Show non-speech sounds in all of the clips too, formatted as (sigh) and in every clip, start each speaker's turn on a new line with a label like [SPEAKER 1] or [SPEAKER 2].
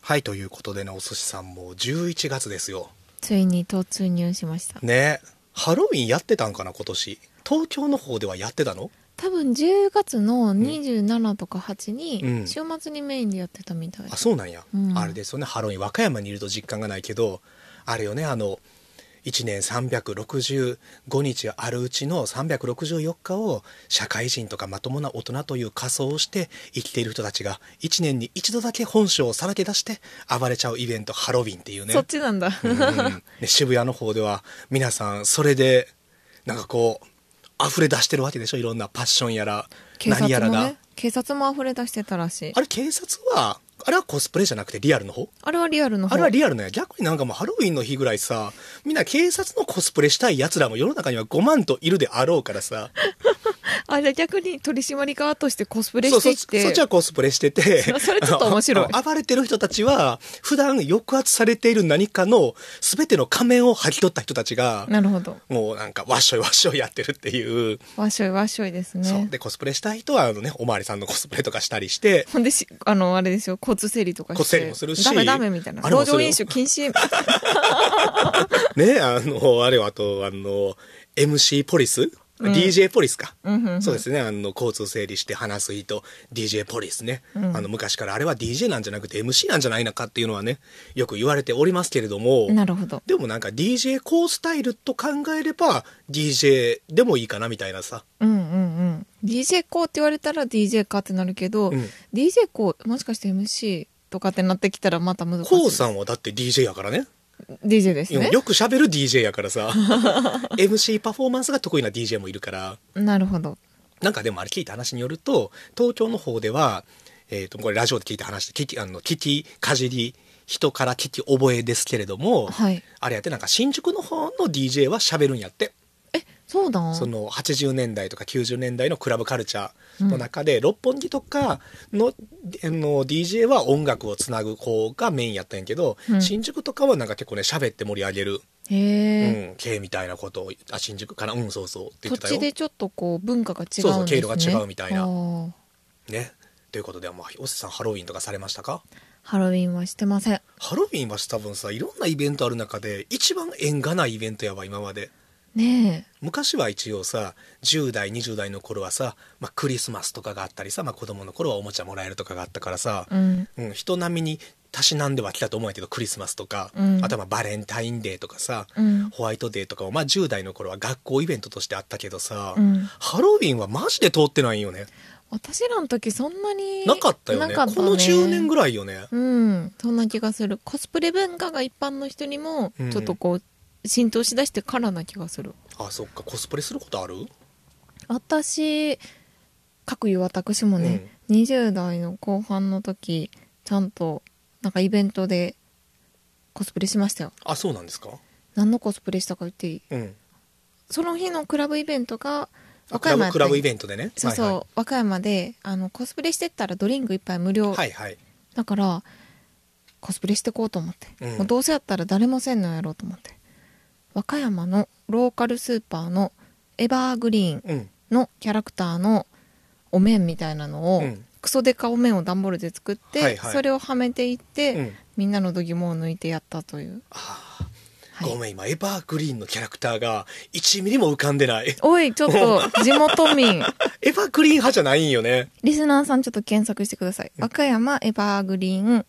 [SPEAKER 1] はい、ということでね、お寿司さんも11月ですよ。
[SPEAKER 2] ついに突入しました
[SPEAKER 1] ねハロウィンやってたんかな、今年。東京の方ではやってたの
[SPEAKER 2] 多分10月の27とか8に
[SPEAKER 1] うん
[SPEAKER 2] 週末にメインでやってたみたい、
[SPEAKER 1] あ、そうなんや。
[SPEAKER 2] うん
[SPEAKER 1] あれですよね、ハロウィン、和歌山にいると実感がないけど、あれよね、あの、1年365日あるうちの364日を社会人とかまともな大人という仮装をして生きている人たちが1年に一度だけ本性をさらけ出して暴れちゃうイベントハロウィンっていうね
[SPEAKER 2] そっちなんだ、
[SPEAKER 1] うんうんで渋谷の方では皆さんそれでなんかこう溢れ出してるわけでしょいろんなパッションやら
[SPEAKER 2] (laughs) 警
[SPEAKER 1] 何や
[SPEAKER 2] 察
[SPEAKER 1] ら
[SPEAKER 2] も
[SPEAKER 1] が、
[SPEAKER 2] ね警察も溢れ出してたらしい
[SPEAKER 1] あれ警察はあれはコスプレじゃなくてリアルの方
[SPEAKER 2] あれはリアルの方
[SPEAKER 1] あれはリアルのや逆になんかもうハロウィンの日ぐらいさみんな警察のコスプレしたい奴らも世の中には5万といるであろうからさ
[SPEAKER 2] あじゃあ逆に取締り側としてコスプレ
[SPEAKER 1] そう
[SPEAKER 2] し
[SPEAKER 1] そっ
[SPEAKER 2] ていっ
[SPEAKER 1] ち
[SPEAKER 2] て
[SPEAKER 1] そっちはコスプレしてて
[SPEAKER 2] (laughs) そそれちょっと面白い
[SPEAKER 1] (laughs) あの暴れてる人たちは普段抑圧されている何かの全ての仮面を剥ぎ取った人たちが
[SPEAKER 2] なるほど
[SPEAKER 1] もうなんかわっしょいわっしょいやってるっていう
[SPEAKER 2] わっしょいわっしょいです
[SPEAKER 1] そう
[SPEAKER 2] ね
[SPEAKER 1] でコスプレしたい人はあの、ね、おまわりさんのコスプレとかしたりして
[SPEAKER 2] ほんでしあのあれですよ交通整理とかし
[SPEAKER 1] 骨整
[SPEAKER 2] て
[SPEAKER 1] 理もするし
[SPEAKER 2] ダメダメみたいな
[SPEAKER 1] あれも
[SPEAKER 2] 路
[SPEAKER 1] する
[SPEAKER 2] 上飲酒禁止
[SPEAKER 1] ねあのあれはあとあの MC ポリス、
[SPEAKER 2] ん
[SPEAKER 1] DJ ポリスか、
[SPEAKER 2] うんうんうん
[SPEAKER 1] そうですねあの交通整理して話す人 DJ ポリスね、あの昔からあれは DJ なんじゃなくて MC なんじゃないのかっていうのはねよく言われておりますけれども
[SPEAKER 2] なるほど
[SPEAKER 1] でもなんか DJ コースタイルと考えれば DJ でもいいかなみたいなさ
[SPEAKER 2] うんうんうん。DJ コーって言われたら DJ かってなるけど、
[SPEAKER 1] うん
[SPEAKER 2] DJ コー、もしかして MC とかってなってきたらまた難しい。
[SPEAKER 1] コウさんはだって DJ やからね
[SPEAKER 2] DJ ですね。
[SPEAKER 1] よく喋る DJ やからさ (laughs) MC パフォーマンスが得意な DJ もいるから
[SPEAKER 2] なるほど。
[SPEAKER 1] なんかでもあれ聞いた話によると東京の方では、えー、とこれラジオで聞いた話で聞きあの聞きかじり人から聞き覚えですけれども、
[SPEAKER 2] はい。
[SPEAKER 1] あれやってなんか新宿の方の DJ は喋るんやって
[SPEAKER 2] え、そうだ。
[SPEAKER 1] その80年代とか90年代のクラブカルチャーの中で、六本木とかのあの DJ は音楽をつなぐ方がメインやったんやけど、
[SPEAKER 2] うん
[SPEAKER 1] 新宿とかはなんか結構ね喋って盛り上げる、う
[SPEAKER 2] へえ、
[SPEAKER 1] ん、系みたいなことをあ新宿かなうんそうそうって言っ
[SPEAKER 2] 土
[SPEAKER 1] てたよ
[SPEAKER 2] 地。でちょっとこう文化が違うんですね。
[SPEAKER 1] そうそう経路が違うみたいな
[SPEAKER 2] あー
[SPEAKER 1] ね、ということで、まあ、おせさんハロウィンとかされましたか
[SPEAKER 2] ハロウィンはしてません。
[SPEAKER 1] ハロウィンは多分さいろんなイベントある中で一番縁がないイベントやわ今まで
[SPEAKER 2] ね
[SPEAKER 1] 昔は一応さ10代20代の頃はさ、まあ、クリスマスとかがあったりさ、まあ、子供の頃はおもちゃもらえるとかがあったからさ
[SPEAKER 2] え。、うん。
[SPEAKER 1] うん人並みにたしなんでは来たと思うんやけどクリスマスとか、
[SPEAKER 2] うん
[SPEAKER 1] あとはまあバレンタインデーとかさ、
[SPEAKER 2] うん。
[SPEAKER 1] ホワイトデーとかも、まあ、10代の頃は学校イベントとしてあったけどさ、
[SPEAKER 2] うん、
[SPEAKER 1] ハロウィンはマジで通ってないよね
[SPEAKER 2] 私らの時そんなに
[SPEAKER 1] なかったよね
[SPEAKER 2] なかったね
[SPEAKER 1] この10年ぐらいよね、
[SPEAKER 2] うん、そんな気がする。コスプレ文化が一般の人にも
[SPEAKER 1] うん、
[SPEAKER 2] ちょっとこう、浸透しだしてからな気がする。
[SPEAKER 1] あそっかコスプレすることある
[SPEAKER 2] 私、各言う私もね、20代の後半の時、ちゃんと、なんかイベントで、コスプレしましたよ。
[SPEAKER 1] あそうなんですか
[SPEAKER 2] 何のコスプレしたか言っていい
[SPEAKER 1] うん
[SPEAKER 2] その日のクラブイベントが、
[SPEAKER 1] あ
[SPEAKER 2] 和
[SPEAKER 1] ク
[SPEAKER 2] 歌
[SPEAKER 1] ラ
[SPEAKER 2] 山
[SPEAKER 1] ブクラブイ
[SPEAKER 2] ン
[SPEAKER 1] ベントでね
[SPEAKER 2] トそうそう、
[SPEAKER 1] は
[SPEAKER 2] 和歌山で、あの、コスプレしてったらドリンク一杯無料。
[SPEAKER 1] いはい、はいはい
[SPEAKER 2] だから、コスプレしてこうと思って。
[SPEAKER 1] うん
[SPEAKER 2] もうどうせやったら誰もせんのやろうと思って。和歌山のローカルスーパーのエバーグリーン
[SPEAKER 1] うん
[SPEAKER 2] のキャラクターのお面みたいなのを、
[SPEAKER 1] うん
[SPEAKER 2] クソデカお面を段ボールで作って、
[SPEAKER 1] はいはい
[SPEAKER 2] それをはめていって、
[SPEAKER 1] うん
[SPEAKER 2] みんなの度肝を抜いてやったという。
[SPEAKER 1] あー
[SPEAKER 2] はい
[SPEAKER 1] ごめん今エバーグリーンのキャラクターが1ミリも浮かんでない (laughs)
[SPEAKER 2] おい、ちょっと、地元民、
[SPEAKER 1] エバーグリーン派じゃないんよね
[SPEAKER 2] リスナーさんちょっと検索してください。
[SPEAKER 1] ん
[SPEAKER 2] 和歌山エバーグリーン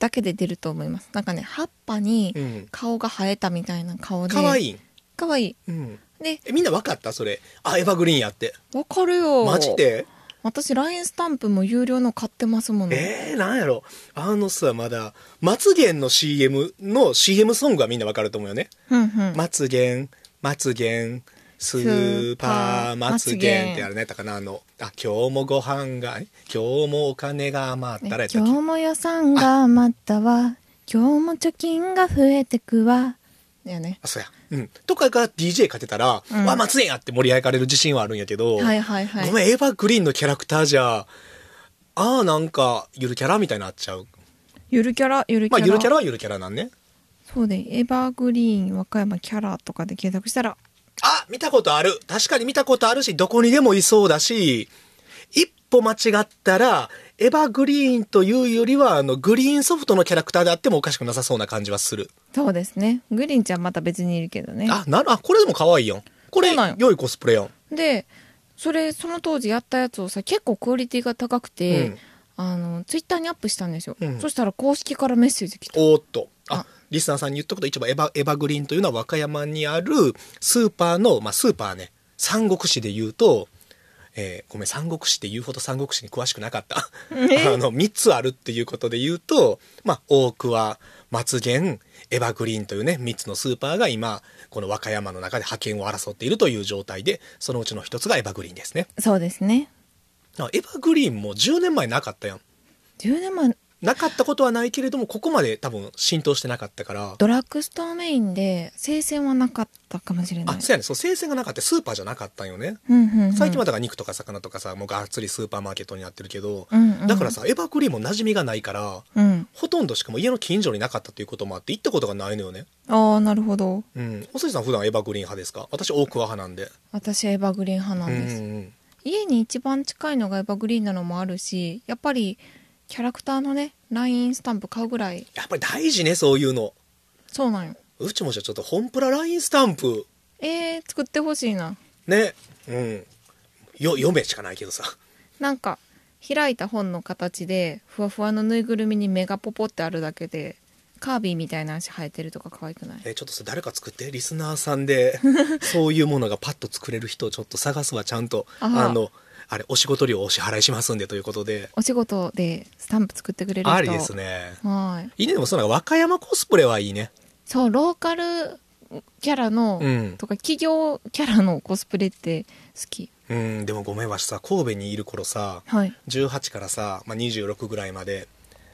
[SPEAKER 2] だけで出ると思います。なんかね、葉っぱ
[SPEAKER 1] う
[SPEAKER 2] に
[SPEAKER 1] ん
[SPEAKER 2] 顔が生えたみたいな顔で。
[SPEAKER 1] 可愛
[SPEAKER 2] い。
[SPEAKER 1] いい、
[SPEAKER 2] かわいい。
[SPEAKER 1] うん、
[SPEAKER 2] で、
[SPEAKER 1] えみんな分かったそれあエバーグリーンやって
[SPEAKER 2] わかるよ。
[SPEAKER 1] マジで
[SPEAKER 2] 私、LINE スタンプも有料の買ってますもの。
[SPEAKER 1] えー、なんやろあのさまだ「まつげん」の CM の CM ソングはみんな分かると思うよね
[SPEAKER 2] うんうん。
[SPEAKER 1] まつげん、まつげん、スーパーまつげんってあれね、たかな、あの、あ、今日もご飯が、え今日もお金が余ったらやったっ
[SPEAKER 2] 今日
[SPEAKER 1] け
[SPEAKER 2] も予算が余ったわ。今日も貯金が増えてくわ。だよね。
[SPEAKER 1] あ、そうや。うん。とかが DJ かけたら、
[SPEAKER 2] うん
[SPEAKER 1] わ、まつげんやって盛り上がれる自信はあるんやけど、
[SPEAKER 2] はいはいはい。
[SPEAKER 1] ごめん、エヴァグリーンのキャラクターじゃ、ああ、なんか、ゆるキャラみたいになっちゃう。
[SPEAKER 2] ゆるキャラ、ゆるキ
[SPEAKER 1] ま
[SPEAKER 2] ャ
[SPEAKER 1] あ、
[SPEAKER 2] ラ。
[SPEAKER 1] ゆるキャラはゆるキャラなんね。
[SPEAKER 2] そうで、エバーグリーン、和歌山キャラとかで検索したら、
[SPEAKER 1] あ、見たことある。確かに見たことあるし、どこにでもいそうだし、一歩間違ったら、エヴァグリーンというよりはあのグリーンソフトのキャラクターであってもおかしくなさそうな感じはする
[SPEAKER 2] そうですねグリーンちゃんまた別にいるけどね
[SPEAKER 1] あなるあこれでも可愛いやんこれ
[SPEAKER 2] そうなんよ
[SPEAKER 1] 良いコスプレやん
[SPEAKER 2] でそれその当時やったやつをさ結構クオリティが高くて、
[SPEAKER 1] うん
[SPEAKER 2] あのツイッターにアップしたんですよ、
[SPEAKER 1] うん
[SPEAKER 2] そしたら公式からメッセージ来た
[SPEAKER 1] おーっとあ
[SPEAKER 2] あ
[SPEAKER 1] リスナーさんに言っとくと一番エヴァエヴァグリーンというのは和歌山にあるスーパーの、まあ、スーパーね三国志で言うと、えーごめん三国志って言うほど三国志に詳しくなかった (laughs) あの3つあるっていうことで言うと、まあ、大桑松源エヴァグリーンというね3つのスーパーが今この和歌山の中で覇権を争っているという状態でそのうちの1つがエヴァグリーンですね
[SPEAKER 2] そうですね
[SPEAKER 1] あエヴァグリーンも10年前なかったやん
[SPEAKER 2] 10年前
[SPEAKER 1] なかったことはないけれどもここまで多分浸透してなかったから
[SPEAKER 2] ドラッグストアメインで生鮮はなかったかもしれない
[SPEAKER 1] あそうやねそう生鮮がなかったスーパーじゃなかったんよね
[SPEAKER 2] うんうんうん
[SPEAKER 1] 最近はだから肉とか魚とかさもうがっつりスーパーマーケットになってるけど、
[SPEAKER 2] うんうん
[SPEAKER 1] だからさエバークリーンも馴染みがないから
[SPEAKER 2] うん
[SPEAKER 1] ほとんどしかも家の近所になかったということもあって行ったことがないのよね
[SPEAKER 2] ああなるほど
[SPEAKER 1] うんお寿司さん普段エバーグリーン派ですか私大桑派なんで
[SPEAKER 2] 私エヴァグリーン派
[SPEAKER 1] う
[SPEAKER 2] なん
[SPEAKER 1] ん
[SPEAKER 2] です、
[SPEAKER 1] うん
[SPEAKER 2] 家に一番近いのがエヴァグリーンなのもあるしやっぱりキャラクターのね LINE スタンプ買うぐらい
[SPEAKER 1] やっぱり大事ねそういうの
[SPEAKER 2] そうなんよ
[SPEAKER 1] うちもじゃあちょっと本プララインスタンプ
[SPEAKER 2] えー、作ってほしいな
[SPEAKER 1] ねうんよ読めしかないけどさ
[SPEAKER 2] なんか開いた本の形でふわふわのぬいぐるみに目がポポってあるだけでカービィみたいな足生えてるとか可愛くない
[SPEAKER 1] えちょっとそれ誰か作ってリスナーさん
[SPEAKER 2] (laughs)
[SPEAKER 1] でそういうものがパッと作れる人をちょっと探すわちゃんと
[SPEAKER 2] あ
[SPEAKER 1] あ
[SPEAKER 2] は
[SPEAKER 1] のあれお仕事料お支払いしますんでということで
[SPEAKER 2] お仕事でスタンプ作ってくれる人
[SPEAKER 1] ありですね
[SPEAKER 2] はーい
[SPEAKER 1] いいねでもその和歌山コスプレはいいね
[SPEAKER 2] そうローカルキャラの、
[SPEAKER 1] うん、
[SPEAKER 2] とか企業キャラのコスプレって好き
[SPEAKER 1] うん、でもごめんわしさ神戸にいる頃さ
[SPEAKER 2] はい
[SPEAKER 1] 18からさ、まあ、26ぐらいまで、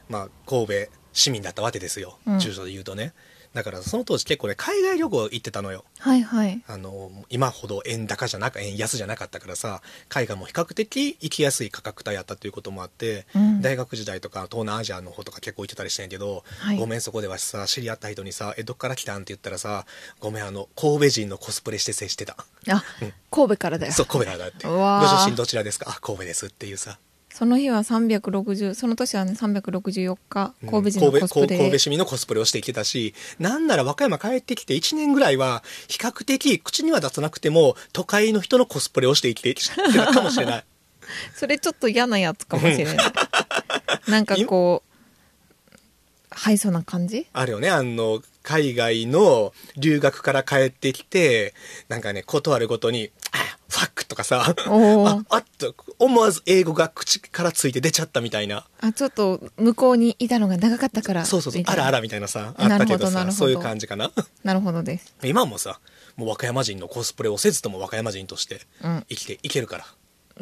[SPEAKER 1] まあ、神戸市民だったわけですよ、
[SPEAKER 2] うん
[SPEAKER 1] 住所で言うとねだからその当時結構ね海外旅行行ってたのよ
[SPEAKER 2] はいはい
[SPEAKER 1] あの今ほど円高じゃなか円安じゃなかったからさ海外も比較的行きやすい価格帯やったということもあって、
[SPEAKER 2] うん
[SPEAKER 1] 大学時代とか東南アジアの方とか結構行ってたりしてんやけど、
[SPEAKER 2] はい
[SPEAKER 1] ごめんそこではさ知り合った人にさ「えどっから来たん?」って言ったらさ「ごめんあの神戸人のコスプレして接
[SPEAKER 2] (laughs)
[SPEAKER 1] してた」
[SPEAKER 2] あ神戸からだよ
[SPEAKER 1] そう神戸なんだって「
[SPEAKER 2] う
[SPEAKER 1] ご
[SPEAKER 2] わー
[SPEAKER 1] 出身どちらですか?」あ「神戸です」っていうさ
[SPEAKER 2] その日は360その年はね364日
[SPEAKER 1] うん
[SPEAKER 2] 神戸人のコスプ
[SPEAKER 1] 神戸神
[SPEAKER 2] レ
[SPEAKER 1] 戸市民のコスプレをしてきてたしなんなら和歌山帰ってきて1年ぐらいは比較的口には出さなくても都会の人のコスプレをして生きてきてたかもしれない。
[SPEAKER 2] それちょっと嫌なやつかもしれ
[SPEAKER 1] (laughs)
[SPEAKER 2] ないなんかこうはいそうな感じ
[SPEAKER 1] あるよね、あの、海外の留学から帰ってきて、なんかね、ことあるごとに、あファックとかさ、
[SPEAKER 2] お
[SPEAKER 1] あ
[SPEAKER 2] ー、
[SPEAKER 1] あっと、思わず英語が口からついて出ちゃったみたいな。
[SPEAKER 2] あちょっと向こうにいたのが長かったから
[SPEAKER 1] そうそうそう
[SPEAKER 2] み、た
[SPEAKER 1] あ
[SPEAKER 2] いな
[SPEAKER 1] らあらみたいなさ、あ
[SPEAKER 2] な
[SPEAKER 1] った
[SPEAKER 2] る
[SPEAKER 1] け
[SPEAKER 2] ほど
[SPEAKER 1] ど
[SPEAKER 2] なるほ
[SPEAKER 1] さ、
[SPEAKER 2] ど
[SPEAKER 1] そういう感じかな。
[SPEAKER 2] なるほどです
[SPEAKER 1] 今もさ、もう和歌山人のコスプレをせずとも和歌山人として
[SPEAKER 2] うん
[SPEAKER 1] 生きていけるから。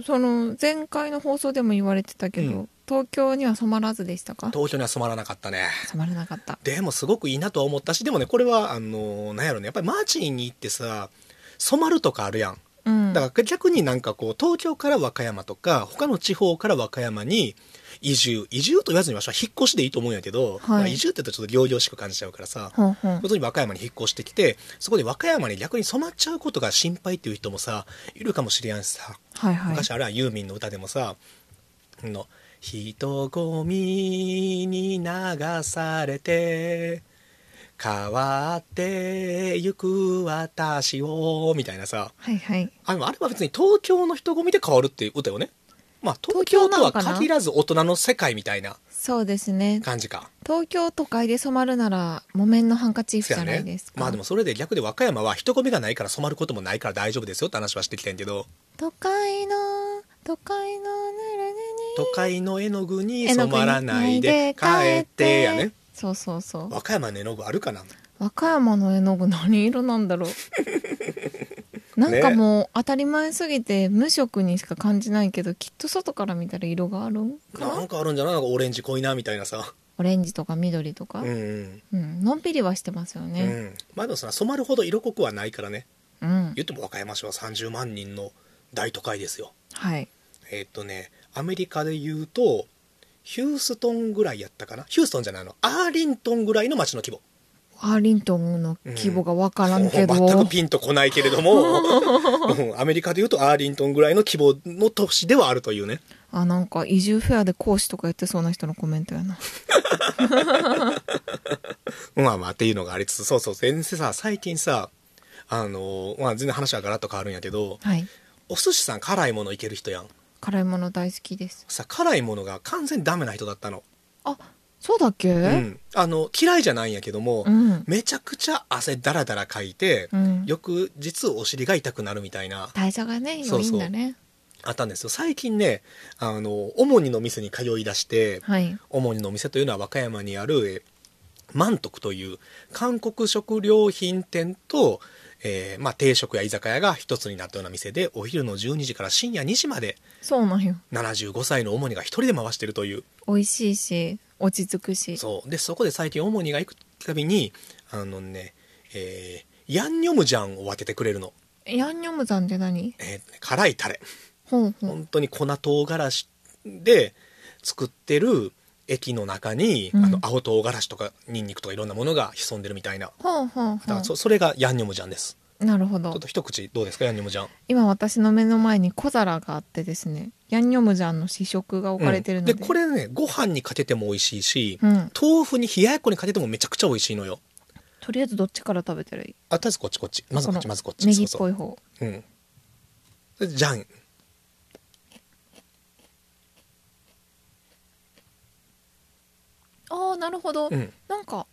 [SPEAKER 2] その前回の放送でも言われてたけど、
[SPEAKER 1] うん
[SPEAKER 2] 東京には染まらずでしたか
[SPEAKER 1] 東京には染まらなかったね。
[SPEAKER 2] 染まらなかった
[SPEAKER 1] でもすごくいいなとは思ったし、でもね、これは、あの、なんやろね、やっぱりマーチンに行ってさ、染まるとかあるやん。
[SPEAKER 2] うん
[SPEAKER 1] だから逆になんかこう東京から和歌山とか他の地方から和歌山に移住移住と言わずに私は引っ越しでいいと思うんやけど、
[SPEAKER 2] い
[SPEAKER 1] まあ移住って言うとちょっと行々しく感じちゃうからさ
[SPEAKER 2] ほんほん
[SPEAKER 1] 普通に和歌山に引っ越してきてそこで和歌山に逆に染まっちゃうことが心配っていう人もさいるかもしれんしさ
[SPEAKER 2] はいはい
[SPEAKER 1] 昔あれはユーミンの歌でもさ「の人混みに流されて変わってゆく私を」みたいなさ
[SPEAKER 2] はいはい
[SPEAKER 1] あのあれは別に東京の人混みで変わるっていう歌よね。まあ東京とは限らず大人の世界みたいな
[SPEAKER 2] そうですね
[SPEAKER 1] 感じか。
[SPEAKER 2] 東京都会で染まるなら木綿のハンカチーフじ
[SPEAKER 1] そ
[SPEAKER 2] ゃ
[SPEAKER 1] や
[SPEAKER 2] ない
[SPEAKER 1] ね
[SPEAKER 2] です。か、
[SPEAKER 1] まあでもそれで逆で和歌山は人混みがないから染まることもないから大丈夫ですよって話はしてきてんけど、
[SPEAKER 2] 都会の都会のぬるぬに
[SPEAKER 1] 都会の絵の具に染まらないで帰ってやね。
[SPEAKER 2] そうそうそう
[SPEAKER 1] 和歌山の絵の具あるかな
[SPEAKER 2] 和歌山の絵の具何色なんだろ
[SPEAKER 1] (laughs)
[SPEAKER 2] うなんかもう当たり前すぎて無色にしか感じないけどきっと外から見たら色があるんか
[SPEAKER 1] な
[SPEAKER 2] なん
[SPEAKER 1] かあるんじゃないなんかオレンジ濃いなみたいなさ。
[SPEAKER 2] オレンジとか緑とか、
[SPEAKER 1] う
[SPEAKER 2] うん
[SPEAKER 1] ん
[SPEAKER 2] のんびりはしてますよ
[SPEAKER 1] うん。う
[SPEAKER 2] ね
[SPEAKER 1] ん。まあでもさ、染まるほど色濃くはないからね。
[SPEAKER 2] うん、
[SPEAKER 1] 言っても和歌山市は30万人の大都会ですよ。
[SPEAKER 2] はい
[SPEAKER 1] えーっとねアメリカで言うとヒューストンぐらいやったかなヒューストンじゃないのアーリントンぐらいの街の規模
[SPEAKER 2] アーリントンの規模がわからんけど、
[SPEAKER 1] もう全くピンとこない
[SPEAKER 2] (laughs)
[SPEAKER 1] けれどもうんアメリカで言うとアーリントンぐらいの規模の都市ではあるというね
[SPEAKER 2] あなんか移住フェアで講師とかやってそうな人のコメントやな
[SPEAKER 1] まあまあっていうのがありつつそうそう全然さ最近さあのまあ全然話はガラッと変わるんやけど
[SPEAKER 2] はい
[SPEAKER 1] お寿司さん辛いものいける人やん
[SPEAKER 2] 辛いもの大好きです
[SPEAKER 1] さ辛いものが完全にダメな人だったの、
[SPEAKER 2] あそうだっけ
[SPEAKER 1] う
[SPEAKER 2] うん
[SPEAKER 1] ん、あの嫌いじゃないんやけども、
[SPEAKER 2] うん、
[SPEAKER 1] めちゃくちゃ汗だらだらかいて、翌日お尻が痛くなるみたいな
[SPEAKER 2] 代謝がね
[SPEAKER 1] そ
[SPEAKER 2] 今
[SPEAKER 1] う
[SPEAKER 2] いい
[SPEAKER 1] そうん
[SPEAKER 2] だね
[SPEAKER 1] あったんですよ最近ねあの主にの店に通い出して
[SPEAKER 2] はい
[SPEAKER 1] 主にの店というのは和歌山にあるえ満徳という韓国食料品店と、えーまあ、定食や居酒屋が一つになったような店でお昼の12時から深夜2時まで
[SPEAKER 2] そうなんよ
[SPEAKER 1] 75歳の主にが一人で回してるという
[SPEAKER 2] 美味しいし落ち着くし
[SPEAKER 1] そうでそこで最近主にが行くたびにあのね、えーヤンニョムジャンを分けてくれるの、
[SPEAKER 2] ヤンニョムザンって何
[SPEAKER 1] えー辛いタレ
[SPEAKER 2] ほうほう
[SPEAKER 1] 本当に粉唐辛子で作ってる液の中に、
[SPEAKER 2] うん
[SPEAKER 1] あの青唐辛子とかニンニクとかいろんなものが潜んでるみたいなだ
[SPEAKER 2] ほうほう
[SPEAKER 1] から
[SPEAKER 2] ほ
[SPEAKER 1] そそれがヤンニョムジャンです
[SPEAKER 2] うなる
[SPEAKER 1] ち
[SPEAKER 2] ほ
[SPEAKER 1] ょ
[SPEAKER 2] ど
[SPEAKER 1] っと一口どうですかヤンニョムジャン
[SPEAKER 2] 今私の目の前に小皿があってですねヤンニョムジャンの試食が置かれてるので,、
[SPEAKER 1] うんでこれねご飯にかけても美味しいし、
[SPEAKER 2] うん
[SPEAKER 1] 豆腐に冷ややっこにかけてもめちゃくちゃ美味しいのよ
[SPEAKER 2] とりあえずどっちから食べたらいい
[SPEAKER 1] あとりあえずこっちこっちまずこっちまずこっち
[SPEAKER 2] ネギっ
[SPEAKER 1] そう
[SPEAKER 2] ぽ
[SPEAKER 1] そ
[SPEAKER 2] い方
[SPEAKER 1] ううんそれでジャン
[SPEAKER 2] ああなるほど、
[SPEAKER 1] うん
[SPEAKER 2] なんか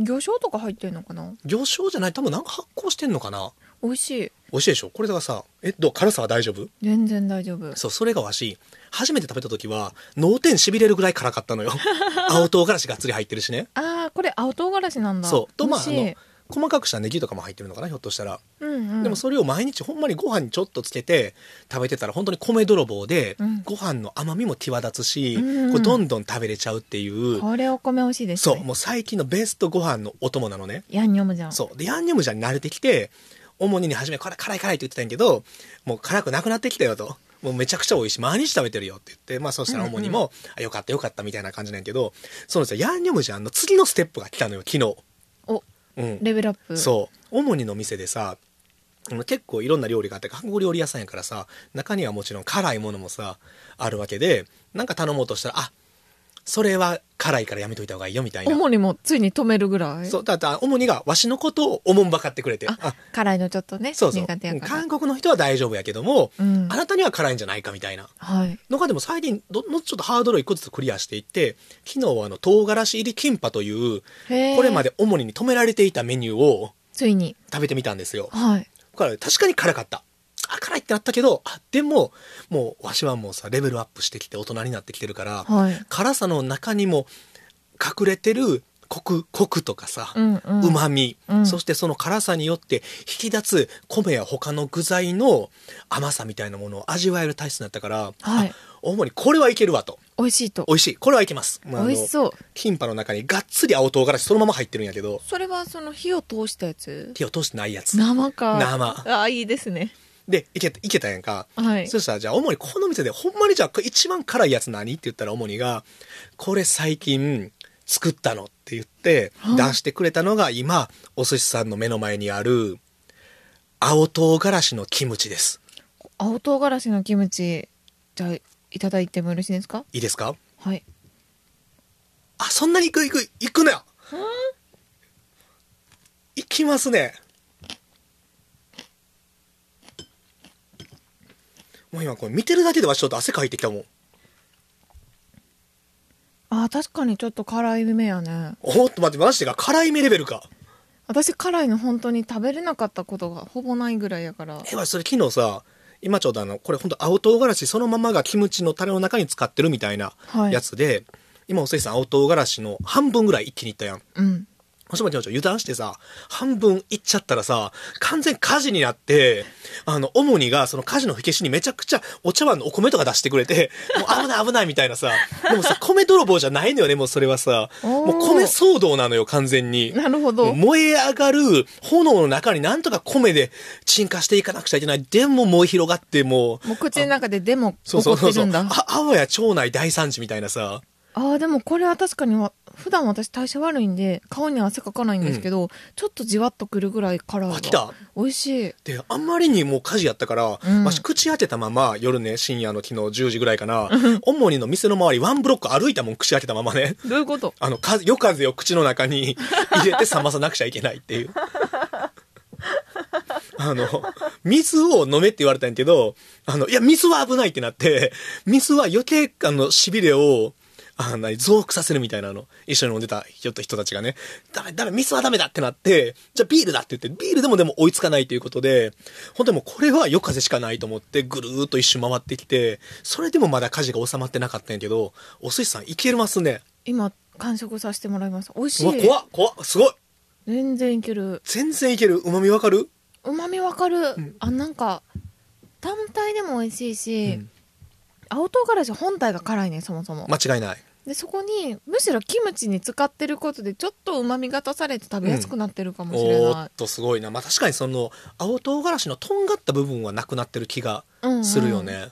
[SPEAKER 2] 魚醤とか入ってるのかな
[SPEAKER 1] 魚醤じゃない多分なんか発酵してんのかな
[SPEAKER 2] 美味しい
[SPEAKER 1] 美味しいでしょこれだからさえどう辛さは大丈夫
[SPEAKER 2] 全然大丈夫
[SPEAKER 1] そう、それがわし、初めて食べた時は、脳天痺れるぐらい辛かったの
[SPEAKER 2] (laughs)
[SPEAKER 1] よ。青唐辛子がっつり入ってるしね。
[SPEAKER 2] ああこれ青唐辛子なんだ
[SPEAKER 1] そう。と、
[SPEAKER 2] 美
[SPEAKER 1] まあ、あ
[SPEAKER 2] 味しい
[SPEAKER 1] の、細かくしたネギとかも入ってるのかな、ひょっとしたら。
[SPEAKER 2] うんうん
[SPEAKER 1] でもそれを毎日ほんまにご飯にちょっとつけて食べてたら本当に米泥棒で、
[SPEAKER 2] うん
[SPEAKER 1] ご飯の甘みも際立つし、
[SPEAKER 2] うん
[SPEAKER 1] これどんどん食べれちゃうっていう、
[SPEAKER 2] これお米美味しいです
[SPEAKER 1] そ
[SPEAKER 2] ね
[SPEAKER 1] う、もう最近のベストご飯のお供なのね。
[SPEAKER 2] ヤンニョムジャン
[SPEAKER 1] そう。で、ヤンニョムジャンに慣れてきて、主にに初め、これ辛い辛いって言ってたんやけど、もう辛くなくなってきたよと。もうめちゃくちゃ美味しい。毎日食べてるよって言って、まあそうしたら主にも、あよかったよかったみたいな感じなんやけど、そうですよ。ヤンニョムジャンの次のステップが来たのよ、昨日。
[SPEAKER 2] お
[SPEAKER 1] うん。
[SPEAKER 2] レベルアップ
[SPEAKER 1] そう。主にの店でさ、あの結構いろんな料理があって、韓国料理屋さんやからさ、中にはもちろん辛いものもさ、あるわけで、なんか頼もうとしたら、あ、それは辛いからやめといた方がいいよみたいな。
[SPEAKER 2] 主にもついに止めるぐらい
[SPEAKER 1] そう、だって、主にがわしのことをおもんばかってくれて、
[SPEAKER 2] あ辛いのちょっとね
[SPEAKER 1] そうそう。
[SPEAKER 2] 苦手やから
[SPEAKER 1] 韓国の人は大丈夫やけども、
[SPEAKER 2] うん
[SPEAKER 1] あなたには辛いんじゃないかみたいな。
[SPEAKER 2] はい
[SPEAKER 1] のがでも最近ど、のちょっとハードルを一個ずつクリアしていって、昨日はあの、唐辛子入りキンパという、
[SPEAKER 2] へー
[SPEAKER 1] これまで主に止められていたメニューを
[SPEAKER 2] ついに
[SPEAKER 1] 食べてみたんですよ。
[SPEAKER 2] はい
[SPEAKER 1] これ確かに辛かった。あ、辛いってなったけど、あ、でも、もう、わしはもうさ、レベルアップしてきて大人になってきてるから、
[SPEAKER 2] はい
[SPEAKER 1] 辛さの中にも隠れてるコク、コクとかさ、
[SPEAKER 2] うんうん
[SPEAKER 1] うまみ、
[SPEAKER 2] うん
[SPEAKER 1] そしてその辛さによって引き立つ米や他の具材の甘さみたいなものを味わえる体質になったから、
[SPEAKER 2] はい
[SPEAKER 1] あ主にこれはいけるわと
[SPEAKER 2] 美味しいと
[SPEAKER 1] 美味しいこれはいけます、まああの
[SPEAKER 2] 美味しそう
[SPEAKER 1] キンパの中にがっつり青唐辛子そのまま入ってるんやけど
[SPEAKER 2] それはその火を通したやつ
[SPEAKER 1] 手を通してないやつ
[SPEAKER 2] 生か
[SPEAKER 1] 生
[SPEAKER 2] ああいいですね
[SPEAKER 1] でいけいけたやんか、
[SPEAKER 2] はい
[SPEAKER 1] そしたらじゃあ主にこの店でほんまにじゃあこれ一番辛いやつ何って言ったら主にがこれ最近作ったのって言って
[SPEAKER 2] はい
[SPEAKER 1] 出してくれたのが今お寿司さんの目の前にある青唐辛子のキムチです
[SPEAKER 2] 青唐辛子のキムチじゃあいただいてもよろしいですか
[SPEAKER 1] いいですか
[SPEAKER 2] はい
[SPEAKER 1] あそんなにいくいくいくなよいきますねもう今これ見てるだけではちょっと汗かいてきたもん
[SPEAKER 2] あー確かにちょっと辛いめやね
[SPEAKER 1] おっと待ってマジでか辛い目レベルか
[SPEAKER 2] 私辛いの本当に食べれなかったことがほぼないぐらいやから
[SPEAKER 1] えわそれ昨日さ今ちょうどあのこれ本当青唐辛子そのままがキムチのタレの中に使ってるみたいな
[SPEAKER 2] はい
[SPEAKER 1] やつで、今お寿司さん青唐辛子の半分ぐらい一気にいったやん
[SPEAKER 2] うん
[SPEAKER 1] もしもちょ油断してさ半分いっちゃったらさ完全火事になってあの主にがその火事の火消しにめちゃくちゃお茶碗のお米とか出してくれて (laughs) もう危ない危ないみたいなさでもさ米泥棒じゃないのよねもうそれはさ
[SPEAKER 2] おー
[SPEAKER 1] もう米騒動なのよ完全に。
[SPEAKER 2] なるほど
[SPEAKER 1] 燃え上がる炎の中になんとか米で沈下していかなくちゃいけない。でも燃え広がってもう、
[SPEAKER 2] もう口の中ででも
[SPEAKER 1] そうそう
[SPEAKER 2] 怒
[SPEAKER 1] そ
[SPEAKER 2] っ
[SPEAKER 1] う
[SPEAKER 2] て
[SPEAKER 1] そう。
[SPEAKER 2] るんだ
[SPEAKER 1] あ、あわや町内大惨事みたいなさ。
[SPEAKER 2] ああでもこれは確かにわ普段私代謝悪いんで顔に汗かかないんですけど、ちょっとじわっとくるぐらいから
[SPEAKER 1] あ来た
[SPEAKER 2] 美味しい
[SPEAKER 1] であんまりにもう火事やったから、
[SPEAKER 2] うん
[SPEAKER 1] わし口当てたまま夜ね深夜の昨日10時ぐらいかな主にの店の周りワンブロック歩いたもん口当てたままね
[SPEAKER 2] どういうこと
[SPEAKER 1] あの風夜風を口の中に入れて冷まさなくちゃいけないっていう (laughs) あの水を飲めって言われたんやけどあのいや水は危ないってなって水は余計あのしびれをあの増幅させるみたいなの一緒に飲んでたちょっと人たちがねダメダメ水はダメだってなってじゃあビールだって言ってビールでもでも追いつかないということで本当にもうこれは夜風しかないと思ってぐるーっと一周回ってきてそれでもまだ火事が収まってなかったんやけどお寿司さんいけますね
[SPEAKER 2] 今完食させてもらいました美味し
[SPEAKER 1] うわ
[SPEAKER 2] い
[SPEAKER 1] 怖っ怖っすごい
[SPEAKER 2] 全然いける
[SPEAKER 1] 全然いけるうまみわかる
[SPEAKER 2] うまみわかる、
[SPEAKER 1] ん
[SPEAKER 2] あなんか単体でも美味しいし、
[SPEAKER 1] うん
[SPEAKER 2] 青唐辛子本体が辛いねそもそも、
[SPEAKER 1] 間違いない
[SPEAKER 2] でそこにむしろキムチに使ってることでちょっとうまみが足されて食べやすくなってるかもしれ
[SPEAKER 1] お
[SPEAKER 2] な
[SPEAKER 1] ー
[SPEAKER 2] い
[SPEAKER 1] っ、とすごいな、まあ、確かにその青唐辛子のとんがった部分はなくなってる気が
[SPEAKER 2] うんうん
[SPEAKER 1] するよね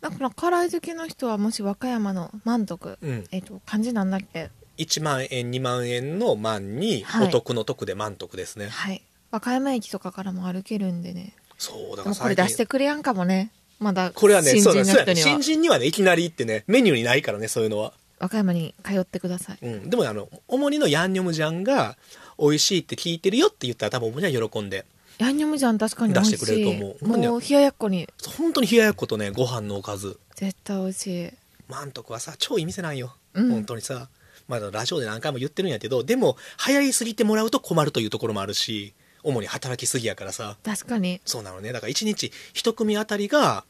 [SPEAKER 2] だから辛い好きの人はもし和歌山の満徳、
[SPEAKER 1] うん、
[SPEAKER 2] えっ、と漢字なんだっけ
[SPEAKER 1] 1万円2万円の万に
[SPEAKER 2] はい
[SPEAKER 1] お得の得で満足ですね、
[SPEAKER 2] はい和歌山駅とかからも歩けるんでね
[SPEAKER 1] そうだ
[SPEAKER 2] で
[SPEAKER 1] から
[SPEAKER 2] もこれ
[SPEAKER 1] 最
[SPEAKER 2] 出して
[SPEAKER 1] 近
[SPEAKER 2] くれやんかもねまだ
[SPEAKER 1] これはね
[SPEAKER 2] 新
[SPEAKER 1] そ
[SPEAKER 2] 人
[SPEAKER 1] うだ
[SPEAKER 2] の
[SPEAKER 1] そう
[SPEAKER 2] 人
[SPEAKER 1] だ
[SPEAKER 2] に
[SPEAKER 1] 新
[SPEAKER 2] は
[SPEAKER 1] 人にはねいきなりってねメニューにないからねそういうのは
[SPEAKER 2] 和歌山に通ってください
[SPEAKER 1] うん、でもねあの主にのヤンニョムジャンが美味しいって聞いてるよって言ったら多分主には喜んで
[SPEAKER 2] ヤンニョムジャン確かに美味しい
[SPEAKER 1] 出してくれると思う
[SPEAKER 2] もう冷ややっこに
[SPEAKER 1] 本当に冷ややっことねご飯のおかず
[SPEAKER 2] 絶対美味しい
[SPEAKER 1] 満徳はさ超いい店なんよ、
[SPEAKER 2] うん
[SPEAKER 1] 本当にさ、まあ、ラジオで何回も言ってるんやけどでも流行りすぎてもらうと困るというところもあるし主に働きすぎやからさ
[SPEAKER 2] 確かに
[SPEAKER 1] そうなのねだから1日1組あたりが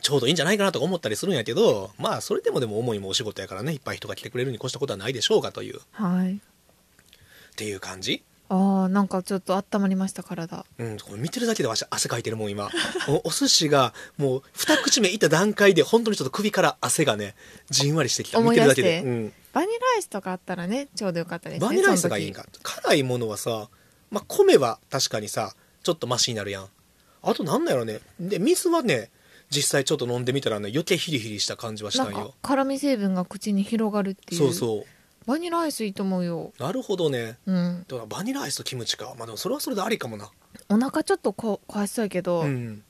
[SPEAKER 1] ちょうどいいんじゃないかなとか思ったりするんやけどまあそれでもでも思いもお仕事やからねいっぱい人が来てくれるに越したことはないでしょうかというっ
[SPEAKER 2] はい
[SPEAKER 1] ていう感じ
[SPEAKER 2] あーなんかちょっと温まりました体
[SPEAKER 1] うん、これ見てるだけでわし汗かいてるもん
[SPEAKER 2] (laughs)
[SPEAKER 1] 今おお寿司がもう二口目いった段階で本当にちょっと首から汗がねじんわりしてきた
[SPEAKER 2] 思
[SPEAKER 1] 見
[SPEAKER 2] い
[SPEAKER 1] て
[SPEAKER 2] 出
[SPEAKER 1] るだ
[SPEAKER 2] して
[SPEAKER 1] けで、うん、
[SPEAKER 2] バニラアイスとかあったらねちょうどよかったですね
[SPEAKER 1] バニラアイスがいいん
[SPEAKER 2] その
[SPEAKER 1] か辛いものはさ、まあ、米は確かにさちょっとマシになるやんあとなんだろうねで水はね実際ちょっと飲んでみたらね余計ヒリヒリした感じはし
[SPEAKER 2] 時
[SPEAKER 1] た
[SPEAKER 2] なんんか
[SPEAKER 1] よ
[SPEAKER 2] 辛み成分が口に広がるっていう
[SPEAKER 1] そうそう
[SPEAKER 2] バニラアイスいいと思うよ
[SPEAKER 1] なるほどね
[SPEAKER 2] うん
[SPEAKER 1] だからバニラアイスとキムチかまあでもそれはそれでありかもな
[SPEAKER 2] お腹ちょっとこ壊しそうやけど、
[SPEAKER 1] うん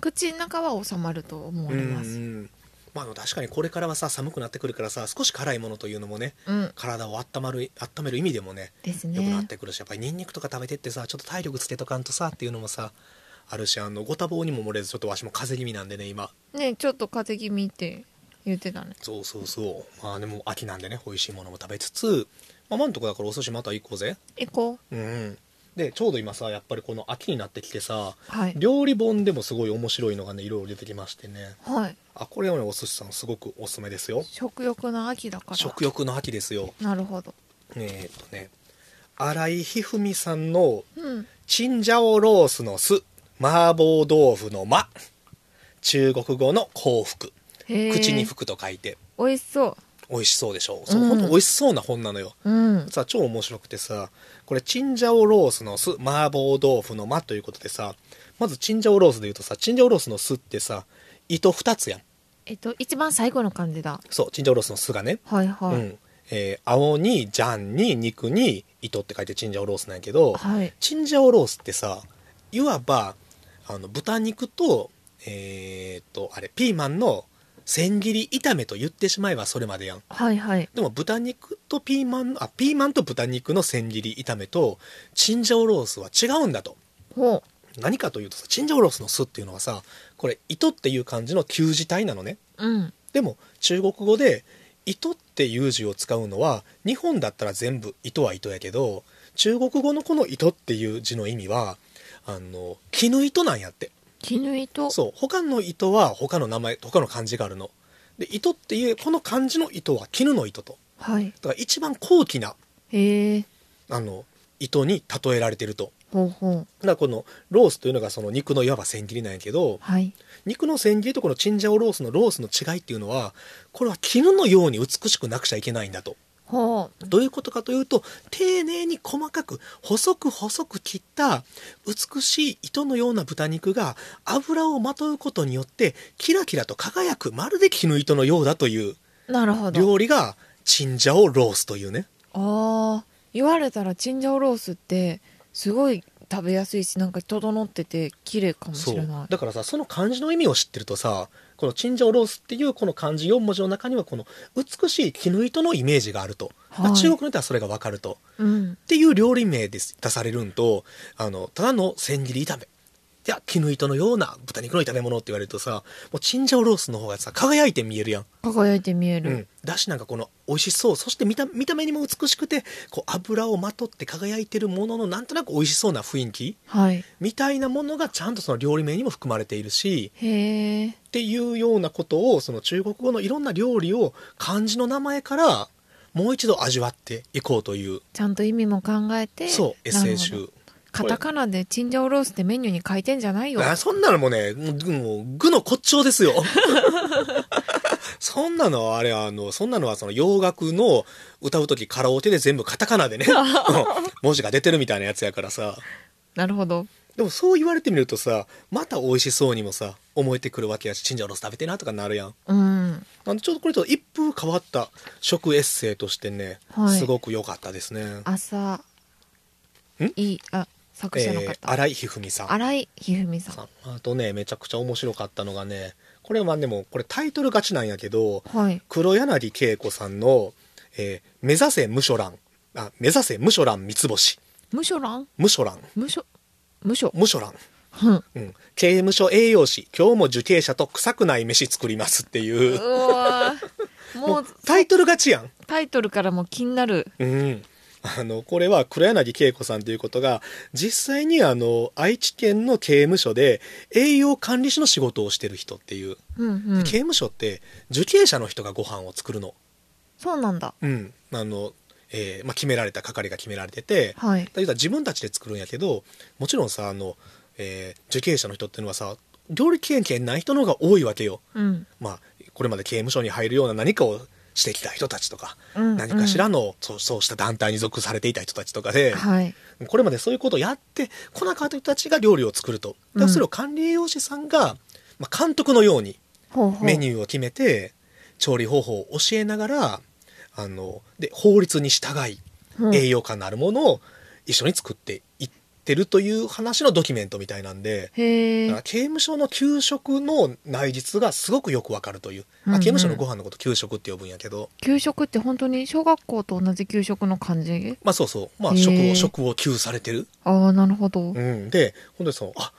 [SPEAKER 2] 口の中は収まると思
[SPEAKER 1] う
[SPEAKER 2] わ
[SPEAKER 1] んう
[SPEAKER 2] れます
[SPEAKER 1] んまあでも確かにこれからはさ寒くなってくるからさ少し辛いものというのもね
[SPEAKER 2] うん、
[SPEAKER 1] 体を温まる温める意味でもね
[SPEAKER 2] です
[SPEAKER 1] 良くなっ
[SPEAKER 2] ね
[SPEAKER 1] てくるし、やっぱりニンニクとか食べてってさちょっと体力つけとかんとさっていうのもさあるしあのご多忙にも漏れずちょっとわしも風邪気味なんでね今
[SPEAKER 2] ねちょっと風邪気味って言ってたね
[SPEAKER 1] そうそうそうまあでも秋なんでね美味しいものも食べつつまあ今んとこだからお寿司また行こうぜ
[SPEAKER 2] 行こ
[SPEAKER 1] うんうんでちょうど今さやっぱりこの秋になってきてさ
[SPEAKER 2] うはい
[SPEAKER 1] 料理本でもすごい面白いのがねいろいろ出てきましてね
[SPEAKER 2] はい
[SPEAKER 1] あこれはねお寿司さんすごくおすすめですよ
[SPEAKER 2] 食欲の秋だから
[SPEAKER 1] 食欲の秋ですよ
[SPEAKER 2] なるほど
[SPEAKER 1] えーっとね新井一二三さんの
[SPEAKER 2] うん
[SPEAKER 1] チンジャオロースの酢、麻婆豆腐の間、中国語の幸福、
[SPEAKER 2] へえ
[SPEAKER 1] 口に服と書いて、
[SPEAKER 2] 美味しそ
[SPEAKER 1] 美味しそうでしょう。
[SPEAKER 2] う
[SPEAKER 1] そ
[SPEAKER 2] ん
[SPEAKER 1] う、ほんと美味しそうな本なのよ。
[SPEAKER 2] ううん
[SPEAKER 1] さ、超面白くてさ、これ、チンジャオロースの酢、麻婆豆腐の間ということでさ、まずチンジャオロースで言うとさ、チンジャオロースの酢ってさ、糸2つやん。
[SPEAKER 2] えっと一番最後の感じだ
[SPEAKER 1] そう、チンジャオロースの酢がね。
[SPEAKER 2] はいはい、
[SPEAKER 1] うん。えー青に、ジャンに、肉に、糸って書いてチンジャオロースなんやけど、
[SPEAKER 2] はい
[SPEAKER 1] チンジャオロースってさいわばあの豚肉とえーっとあれピーマンの千切り炒めと言ってしまえばそれまでやん
[SPEAKER 2] はいはい
[SPEAKER 1] でも豚肉とピーマンあピーマンと豚肉の千切り炒めとチンジャオロースは違うんだと
[SPEAKER 2] ほ
[SPEAKER 1] 何かというとさチンジャオロースの酢っていうのはさこれ糸っていう漢字の旧字体なのね
[SPEAKER 2] ううん
[SPEAKER 1] でも中国語で糸っていう字を使うのは日本だったら全部糸は糸やけど中国語のこの糸っていう字の意味はあの絹糸なんやって
[SPEAKER 2] 絹糸
[SPEAKER 1] そう他の糸は他の名前他の漢字があるので糸っていうこの漢字の糸は絹の糸と
[SPEAKER 2] は
[SPEAKER 1] だ
[SPEAKER 2] い
[SPEAKER 1] から一番高貴な
[SPEAKER 2] へえ
[SPEAKER 1] あの糸に例えられてると
[SPEAKER 2] ほうほう
[SPEAKER 1] だからこのロースというのがその肉のいわば千切りなんやけど
[SPEAKER 2] はい
[SPEAKER 1] 肉の千切りとこのチンジャオロースのロースの違いっていうのはこれは絹のように美しくなくちゃいけないんだと
[SPEAKER 2] ほう
[SPEAKER 1] どういうことかというと丁寧に細かく細く細く切った美しい糸のような豚肉が油をまとうことによってキラキラと輝くまるで絹糸のようだという
[SPEAKER 2] なるほど。
[SPEAKER 1] 料理がチンジャオロースというね
[SPEAKER 2] ああ、言われたらチンジャオロースって、すごい食べやすいし、なんか整ってて、綺麗かもし
[SPEAKER 1] そ
[SPEAKER 2] れ
[SPEAKER 1] う
[SPEAKER 2] ない。
[SPEAKER 1] だからさその漢字の意味を知ってるとさこのチンジャオロースっていうこの漢字4文字の中にはこの美しい絹糸のイメージがあると、だから
[SPEAKER 2] はい
[SPEAKER 1] 中国によってはそれがわかると
[SPEAKER 2] うん。
[SPEAKER 1] っていう料理名です出されるんとあのただの千切り炒めいや絹糸のような豚肉の炒め物って言われるとさもうチンジャオロースの方がさ輝いて見えるやん、
[SPEAKER 2] 輝いて見え
[SPEAKER 1] う
[SPEAKER 2] る。
[SPEAKER 1] ん、だしなんかこの美味しそうそして見た見た目にも美しくてこう油をまとって輝いてるもののなんとなく美味しそうな雰囲気
[SPEAKER 2] はい。
[SPEAKER 1] みたいなものがちゃんとその料理名にも含まれているし
[SPEAKER 2] へえ。
[SPEAKER 1] っていうようなことをその中国語のいろんな料理を漢字の名前からもう一度味わっていこうという
[SPEAKER 2] ちゃんと意味も考えて。
[SPEAKER 1] そうエッ
[SPEAKER 2] なる
[SPEAKER 1] セ
[SPEAKER 2] ほ
[SPEAKER 1] イ
[SPEAKER 2] ど
[SPEAKER 1] 集。
[SPEAKER 2] カタカナでチンジャオロースってメニューに書いてんじゃないよ。
[SPEAKER 1] あそんなのもうね、もうもう具の骨頂ですよ。そんなのはあれあの、そんなのはその洋楽の歌うときカラオケで全部カタカナでね、
[SPEAKER 2] (laughs)
[SPEAKER 1] うん文字が出てるみたいなやつやからさ。
[SPEAKER 2] なるほど。
[SPEAKER 1] でもそう言われてみるとさ、また美味しそうにもさ、思えてくるわけやし、チンジャオロース食べてなとかなるやん。
[SPEAKER 2] うん。
[SPEAKER 1] なんでちょっとこれちょっと一風変わった食エッセイとしてね、
[SPEAKER 2] はい
[SPEAKER 1] すごく良かったですね。
[SPEAKER 2] 朝
[SPEAKER 1] ん、
[SPEAKER 2] いい、あ、作者の
[SPEAKER 1] えー
[SPEAKER 2] 方。
[SPEAKER 1] 荒井ひふみさん。
[SPEAKER 2] 荒井ひふみさん。
[SPEAKER 1] さんあとねめちゃくちゃ面白かったのがねこれはでもこれタイトル勝ちなんやけど
[SPEAKER 2] はい。
[SPEAKER 1] 黒柳恵子さんの、えー目指せ無所欄」あ「目指せ無所欄三つ星」
[SPEAKER 2] 無所欄
[SPEAKER 1] 「無所欄」
[SPEAKER 2] 無所、無所
[SPEAKER 1] 「。無所欄
[SPEAKER 2] うん。」
[SPEAKER 1] うん「刑務所栄養士今日も受刑者と臭くない飯作ります」って
[SPEAKER 2] (laughs)
[SPEAKER 1] いうう
[SPEAKER 2] わーも
[SPEAKER 1] も
[SPEAKER 2] う
[SPEAKER 1] うタイトル勝ちやん
[SPEAKER 2] タイトルからも気になる。
[SPEAKER 1] うん、あのこれは黒柳恵子さんということが実際にあの愛知県の刑務所で栄養管理士の仕事をしてる人っていう、
[SPEAKER 2] うんうん。
[SPEAKER 1] 刑務所って受刑者の人がご飯を作るの,、
[SPEAKER 2] そうなんだ。
[SPEAKER 1] うんあのえーまあ、決められた係が決められてて、
[SPEAKER 2] はい。
[SPEAKER 1] だから自分たちで作るんやけどもちろんさあの、えー受刑者の人っていうのはさ料理経験ない人の方が多いわけよ。
[SPEAKER 2] うん。
[SPEAKER 1] まあ、これまで刑務所に入るような何かをしてきた人たちとか、
[SPEAKER 2] うんうん
[SPEAKER 1] 何かしらのそうそうした団体に属されていた人たちとかで、
[SPEAKER 2] はい。
[SPEAKER 1] これまでそういうことをやってこなかった人たちが料理を作るとだからそれを管理栄養士さんが、まあ、監督のように
[SPEAKER 2] ほうほう。
[SPEAKER 1] メニューを決めて調理方法を教えながらあので法律に従い
[SPEAKER 2] うん
[SPEAKER 1] 栄養価のあるものを一緒に作っていってるという話のドキュメントみたいなんで。
[SPEAKER 2] へ
[SPEAKER 1] だから
[SPEAKER 2] え。
[SPEAKER 1] 刑務所の給食の内実がすごくよくわかるという、
[SPEAKER 2] うんう
[SPEAKER 1] あ、
[SPEAKER 2] ん
[SPEAKER 1] 刑務所のご飯のこと給食って呼ぶんやけど
[SPEAKER 2] 給食って本当に小学校と同じ給食の感じ
[SPEAKER 1] まあそうそう、まあ、
[SPEAKER 2] へ
[SPEAKER 1] 食
[SPEAKER 2] ー
[SPEAKER 1] を食を給されてる、
[SPEAKER 2] ああ、なるほど。うん
[SPEAKER 1] うん、で本当にそうあ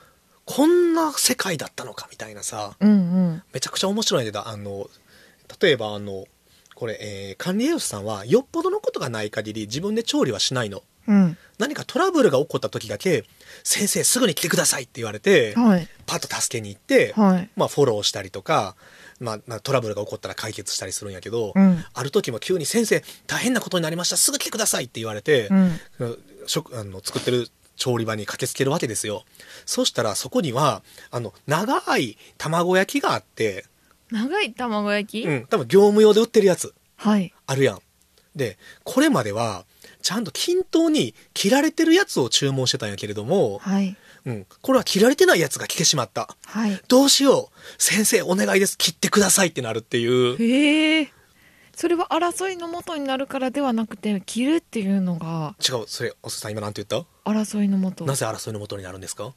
[SPEAKER 1] こんな世界だったのかみたいなさ
[SPEAKER 2] うん。
[SPEAKER 1] めちゃくちゃ面白いんだけどあの例えばあのこれ、えー管理栄養士さんはよっぽどのことがない限り自分で調理はしないの
[SPEAKER 2] うん。
[SPEAKER 1] 何かトラブルが起こった時だけ「先生すぐに来てください」って言われて
[SPEAKER 2] はい。
[SPEAKER 1] パッと助けに行って、
[SPEAKER 2] はい。
[SPEAKER 1] まあ、フォローしたりとか、まあまあ、トラブルが起こったら解決したりするんやけど、
[SPEAKER 2] うん。
[SPEAKER 1] ある時も急に「先生大変なことになりましたすぐ来てください」って言われて
[SPEAKER 2] う、ん。
[SPEAKER 1] 食あの作ってる調理場に駆けつけるわけですよそしたらそこにはあの長い卵焼きがあって、
[SPEAKER 2] 長い卵焼き、
[SPEAKER 1] うん、多分業務用で売ってるやつ
[SPEAKER 2] はい。
[SPEAKER 1] あるやんでこれまではちゃんと均等に切られてるやつを注文してたんやけれども、
[SPEAKER 2] はい。
[SPEAKER 1] うん、これは切られてないやつが来てしまった
[SPEAKER 2] はい。
[SPEAKER 1] どうしよう先生お願いです切ってくださいってなるっていう
[SPEAKER 2] へえ。それは争いの元になるからではなくて、切るっていうのが
[SPEAKER 1] 違うそれおっさん今なんて言っ
[SPEAKER 2] 争いの
[SPEAKER 1] た。
[SPEAKER 2] 元
[SPEAKER 1] なぜ争いのもとになるんですか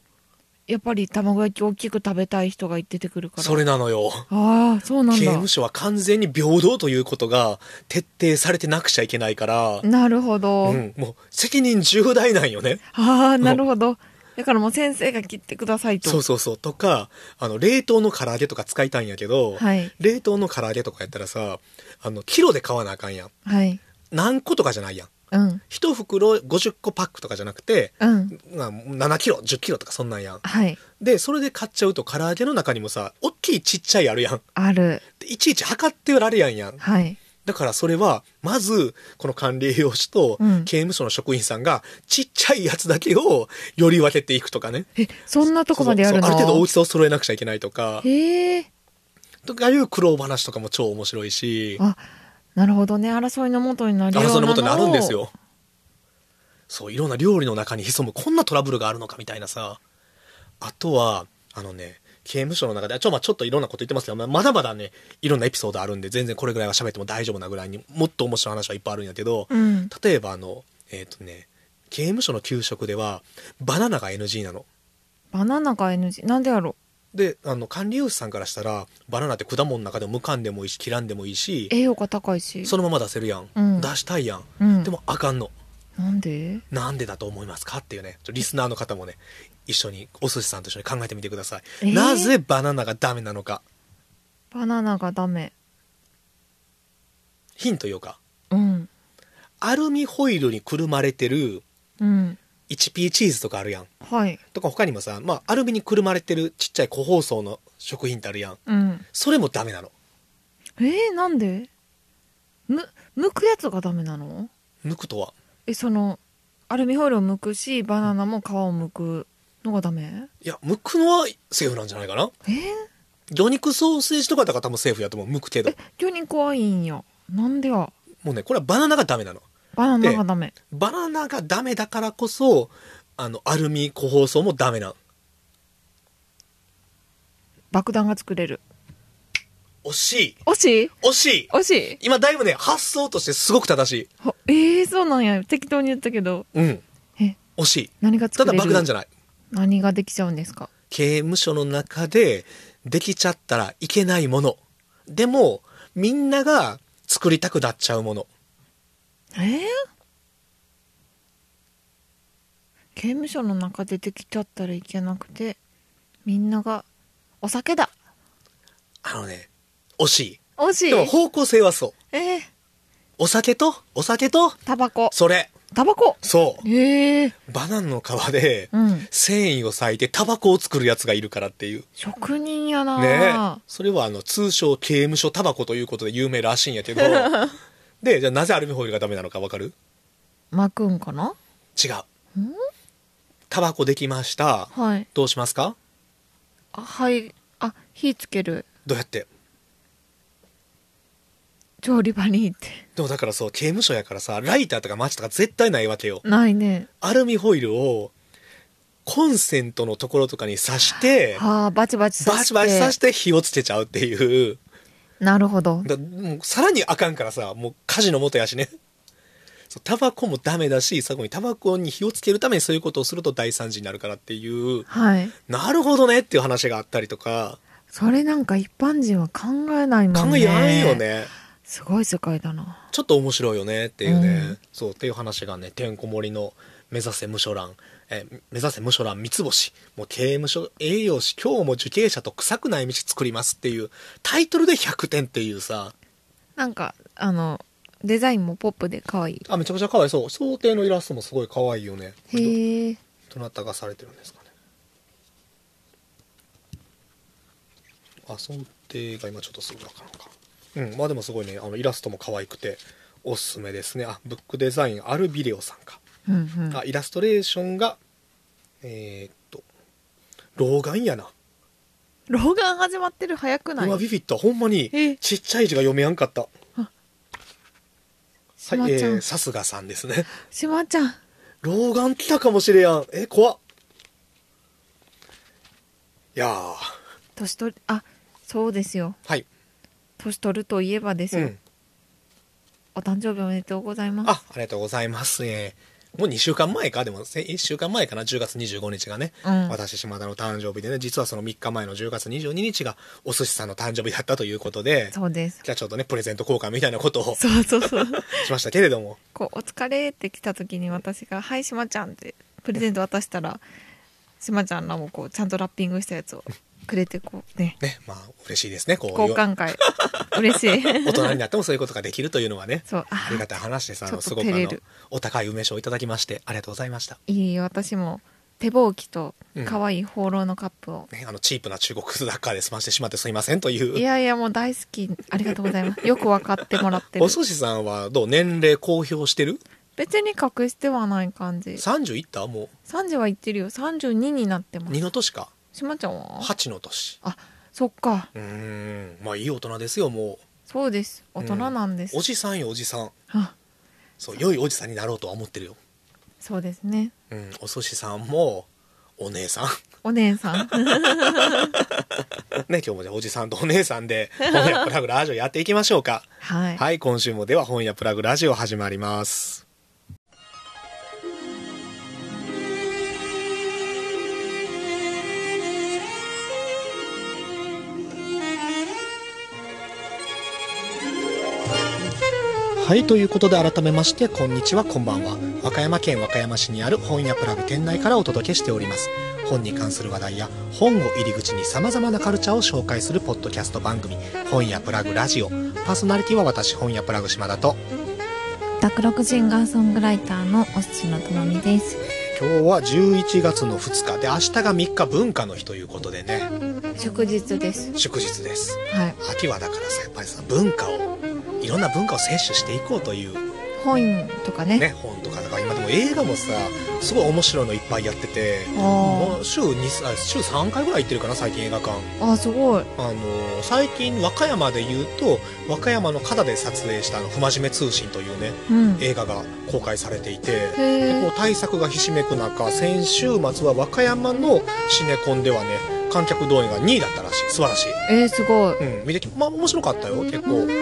[SPEAKER 2] やっぱり卵焼き大きく食べたい人が出てくるから。
[SPEAKER 1] それなのよ
[SPEAKER 2] ああ、そうなん
[SPEAKER 1] 刑
[SPEAKER 2] だ
[SPEAKER 1] 務。所は完全に平等ということが徹底されてなくちゃいけないから、
[SPEAKER 2] なるほど。
[SPEAKER 1] うん、もう責任重大なんよね。
[SPEAKER 2] ああ、なるほど。だからもう先生が切ってくださいと。
[SPEAKER 1] そうそうそう。とか、あの、冷凍の唐揚げとか使いたいんやけど、
[SPEAKER 2] はい。
[SPEAKER 1] 冷凍の唐揚げとかやったらさ、あの、キロで買わなあかんやん。
[SPEAKER 2] はい。
[SPEAKER 1] 何個とかじゃないやん。
[SPEAKER 2] うん。
[SPEAKER 1] 一袋50個パックとかじゃなくて、
[SPEAKER 2] うん。
[SPEAKER 1] まあ7キロ、10キロとかそんなんやん。
[SPEAKER 2] はい。
[SPEAKER 1] で、それで買っちゃうと唐揚げの中にもさ、おっきいちっちゃいあるやん。
[SPEAKER 2] ある。
[SPEAKER 1] でいちいち測ってられやんやん。
[SPEAKER 2] はい。
[SPEAKER 1] だからそれは、まず、この管理栄養士と
[SPEAKER 2] うん
[SPEAKER 1] 刑務所の職員さんが、ちっちゃいやつだけをより分けていくとかね。
[SPEAKER 2] え、そんなとこまでやる
[SPEAKER 1] そ
[SPEAKER 2] の
[SPEAKER 1] うそうある程度大きさを揃えなくちゃいけないとか、
[SPEAKER 2] へえ。
[SPEAKER 1] とかいう苦労話とかも超面白いし、
[SPEAKER 2] あ、なるほどね。争いの元になるよう
[SPEAKER 1] あ
[SPEAKER 2] なのを
[SPEAKER 1] そんなことになるんです。よ。そう、いろんな料理の中に潜むこんなトラブルがあるのかみたいなさ。あとは、あのね、刑務所の中で、ちょ、まあちょっといろんなこと言ってますけど、まあまだまだね、いろんなエピソードあるんで、全然これぐらいは喋っても大丈夫なぐらいにもっと面白い話はいっぱいあるんやけど、
[SPEAKER 2] うん。
[SPEAKER 1] 例えばあの、えっ、とね、刑務所の給食では、バナナが NG なの。
[SPEAKER 2] バナナが NG。なんでやろ
[SPEAKER 1] で、あの、管理栄養士さんからしたら、バナナって果物の中でも無感でもいいし、切らんでもいいし、
[SPEAKER 2] 栄養価高いし。
[SPEAKER 1] そのまま出せるやん。
[SPEAKER 2] うん
[SPEAKER 1] 出したいやん。
[SPEAKER 2] うん。
[SPEAKER 1] でもあかんの。
[SPEAKER 2] なんで
[SPEAKER 1] なんでだと思いますかっていうね、ちょリスナーの方もね、一緒に、お寿司さんと一緒に考えてみてください。
[SPEAKER 2] えー
[SPEAKER 1] なぜバナナがダメなのか。
[SPEAKER 2] バナナがダメ。
[SPEAKER 1] ヒント言おうか。
[SPEAKER 2] うん。
[SPEAKER 1] アルミホイルにくるまれてる
[SPEAKER 2] うん。
[SPEAKER 1] 1P チーズとかあるやん。
[SPEAKER 2] はい。
[SPEAKER 1] とか他にもさ、まあ、アルミにくるまれてるちっちゃい個包装の食品ってあるやん。
[SPEAKER 2] うん。
[SPEAKER 1] それもダメなの。
[SPEAKER 2] えー、なんでむ、剥くやつがダメなの
[SPEAKER 1] 抜くとは。
[SPEAKER 2] え、その、アルミホイルを剥くし、バナナも皮を剥くのがダメ
[SPEAKER 1] いや、剥くのはセーフなんじゃないかな
[SPEAKER 2] えー、
[SPEAKER 1] 魚肉ソーセージとかだから多分セーフやと思う。剥くけど
[SPEAKER 2] え。、魚肉はいいんや。なんでや。
[SPEAKER 1] もうね、これはバナナがダメなの。
[SPEAKER 2] バナナがダメ。
[SPEAKER 1] バナナがダメだからこそ、あの、アルミ個包装もダメなの。
[SPEAKER 2] 爆弾が作れる。
[SPEAKER 1] 惜し
[SPEAKER 2] 惜しい
[SPEAKER 1] い惜しい
[SPEAKER 2] 惜しい
[SPEAKER 1] 今だいぶね、発想としてすごく正しい。
[SPEAKER 2] はええそうなんや。適当に言ったけど。
[SPEAKER 1] うん。
[SPEAKER 2] え、
[SPEAKER 1] 惜しい。
[SPEAKER 2] 何が
[SPEAKER 1] た
[SPEAKER 2] 作れ
[SPEAKER 1] だ
[SPEAKER 2] る
[SPEAKER 1] 爆弾じゃない。
[SPEAKER 2] 何ができちゃうんですか
[SPEAKER 1] 刑務所の中でできちゃったらいけないもの。でも、みんなが作りたくなっちゃうもの。
[SPEAKER 2] ええ刑務所の中でできちゃったらいけなくて、みんなが、お酒だ
[SPEAKER 1] あのね、惜し
[SPEAKER 2] 惜し
[SPEAKER 1] い。
[SPEAKER 2] い
[SPEAKER 1] でも方向性はそう。
[SPEAKER 2] ええ
[SPEAKER 1] お酒と、お酒と、
[SPEAKER 2] タバコ。
[SPEAKER 1] それ。
[SPEAKER 2] タバコ
[SPEAKER 1] そう。
[SPEAKER 2] ええ
[SPEAKER 1] バナナの皮で、
[SPEAKER 2] うん。
[SPEAKER 1] 繊維を裂いてタバコを作るやつがいるからっていう。
[SPEAKER 2] 職人やな、
[SPEAKER 1] ねそれはあの通称刑務所タバコということで有名らしいんやけど (laughs) でじゃあなぜアルミホイルがダメなのかわかる
[SPEAKER 2] (laughs) 巻くんかな
[SPEAKER 1] 違うタバコできました
[SPEAKER 2] はい。
[SPEAKER 1] どうしますか
[SPEAKER 2] あ、はい。あ、火つける。
[SPEAKER 1] どうやって
[SPEAKER 2] 調理場に行って。
[SPEAKER 1] でもだからそう刑務所やからさライターとかマッチとか絶対ないわけよ
[SPEAKER 2] ないね。
[SPEAKER 1] アルミホイルをコンセントのところとかに刺して
[SPEAKER 2] はあ、バチバチ刺
[SPEAKER 1] バ
[SPEAKER 2] して。
[SPEAKER 1] シバシ刺して火をつけちゃうっていう
[SPEAKER 2] なるほど。
[SPEAKER 1] だもうさらにあかんからさもう火事の元やしねそうタバコもダメだし最後にタバコに火をつけるためにそういうことをすると大惨事になるからっていう
[SPEAKER 2] はい。
[SPEAKER 1] なるほどねっていう話があったりとか
[SPEAKER 2] それなんか一般人は考えないもんね。
[SPEAKER 1] 考えらんよ。ね
[SPEAKER 2] すごい世界だな。
[SPEAKER 1] ちょっと面白いよねっていうね、
[SPEAKER 2] うん
[SPEAKER 1] そうっていう話がねてんこ盛りの目指せ無所欄えー目指せ無所欄三つ星もう刑務所栄養士今日も受刑者と臭くない道作りますっていうタイトルで100点っていうさ
[SPEAKER 2] なんか、あの、デザインもポップで可愛い。
[SPEAKER 1] あめちゃくちゃ可愛いそう想定のイラストもすごい可愛いよね
[SPEAKER 2] へえ。
[SPEAKER 1] どなたがされてるんですかねあ想定が今ちょっとすぐわからんかうんまあでもすごいねあのイラストも可愛くておすすめですねあブックデザインアルビレオさんか、
[SPEAKER 2] うんうん。
[SPEAKER 1] あイラストレーションがえーっと老眼やな
[SPEAKER 2] 老眼始まってる早くな
[SPEAKER 1] うわ
[SPEAKER 2] い
[SPEAKER 1] ビビったほんまに
[SPEAKER 2] え
[SPEAKER 1] ちっちゃい字が読めやんかったは
[SPEAKER 2] あ
[SPEAKER 1] い
[SPEAKER 2] 島、
[SPEAKER 1] え
[SPEAKER 2] ちゃん
[SPEAKER 1] ー、さすがさんですね
[SPEAKER 2] しまちゃん。
[SPEAKER 1] 老眼来たかもしれやんえ怖っいやー
[SPEAKER 2] 年取り、あ、そうですよ。
[SPEAKER 1] はい、
[SPEAKER 2] 年取るといえばです
[SPEAKER 1] う
[SPEAKER 2] よ。
[SPEAKER 1] ん、
[SPEAKER 2] お誕生日おめでとうございます。
[SPEAKER 1] あありがとうございますえーもう2週間前かでもせ1週間前かな10月25日がね、
[SPEAKER 2] うん
[SPEAKER 1] 私島田の誕生日でね実はその3日前の10月22日がお寿司さんの誕生日だったということで
[SPEAKER 2] そうです。
[SPEAKER 1] じゃあちょっとねプレゼント交換みたいなことをし
[SPEAKER 2] そうそう
[SPEAKER 1] (laughs)
[SPEAKER 2] そう。
[SPEAKER 1] ましたけれども
[SPEAKER 2] こう、お疲れって来た時に私が、はい、しまちゃんってプレゼント渡したら、しまちゃんらもこう、ちゃんとラッピングしたやつをくれて、こうね、
[SPEAKER 1] ねまあ嬉しいですねこういう
[SPEAKER 2] 交換会。嬉し
[SPEAKER 1] (laughs)
[SPEAKER 2] い。
[SPEAKER 1] 大人になってもそういうことができるというのはね
[SPEAKER 2] (laughs) そう、あ
[SPEAKER 1] ありがたい話ですあの
[SPEAKER 2] ち
[SPEAKER 1] す
[SPEAKER 2] ょっ
[SPEAKER 1] ご
[SPEAKER 2] と照
[SPEAKER 1] くあ
[SPEAKER 2] れ
[SPEAKER 1] の
[SPEAKER 2] る
[SPEAKER 1] お高い梅酒をいただきましてありがとうございました
[SPEAKER 2] いい私も手ぼうきと
[SPEAKER 1] うん
[SPEAKER 2] 可愛い放浪のカップを、
[SPEAKER 1] ね、あの、チープな中国雑貨で済ましてしまってすいませんという。
[SPEAKER 2] いやいやもう大好きありがとうござ
[SPEAKER 1] (laughs)
[SPEAKER 2] いますよく分かってもらってる
[SPEAKER 1] お寿司さんはどう年齢公表してる
[SPEAKER 2] 別に隠してはない感じ
[SPEAKER 1] ?30 いったも
[SPEAKER 2] 30は言ってるよ32になって
[SPEAKER 1] う、
[SPEAKER 2] ます
[SPEAKER 1] 2の年か。
[SPEAKER 2] しまちゃんは
[SPEAKER 1] 8の年。
[SPEAKER 2] あそっか
[SPEAKER 1] うーん、まあいい大人ですよ、も
[SPEAKER 2] そうです大人なんです、
[SPEAKER 1] う。おじさんよ、おじさん。
[SPEAKER 2] あ
[SPEAKER 1] そう、良いおじさんになろうとは思ってるよ。
[SPEAKER 2] そうですね
[SPEAKER 1] うん、お寿司さんも、お姉さん。
[SPEAKER 2] お
[SPEAKER 1] (laughs)
[SPEAKER 2] 姉さん。
[SPEAKER 1] ね、今日もじゃあおじさんとお姉さんで本屋プラグラジオやっていきましょうか。
[SPEAKER 2] はい。
[SPEAKER 1] はい、今週もでは本屋プラグラジオ始まります。はい、ということで改めまして、こんにちは、こんばんは。和歌山県和歌山市にある本屋プラグ店内からお届けしております。本に関する話題や本を入り口に様々なカルチャーを紹介するポッドキャスト番組、本屋プラグラジオ。パーソナリティは私、本屋プラグ島田と、
[SPEAKER 2] 卓六シンガーソングライターのおしのともみです。
[SPEAKER 1] 今日は11月の2日で明日が3日文化の日ということでね
[SPEAKER 2] 祝日です。
[SPEAKER 1] 祝日です
[SPEAKER 2] はい。
[SPEAKER 1] 秋はだからさやっぱりさ文化をいろんな文化を摂取していこうという
[SPEAKER 2] 本とかね。
[SPEAKER 1] ね本とかだから今でも映画もさすごい面白いのいっぱいやってても
[SPEAKER 2] あ
[SPEAKER 1] う週にあ週3回ぐらい行ってるかな最近映画館
[SPEAKER 2] あ。ああ、すごい。
[SPEAKER 1] あのー最近和歌山で言うと和歌山の方で撮影したあの「不真面目通信」というね
[SPEAKER 2] うん。
[SPEAKER 1] 映画が公開されていて
[SPEAKER 2] へ
[SPEAKER 1] こ
[SPEAKER 2] え
[SPEAKER 1] う。対策がひしめく中先週末は和歌山のシネコンではね観客動員が2位だったらしい素晴らしい、
[SPEAKER 2] えー、すごい。
[SPEAKER 1] うん、見てきまあ面白かったよ結構
[SPEAKER 2] うん
[SPEAKER 1] あ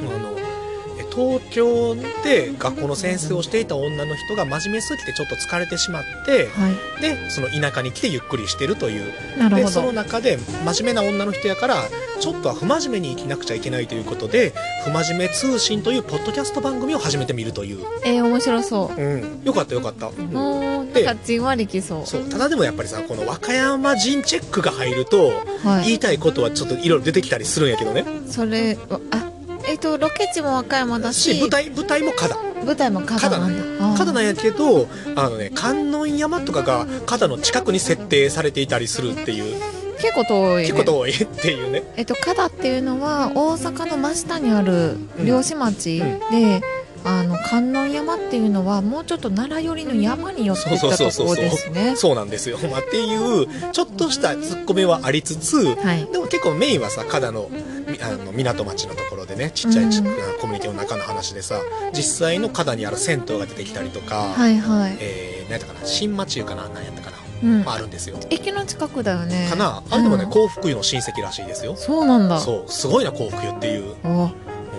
[SPEAKER 1] のえ東京で学校の先生をしていた女の人が真面目すぎてちょっと疲れてしまって
[SPEAKER 2] はい。
[SPEAKER 1] でその田舎に来てゆっくりしてるという
[SPEAKER 2] なる
[SPEAKER 1] で
[SPEAKER 2] ほ
[SPEAKER 1] その
[SPEAKER 2] ど。
[SPEAKER 1] 中で真面目な女の人やからちょっとは不真面目に生きなくちゃいけないということで「不真面目通信」というポッドキャスト番組を始めてみるという、
[SPEAKER 2] えー、面白そう。
[SPEAKER 1] うん、よかったよかった、うん
[SPEAKER 2] おー
[SPEAKER 1] で
[SPEAKER 2] なんかじんわりきそう。
[SPEAKER 1] そうただでもやっぱりさこの和歌山人チェックが入ると
[SPEAKER 2] はい。
[SPEAKER 1] 言いたいことはちょっといろいろ出てきたりするんやけどね
[SPEAKER 2] それは、あ、えっ、と、ロケ地も和歌山だし、
[SPEAKER 1] し舞台舞台も加だ
[SPEAKER 2] 舞台も加
[SPEAKER 1] 加だ
[SPEAKER 2] 賀な
[SPEAKER 1] なん
[SPEAKER 2] ん
[SPEAKER 1] や
[SPEAKER 2] だ。あー
[SPEAKER 1] 加だなんやけどあのね観音山とかが加だの近くに設定されていたりするっていう
[SPEAKER 2] 結構遠い、ね。
[SPEAKER 1] 結構遠いっていうね
[SPEAKER 2] えっと、加賀っていうのは大阪の真下にある漁師町で、あの観音山っていうのはもうちょっと奈良寄りの山に寄ってったところですね。
[SPEAKER 1] そうなんですよ、まあ、っていうちょっとしたツッコミはありつつ
[SPEAKER 2] はい、
[SPEAKER 1] でも結構メインはさ加賀のみあの港町のところでねちっちゃいち、
[SPEAKER 2] うん
[SPEAKER 1] コミュニティの中の話でさ実際の加賀にある銭湯が出てきたりとか、
[SPEAKER 2] はいはい。
[SPEAKER 1] えー、何やったかな新町湯かな何やったかな、
[SPEAKER 2] うん
[SPEAKER 1] まあ、あるんですよ
[SPEAKER 2] 駅の近くだよね。
[SPEAKER 1] かなあれでもね、
[SPEAKER 2] うん
[SPEAKER 1] 幸福湯の親戚らしいですよ
[SPEAKER 2] そうなんだ。
[SPEAKER 1] そうすごいな幸福湯っていう
[SPEAKER 2] お
[SPEAKER 1] もう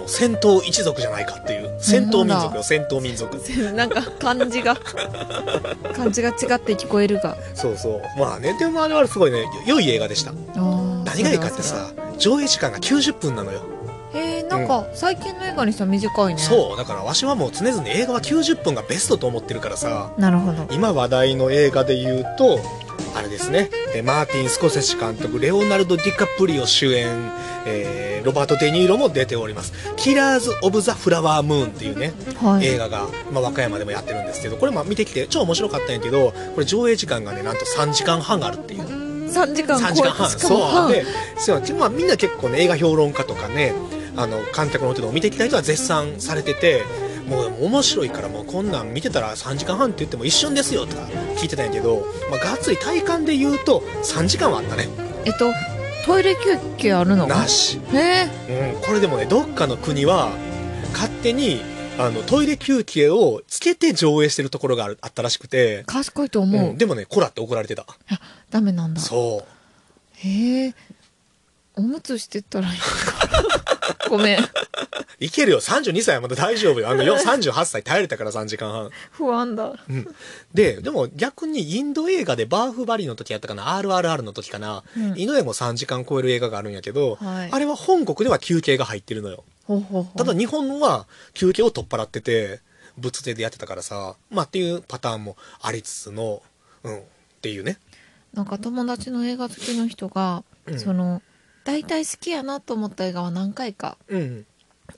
[SPEAKER 1] 戦闘一族じゃないかっていう戦闘民族よ戦闘民族
[SPEAKER 2] なんか漢字 (laughs) が漢字が違って聞こえるが。
[SPEAKER 1] そうそうまあねでもあれはすごいね良い映画でした
[SPEAKER 2] 何
[SPEAKER 1] 何がいいかって。さ上映時間が90分なのよ、
[SPEAKER 2] それはえー、なんか最近の映画にしては短いね。
[SPEAKER 1] そうだからわしはもう常々映画は90分がベストと思ってるからさ
[SPEAKER 2] う。なるほど。
[SPEAKER 1] 今話題の映画で言うとあれですねえマーティン・スコセッシ監督レオナルド・ディカプリオ主演、えーロバート・デ・ニーロも出ております「キラーズ・オブ・ザ・フラワームーン」っていうね
[SPEAKER 2] はい。
[SPEAKER 1] 映画が、まあ、和歌山でもやってるんですけどこれまあ見てきて超面白かったんやけどこれ上映時間がねなんと3時間半あるっていう
[SPEAKER 2] 三時間
[SPEAKER 1] 3時
[SPEAKER 2] 超え
[SPEAKER 1] 間
[SPEAKER 2] て
[SPEAKER 1] 半
[SPEAKER 2] しかも
[SPEAKER 1] そうでそうでまあ、みんな結構ね映画評論家とかねあの観客の人を見てきた人は絶賛されててもう面白いからもうこんなん見てたら3時間半って言っても一瞬ですよとか聞いてたんやけど、まあ、がっつり体感で言うと3時間はあったね
[SPEAKER 2] えっとトイレ休憩あるの？
[SPEAKER 1] なし、
[SPEAKER 2] え
[SPEAKER 1] うん、これでもねどっかの国は勝手にあのトイレ休憩をつけて上映してるところがあるあったらしくて
[SPEAKER 2] ー、、賢いと思う、
[SPEAKER 1] うんでもねこらって怒られてた
[SPEAKER 2] ダメなんだ
[SPEAKER 1] そう
[SPEAKER 2] へえおむつしてたらいいのか (laughs) ごめん
[SPEAKER 1] いけるよ32歳はまだ大丈夫よあのよ38歳耐えれたから3時間半
[SPEAKER 2] 不安だ
[SPEAKER 1] うんで、でも逆にインド映画でバーフバリの時やったかな、RRR の時かな、
[SPEAKER 2] うん
[SPEAKER 1] インド映画も3時間超える映画があるんやけど、
[SPEAKER 2] はい
[SPEAKER 1] あれは本国では休憩が入ってるのよ。
[SPEAKER 2] ほうほうほう
[SPEAKER 1] ただ日本は休憩を取っ払ってて、仏手でやってたからさ、まあっていうパターンもありつつの、うん、っていうね。
[SPEAKER 2] なんか友達の映画好きの人が、
[SPEAKER 1] うん
[SPEAKER 2] その大体好きやなと思った映画は何回か
[SPEAKER 1] うん。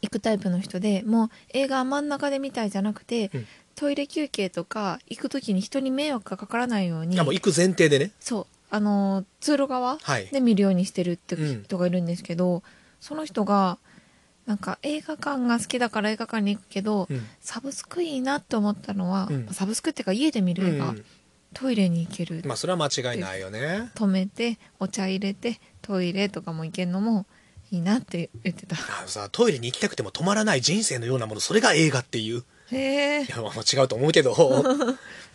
[SPEAKER 2] 行くタイプの人でもう映画は真ん中で見たいじゃなくて、
[SPEAKER 1] うん
[SPEAKER 2] トイレ休憩とか行く時に人に迷惑がかからないように
[SPEAKER 1] あもう行く前提でね。
[SPEAKER 2] そうあの通路側
[SPEAKER 1] はい
[SPEAKER 2] で見るようにしてるって
[SPEAKER 1] うん
[SPEAKER 2] 人がいるんですけど、その人がなんか映画館が好きだから映画館に行くけど、
[SPEAKER 1] うん。
[SPEAKER 2] サブスクいいなって思ったのは、
[SPEAKER 1] うん
[SPEAKER 2] サブスクっていうか家で見る映画、
[SPEAKER 1] うん
[SPEAKER 2] トイレに行ける、
[SPEAKER 1] まあそれは間違いないよね。
[SPEAKER 2] 止めてお茶入れてトイレとかも行けるのもいいなって言
[SPEAKER 1] (laughs)
[SPEAKER 2] ってた
[SPEAKER 1] あのさ、トイレに行きたくても止まらない人生のようなもの、それが映画っていう。
[SPEAKER 2] へえ
[SPEAKER 1] いや、まあ違うと思うけど、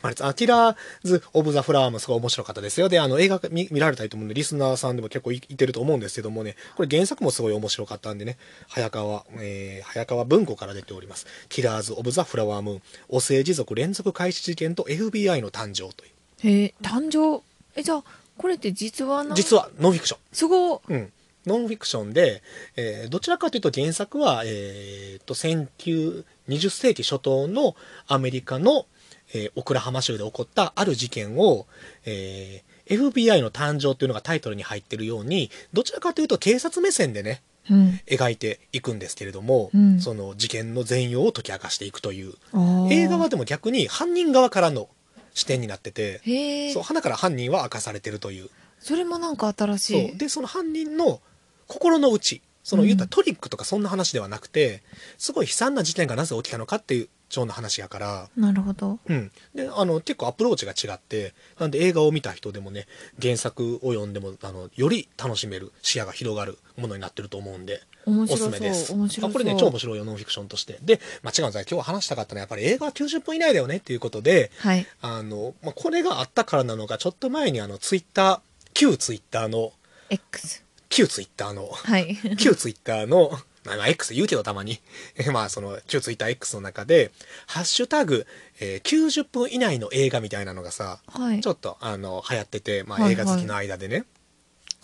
[SPEAKER 1] まああの、ティラーズ・オブ・ザ・フラワーもすごい面白かったですよ。で、あの、映画見見られたりと思うんで、リスナーさんでも結構いいてると思うんですけどもね、これ原作もすごい面白かったんでね、早川、えー早川文庫から出ております。ティラーズ・オブ・ザ・フラワームーン、お政治族連続開始事件と FBI の誕生とい
[SPEAKER 2] へえ誕生えじゃあこれって実はな
[SPEAKER 1] う。実はノンフィクション。
[SPEAKER 2] すごっ
[SPEAKER 1] うん、ノンフィクションで、えーどちらかというと原作は、えー、と19 20世紀初頭のアメリカの、えーオクラハマ州で起こったある事件を、えー FBI の誕生というのがタイトルに入ってるようにどちらかというと警察目線でね
[SPEAKER 2] うん
[SPEAKER 1] 描いていくんですけれども、
[SPEAKER 2] うん
[SPEAKER 1] その事件の全容を解き明かしていくという
[SPEAKER 2] あー
[SPEAKER 1] 映画はでも逆に犯人側からの視点になってて、
[SPEAKER 2] へえ
[SPEAKER 1] そう花から犯人は明かされてるという
[SPEAKER 2] それもなんか新し
[SPEAKER 1] そう
[SPEAKER 2] い
[SPEAKER 1] でその犯人の心の内その
[SPEAKER 2] うん
[SPEAKER 1] 言ったらトリックとかそんな話ではなくて、すごい悲惨な事件がなぜ起きたのかっていう長の話やから、
[SPEAKER 2] なるほど
[SPEAKER 1] うん、であの結構アプローチが違ってなんで映画を見た人でもね原作を読んでもあのより楽しめる視野が広がるものになってると思うんで。
[SPEAKER 2] 面
[SPEAKER 1] お
[SPEAKER 2] 白
[SPEAKER 1] すす
[SPEAKER 2] そう
[SPEAKER 1] めです
[SPEAKER 2] 面白そう
[SPEAKER 1] あこれね超面白いよノンフィクションとしてで、まあ、違うんです今日話したかったのはやっぱり映画は90分以内だよねっていうことで
[SPEAKER 2] はい
[SPEAKER 1] あの、まあ、これがあったからなのかちょっと前にあのツイッター旧ツイッターの
[SPEAKER 2] X
[SPEAKER 1] 旧ツイッターの、
[SPEAKER 2] はい
[SPEAKER 1] 旧ツイッターの、まあまあ、X 言うけどたまに、 (laughs) えまあその旧ツイッター X の中で、ハッシュタグ、えー90分以内の映画みたいなのがさ、
[SPEAKER 2] はい
[SPEAKER 1] ちょっとあの流行ってて、ま
[SPEAKER 2] はい
[SPEAKER 1] あ
[SPEAKER 2] はい
[SPEAKER 1] 映画好きの間でね。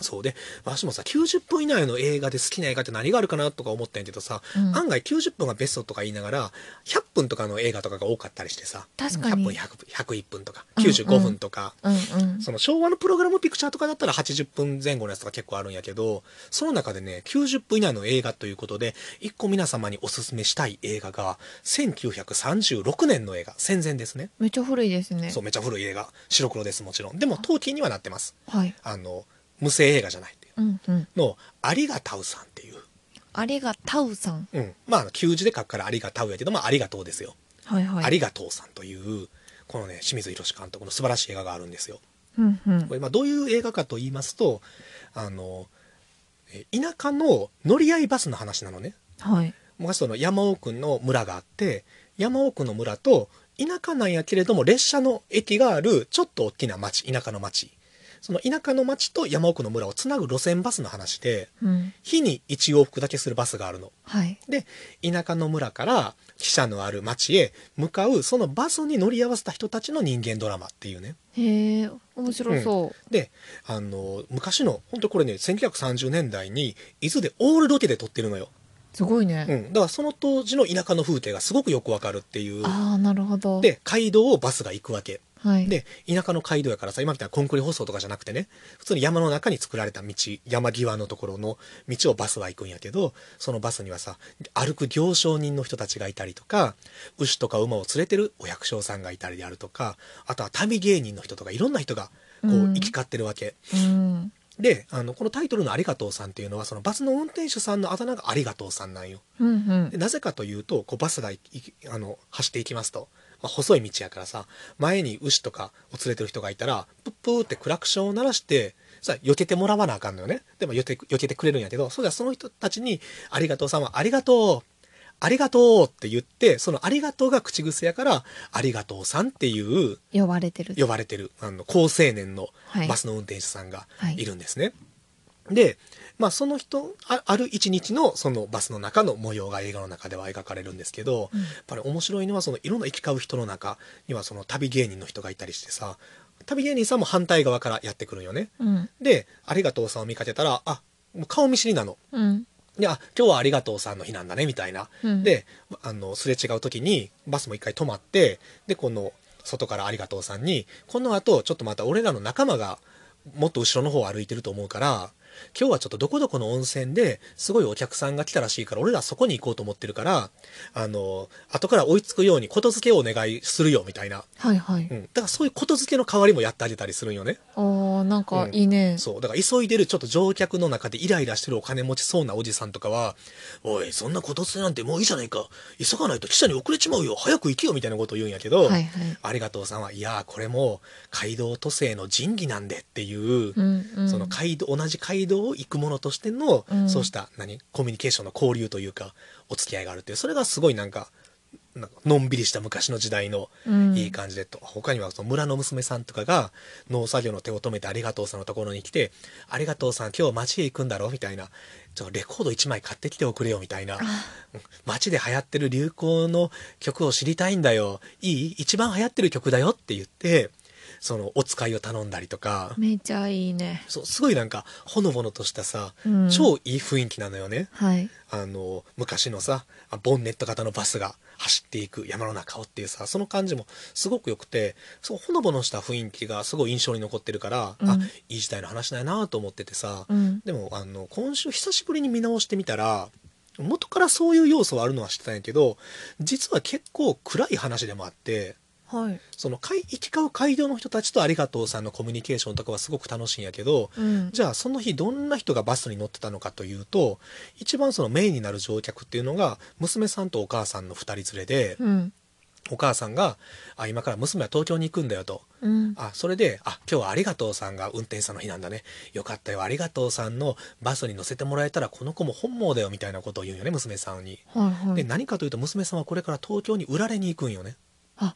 [SPEAKER 1] そうで、私もさ、90分以内の映画で好きな映画って何があるかなとか思ったんやけどさ、
[SPEAKER 2] うん
[SPEAKER 1] 案外90分がベストとか言いながら、100分とかの映画とかが多かったりしてさ、
[SPEAKER 2] 確かに
[SPEAKER 1] 100分、100 101分とか、
[SPEAKER 2] うんうん
[SPEAKER 1] 95分とか、
[SPEAKER 2] うんうん
[SPEAKER 1] その昭和のプログラムピクチャーとかだったら80分前後のやつが結構あるんやけど、その中でね、90分以内の映画ということで、一個皆様におすすめしたい映画が、1936年の映画、戦前ですね。
[SPEAKER 2] めっちゃ古いですね
[SPEAKER 1] そう、めちゃ古い映画。白黒です、もちろん。でも、陶器にはなってます。
[SPEAKER 2] はい
[SPEAKER 1] あの、無声映画じゃないってい
[SPEAKER 2] うんうん
[SPEAKER 1] う。の、ありがたうさんっていう。
[SPEAKER 2] あれがタウさん
[SPEAKER 1] うん。まああの、旧字で書くからありがたうやけど、まあ、ありがとうですよ。
[SPEAKER 2] はいはい
[SPEAKER 1] ありがとうさんという、このね、清水宏監督の素晴らしい映画があるんですよ。
[SPEAKER 2] うんうん
[SPEAKER 1] これまあどういう映画かと言いますとあのえ田舎の乗り合いバスの話なのね
[SPEAKER 2] はい
[SPEAKER 1] 昔その山奥の村があって山奥の村と田舎なんやけれども列車の駅があるちょっと大きな町田舎の町その田舎の町と山奥の村をつなぐ路線バスの話で
[SPEAKER 2] うん
[SPEAKER 1] 日に1往復だけするバスがあるの
[SPEAKER 2] はい
[SPEAKER 1] で田舎の村から汽車のある町へ向かうそのバスに乗り合わせた人たちの人間ドラマっていうね
[SPEAKER 2] へえ面白そう
[SPEAKER 1] であの昔の本当これね1930年代に伊豆でオールロケで撮ってるのよ、
[SPEAKER 2] すごいうね
[SPEAKER 1] ん、だからその当時の田舎の風景がすごくよくわかるっていう
[SPEAKER 2] ああなるほど
[SPEAKER 1] で街道をバスが行くわけ
[SPEAKER 2] はい
[SPEAKER 1] で田舎の街道やからさ今みたいなコンクリ舗装とかじゃなくてね普通に山の中に作られた道山際のところの道をバスは行くんやけどそのバスにはさ歩く行商人の人たちがいたりとか牛とか馬を連れてるお百姓さんがいたりであるとかあとは民芸人の人とかいろんな人がこ
[SPEAKER 2] う
[SPEAKER 1] うん行き交ってるわけ、
[SPEAKER 2] うん
[SPEAKER 1] であのこのタイトルの「ありがとうさん」っていうのはそのバスの運転手さんのあだ名が「ありがとうさん」なんよ。
[SPEAKER 2] うんうん
[SPEAKER 1] でなぜかというとこうバスがいいあの走っていきますと、まあ、細い道やからさ前に牛とかを連れてる人がいたらプップーってクラクションを鳴らしてさ避けてもらわなあかんのよねでも避け避けてくれるんやけどそうじゃその人たちに「ありがとうさんはありがとう」ありがとうって言って、そのありがとうが口癖やから、ありがとうさんっていう
[SPEAKER 2] 呼ばれてる
[SPEAKER 1] 呼ばれてるあの高青年の
[SPEAKER 2] はい
[SPEAKER 1] バスの運転手さんが
[SPEAKER 2] はい
[SPEAKER 1] いるんですね。で、まあ、その人あある一日のそのバスの中の模様が映画の中では描かれるんですけど、
[SPEAKER 2] うん
[SPEAKER 1] やっぱり面白いのはそのいろんな行き交う人の中にはその旅芸人の人がいたりしてさ旅芸人さんも反対側からやってくるんよね。
[SPEAKER 2] うん
[SPEAKER 1] で「ありがとうさん」を見かけたらあもう顔見知りなの。
[SPEAKER 2] うん
[SPEAKER 1] であ今日はありがとうさんの日なんだねみたいな
[SPEAKER 2] うん
[SPEAKER 1] であのすれ違う時にバスも一回止まってでこの外からありがとうさんにこの後ちょっとまた俺らの仲間がもっと後ろの方を歩いてると思うから今日はちょっとどこどこの温泉ですごいお客さんが来たらしいから俺らそこに行こうと思ってるからあの後から追いつくようにことづけをお願いするよみたいな、
[SPEAKER 2] はいはい
[SPEAKER 1] うん、だからそういうことづけの代わりもやってあげたりするんよね。
[SPEAKER 2] ああなんかいいね
[SPEAKER 1] そう。だから急いでるちょっと乗客の中でイライラしてるお金持ちそうなおじさんとかは、おい、そんなことつなんてもういいじゃないか。急がないと汽車に遅れちまうよ。早く行けよ。みたいなことを言うんやけど、
[SPEAKER 2] はいはい
[SPEAKER 1] ありがとうさんは、いやー、これも街道都政の仁義なんでっていう、
[SPEAKER 2] うんうん
[SPEAKER 1] その街道、同じ街道を行くものとしての、
[SPEAKER 2] うん
[SPEAKER 1] そうした、何コミュニケーションの交流というか、お付き合いがあるっていう、それがすごいなんか、なんかのんびりした昔の時代の
[SPEAKER 2] うん
[SPEAKER 1] いい感じでと、他にはその村の娘さんとかが農作業の手を止めてありがとうさんのところに来て「ありがとうさん今日街へ行くんだろ」みたいな「ちょレコード1枚買ってきておくれよ」みたいな「街で流行ってる流行の曲を知りたいんだよいい一番流行ってる曲だよ」って言ってそのお使いを頼んだりとか、
[SPEAKER 2] めちゃいいね
[SPEAKER 1] そうすごいなんかほのぼのとしたさ、
[SPEAKER 2] うん
[SPEAKER 1] 超いい雰囲気なのよね。
[SPEAKER 2] はい
[SPEAKER 1] あの昔のさあボンネット型のバスが走っていく山の中をっていうさその感じもすごく良くてそうほのぼのした雰囲気がすごい印象に残ってるから、
[SPEAKER 2] うん
[SPEAKER 1] あいい時代の話だよなと思っててさ、
[SPEAKER 2] うん
[SPEAKER 1] でもあの今週久しぶりに見直してみたら元からそういう要素はあるのは知ってたんやけど実は結構暗い話でもあって
[SPEAKER 2] はい
[SPEAKER 1] その海行き交う街道の人たちとありがとうさんのコミュニケーションとかはすごく楽しいんやけど、
[SPEAKER 2] うん
[SPEAKER 1] じゃあその日どんな人がバスに乗ってたのかというと一番そのメインになる乗客っていうのが娘さんとお母さんの2人連れで、
[SPEAKER 2] うん
[SPEAKER 1] お母さんが「あ今から娘は東京に行くんだよ」と。
[SPEAKER 2] うん
[SPEAKER 1] あそれで「あ今日はありがとうさんが運転手さんの日なんだねよかったよありがとうさんのバスに乗せてもらえたらこの子も本望だよ」みたいなことを言うんよね娘さんに。
[SPEAKER 2] はいは
[SPEAKER 1] で
[SPEAKER 2] い
[SPEAKER 1] 何かというと娘さんはこれから東京に売られに行くんよね。
[SPEAKER 2] あ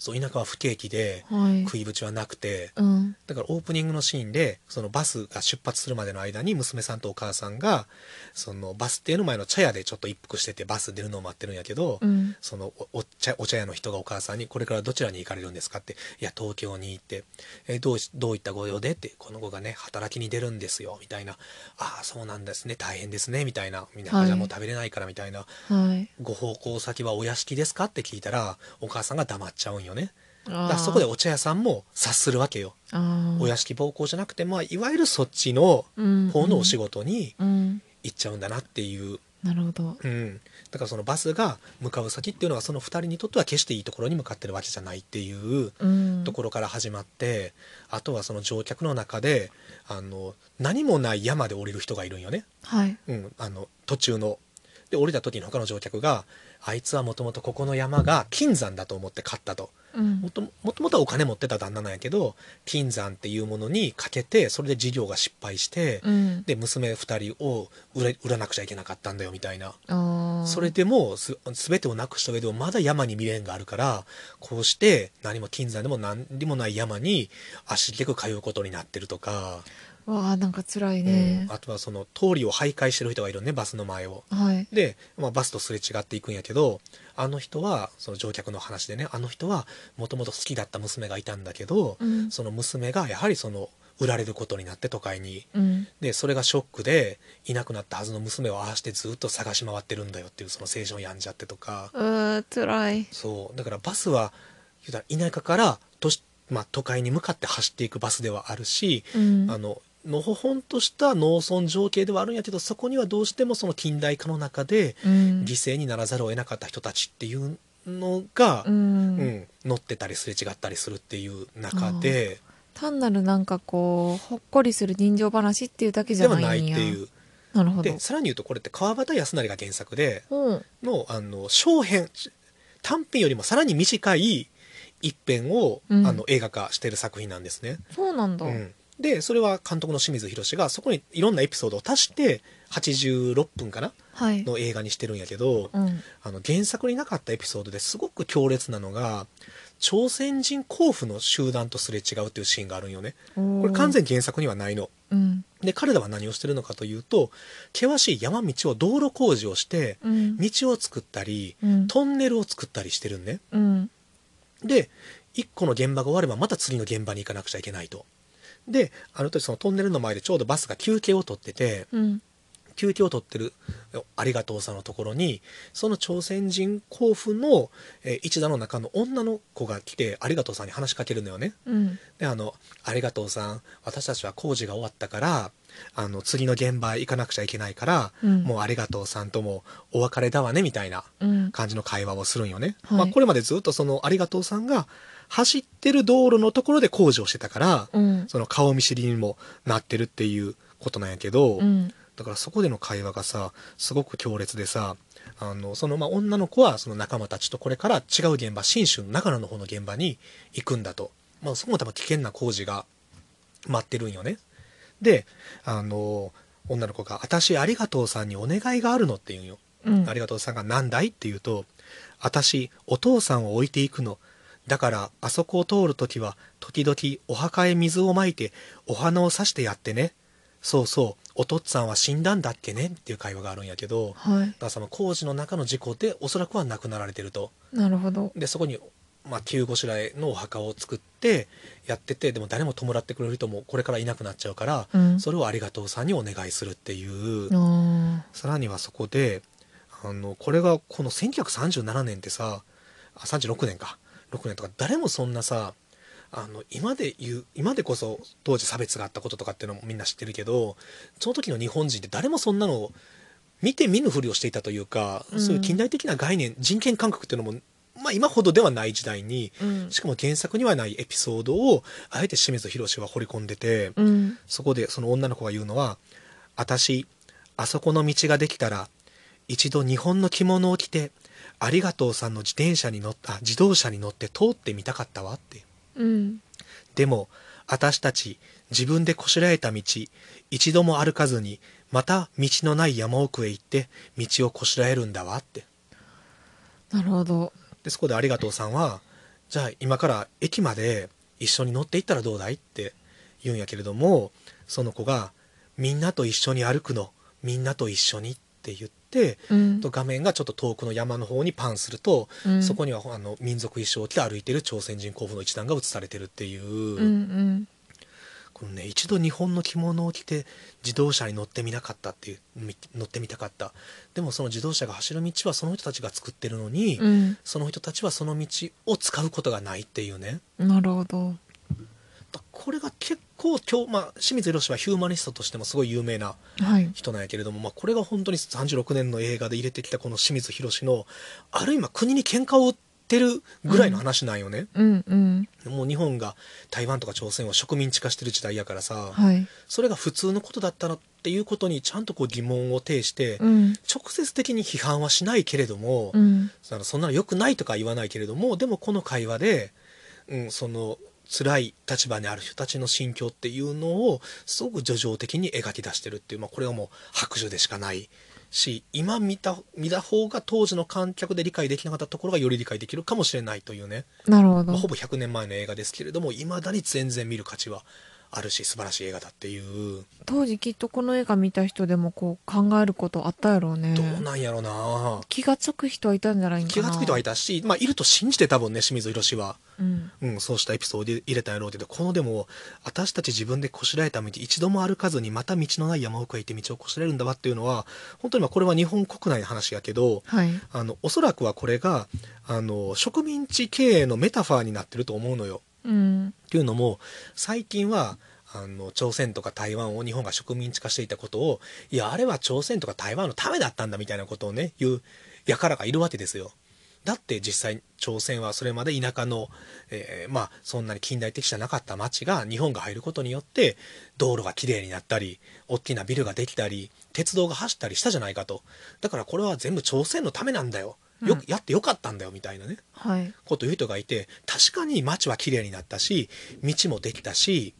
[SPEAKER 1] そう田舎は不景気で
[SPEAKER 2] はい
[SPEAKER 1] 食いぶちはなくて
[SPEAKER 2] うん
[SPEAKER 1] だからオープニングのシーンでそのバスが出発するまでの間に娘さんとお母さんがそのバス停の前の茶屋でちょっと一服しててバス出るのを待ってるんやけど、
[SPEAKER 2] うん
[SPEAKER 1] そのおお茶お茶屋の人がお母さんに「これからどちらに行かれるんですか?」って「いや東京に行って、えーどうしどういったご用で?」って「この子がね働きに出るんですよ」みたいな「ああそうなんですね大変ですね」みたいな「みんな
[SPEAKER 2] はい
[SPEAKER 1] じゃあもう食べれないから」みたいな
[SPEAKER 2] はい
[SPEAKER 1] 「ご奉公先はお屋敷ですか?」って聞いたらお母さんが黙っちゃうんよね。だ
[SPEAKER 2] あ
[SPEAKER 1] から
[SPEAKER 2] ー
[SPEAKER 1] そこでお茶屋さんも察するわけよ。
[SPEAKER 2] あー
[SPEAKER 1] お屋敷暴行じゃなくて、まあ、いわゆるそっちの
[SPEAKER 2] うん
[SPEAKER 1] 方のお仕事に
[SPEAKER 2] うん
[SPEAKER 1] 行っちゃうんだなっていう、
[SPEAKER 2] なるほど
[SPEAKER 1] うん、だからそのバスが向かう先っていうのはその2人にとっては決していいところに向かってるわけじゃないっていう
[SPEAKER 2] うん
[SPEAKER 1] ところから始まって、あとはその乗客の中であの何もない山で降りる人がいるんよね、
[SPEAKER 2] はい
[SPEAKER 1] うん、あの途中の。で降りた時に他の乗客が「あいつはもともとここの山が金山だと思って買った」と。
[SPEAKER 2] うん
[SPEAKER 1] もとももともとはお金持ってた旦那なんやけど金山っていうものにかけてそれで事業が失敗して、
[SPEAKER 2] うん
[SPEAKER 1] で娘2人を売れ売らなくちゃいけなかったんだよみたいな、
[SPEAKER 2] ああ
[SPEAKER 1] それでもす全てをなくした上でもまだ山に未練があるからこうして何も金山でも何にもない山に足しげく通うことになってるとか、
[SPEAKER 2] わあなんか辛い
[SPEAKER 1] うん
[SPEAKER 2] ね、
[SPEAKER 1] あとはその通りを徘徊してる人がいるねバスの前を。
[SPEAKER 2] はい
[SPEAKER 1] で、まあ、バスとすれ違っていくんやけどあの人はその乗客の話でねあの人はもともと好きだった娘がいたんだけど、
[SPEAKER 2] うん
[SPEAKER 1] その娘がやはりその売られることになって都会に
[SPEAKER 2] うん
[SPEAKER 1] でそれがショックでいなくなったはずの娘をああしてずっと探し回ってるんだよっていうその青春を病んじゃってとか
[SPEAKER 2] うー辛い
[SPEAKER 1] そうだからバスは言うたら田舎から都市、まあ、都会に向かって走っていくバスではあるし、
[SPEAKER 2] うん
[SPEAKER 1] あののほほんとした農村情景ではあるんやけどそこにはどうしてもその近代化の中で
[SPEAKER 2] うん
[SPEAKER 1] 犠牲にならざるを得なかった人たちっていうのが、
[SPEAKER 2] う
[SPEAKER 1] うん
[SPEAKER 2] ん
[SPEAKER 1] 乗ってたりすれ違ったりするっていう中で
[SPEAKER 2] 単なるなんかこうほっこりする人情話っていうだけじ
[SPEAKER 1] で
[SPEAKER 2] ゃ
[SPEAKER 1] は
[SPEAKER 2] な
[SPEAKER 1] ないい
[SPEAKER 2] ん
[SPEAKER 1] って
[SPEAKER 2] や
[SPEAKER 1] いう
[SPEAKER 2] なるほど
[SPEAKER 1] でさらに言うとこれって川端康成が原作で
[SPEAKER 2] うん
[SPEAKER 1] のあの小編短編よりもさらに短い一編を、
[SPEAKER 2] うん
[SPEAKER 1] あの映画化してる作品なんですね。
[SPEAKER 2] そうなんだ、
[SPEAKER 1] うんでそれは監督の清水宏がそこにいろんなエピソードを足して86分かな
[SPEAKER 2] はい
[SPEAKER 1] の映画にしてるんやけど、
[SPEAKER 2] うん
[SPEAKER 1] あの原作になかったエピソードですごく強烈なのが朝鮮人甲府の集団とすれ違うっていうシーンがあるんよねこ
[SPEAKER 2] こ
[SPEAKER 1] れ完全に原作にはないの
[SPEAKER 2] うん
[SPEAKER 1] で彼らは何をしてるのかというと険しい山道を道路工事をして
[SPEAKER 2] うん
[SPEAKER 1] 道を作ったり
[SPEAKER 2] うん
[SPEAKER 1] トンネルを作ったりしてるんね
[SPEAKER 2] うん
[SPEAKER 1] で1個の現場が終わればまた次の現場に行かなくちゃいけないとであの時そのトンネルの前でちょうどバスが休憩を取ってて
[SPEAKER 2] うん
[SPEAKER 1] 休憩を取ってるありがとうさんのところにその朝鮮人甲府の、えー一団の中の女の子が来てありがとうさんに話しかけるのよね。
[SPEAKER 2] うん
[SPEAKER 1] であの「ありがとうさん私たちは工事が終わったからあの次の現場へ行かなくちゃいけないから、
[SPEAKER 2] うん
[SPEAKER 1] もうありがとうさんともお別れだわね」みたいな
[SPEAKER 2] うん
[SPEAKER 1] 感じの会話をするんよね。
[SPEAKER 2] はい
[SPEAKER 1] まあ、これまでずっとそのありがとうさんが走ってる道路のところで工事をしてたから、
[SPEAKER 2] うん
[SPEAKER 1] その顔見知りにもなってるっていうことなんやけど。
[SPEAKER 2] うん
[SPEAKER 1] だからそこでの会話がさすごく強烈でさあのそのまあ女の子はその仲間たちとこれから違う現場信州の長野の方の現場に行くんだと、まあ、そこも多分危険な工事が待ってるんよね。であの女の子が「私ありがとうさんにお願いがあるの」って言うんよ。
[SPEAKER 2] うん
[SPEAKER 1] ありがとうさんが「何だい?」って言うと「私お父さんを置いていくのだからあそこを通るときは時々お墓へ水をまいてお花を刺してやってねそうそうお父っつぁんは死んだんだっけねっていう会話があるんやけど
[SPEAKER 2] は
[SPEAKER 1] だ
[SPEAKER 2] い
[SPEAKER 1] からその工事の中の事故でおそらくは亡くなられてると
[SPEAKER 2] なるほど
[SPEAKER 1] でそこに、まあ、急ごしらえのお墓を作ってやっててでも誰も弔ってくれる人もこれからいなくなっちゃうから、
[SPEAKER 2] うん
[SPEAKER 1] それをありがとうさんにお願いするっていう、
[SPEAKER 2] あ
[SPEAKER 1] さらにはそこであのこれがこの1937年ってさあ36年か6年とか誰もそんなさあの今で言う今でこそ当時差別があったこととかっていうのもみんな知ってるけどその時の日本人って誰もそんなのを見て見ぬふりをしていたというか、
[SPEAKER 2] うん
[SPEAKER 1] そういう近代的な概念人権感覚っていうのも、まあ、今ほどではない時代に
[SPEAKER 2] あうん
[SPEAKER 1] しかも原作にはないエピソードをあえて清水宏は掘り込んでて。
[SPEAKER 2] うん
[SPEAKER 1] そこでその女の子が言うのは「私あそこの道ができたら一度日本の着物を着てありがとうさんの自転車に乗った自動車に乗って通ってみたかったわ」って
[SPEAKER 2] うん
[SPEAKER 1] でも私たち自分でこしらえた道一度も歩かずにまた道のない山奥へ行って道をこしらえるんだわって
[SPEAKER 2] なるほど
[SPEAKER 1] でそこでありがとうさんは「じゃあ今から駅まで一緒に乗っていったらどうだい?」って言うんやけれどもその子が「みんなと一緒に歩くのみんなと一緒に」って言って、
[SPEAKER 2] うん
[SPEAKER 1] と画面がちょっと遠くの山の方にパンすると、
[SPEAKER 2] うん
[SPEAKER 1] そこにはあの民族衣装を着て歩いてる朝鮮人候補の一団が映されてるっていう、
[SPEAKER 2] うんうん
[SPEAKER 1] このね一度日本の着物を着て自動車に乗ってみなかったっていうみ乗ってみたかったでもその自動車が走る道はその人たちが作ってるのに、
[SPEAKER 2] うん
[SPEAKER 1] その人たちはその道を使うことがないっていうね
[SPEAKER 2] なるほど
[SPEAKER 1] だこれが結構今日、まあ、清水宏はヒューマニストとしてもすごい有名な
[SPEAKER 2] はい
[SPEAKER 1] 人なんやけれども、まあ、これが本当に36年の映画で入れてきたこの清水宏のあるいは国に喧嘩を売ってるぐらいの話なんよね、
[SPEAKER 2] うんうん
[SPEAKER 1] もう日本が台湾とか朝鮮を植民地化してる時代やからさ、
[SPEAKER 2] はい
[SPEAKER 1] それが普通のことだったなっていうことにちゃんとこう疑問を呈して、
[SPEAKER 2] うん
[SPEAKER 1] 直接的に批判はしないけれども、
[SPEAKER 2] うん
[SPEAKER 1] そのそんなの良くないとか言わないけれどもでもこの会話で、うん、その辛い立場にある人たちの心境っていうのをすごく叙情的に描き出してるっていう、まあ、これはもう白状でしかないし今見た見た方が当時の観客で理解できなかったところがより理解できるかもしれないというね、
[SPEAKER 2] なるほど
[SPEAKER 1] まあ、ほぼ100年前の映画ですけれどもいまだに全然見る価値はあるし素晴らしい映画だっていう、
[SPEAKER 2] 当時きっとこの映画見た人でもこう考えることあったやろうね
[SPEAKER 1] どうなんやろな
[SPEAKER 2] 気がつく人はいたんじゃないんか
[SPEAKER 1] 気
[SPEAKER 2] な
[SPEAKER 1] がつく人はいたし、まあ、いると信じて多分ね清水宏は。
[SPEAKER 2] うん
[SPEAKER 1] うん、そうしたエピソードを入れたんやろうけどこのでも私たち自分でこしらえた道一度も歩かずにまた道のない山奥へ行って道をこしらえるんだわっていうのは本当にまあこれは日本国内の話やけど
[SPEAKER 2] はい
[SPEAKER 1] あのおそらくはこれがあの植民地経営のメタファーになってると思うのよ。
[SPEAKER 2] うん
[SPEAKER 1] っていうのも最近はあの朝鮮とか台湾を日本が植民地化していたことをいやあれは朝鮮とか台湾のためだったんだみたいなことをね言う輩がいるわけですよ。だって実際朝鮮はそれまで田舎の、えーまあそんなに近代的じゃなかった町が日本が入ることによって道路がきれいになったり大きなビルができたり鉄道が走ったりしたじゃないかとだからこれは全部朝鮮のためなんだよよく、
[SPEAKER 2] うん
[SPEAKER 1] やってよかったんだよみたいなね
[SPEAKER 2] はい
[SPEAKER 1] こと言う人がいて確かに街は綺麗になったし道もできたし、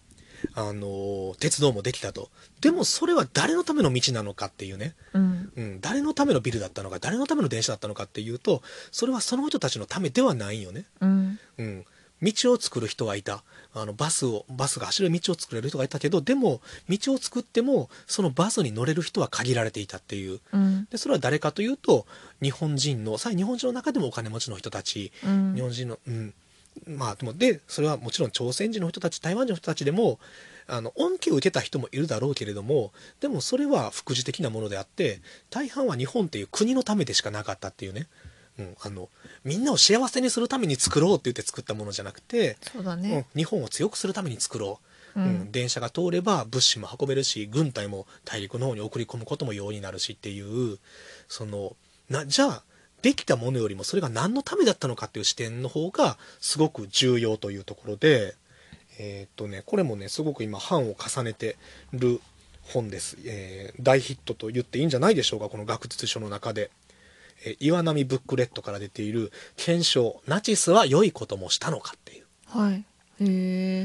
[SPEAKER 1] あのー鉄道もできたとでもそれは誰のための道なのかっていうね、
[SPEAKER 2] うん
[SPEAKER 1] うん、誰のためのビルだったのか誰のための電車だったのかっていうとそれはその人たちのためではないよね。
[SPEAKER 2] うん
[SPEAKER 1] うん道を作る人はいたあのバスをバスが走る道を作れる人がいたけどでも道を作ってもそのバスに乗れる人は限られていたっていう
[SPEAKER 2] うん
[SPEAKER 1] でそれは誰かというと日本人のさらに日本人の中でもお金持ちの人たち
[SPEAKER 2] うん
[SPEAKER 1] 日本人のうんまあでもでそれはもちろん朝鮮人の人たち台湾人の人たちでもあの恩恵を受けた人もいるだろうけれどもでもそれは副次的なものであって大半は日本っていう国のためでしかなかったっていうね、うん、あのみんなを幸せにするために作ろうって言って作ったものじゃなくて、
[SPEAKER 2] そうだ
[SPEAKER 1] うん
[SPEAKER 2] ね、
[SPEAKER 1] 日本を強くするために作ろう、
[SPEAKER 2] う
[SPEAKER 1] うんん電車が通れば物資も運べるし軍隊も大陸の方に送り込むことも容易になるしっていうそのなじゃあできたものよりもそれが何のためだったのかっていう視点の方がすごく重要というところでえーっとねこれもねすごく今版を重ねてる本です、えー大ヒットと言っていいんじゃないでしょうかこの学術書の中で。えー岩波ブックレットから出ている「検証ナチスは良いこともしたのか」っていう
[SPEAKER 2] はいへ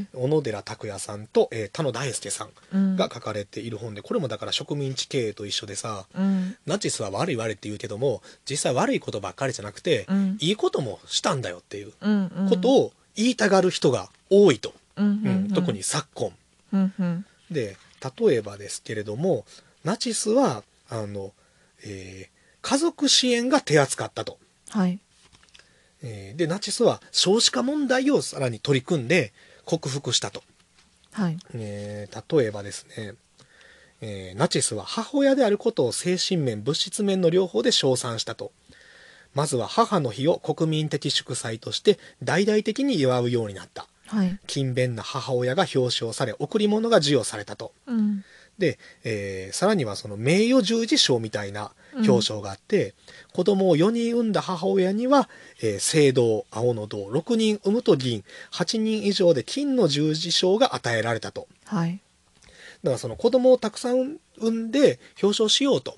[SPEAKER 2] え。
[SPEAKER 1] 小野寺拓也さんと、えー田野大輔さん
[SPEAKER 2] うん。
[SPEAKER 1] が書かれている本でこれもだから植民地経営と一緒でさ
[SPEAKER 2] うん。
[SPEAKER 1] ナチスは悪い悪いって言うけども実際悪いことばっかりじゃなくて、
[SPEAKER 2] うん。
[SPEAKER 1] いいこともしたんだよっていう
[SPEAKER 2] うん。うん
[SPEAKER 1] ことを言いたがる人が多いと、
[SPEAKER 2] うんうん
[SPEAKER 1] う
[SPEAKER 2] うん
[SPEAKER 1] ん、特に昨今。
[SPEAKER 2] うんうん
[SPEAKER 1] で例えばですけれどもナチスはあの、えー家族支援が手厚かったと。
[SPEAKER 2] はい
[SPEAKER 1] えーでナチスは少子化問題をさらに取り組んで克服したと。
[SPEAKER 2] はい
[SPEAKER 1] えー例えばですね、えーナチスは母親であることを精神面物質面の両方で称賛したとまずは母の日を国民的祝祭として大々的に祝うようになった
[SPEAKER 2] はい
[SPEAKER 1] 勤勉な母親が表彰され贈り物が授与されたと
[SPEAKER 2] うん
[SPEAKER 1] で、えーさらにはその名誉十字章みたいな表彰があって、子供を4人産んだ母親には、えー青銅青の銅6人産むと銀8人以上で金の十字章が与えられたと
[SPEAKER 2] はい
[SPEAKER 1] だからその子供をたくさん産んで表彰しようと。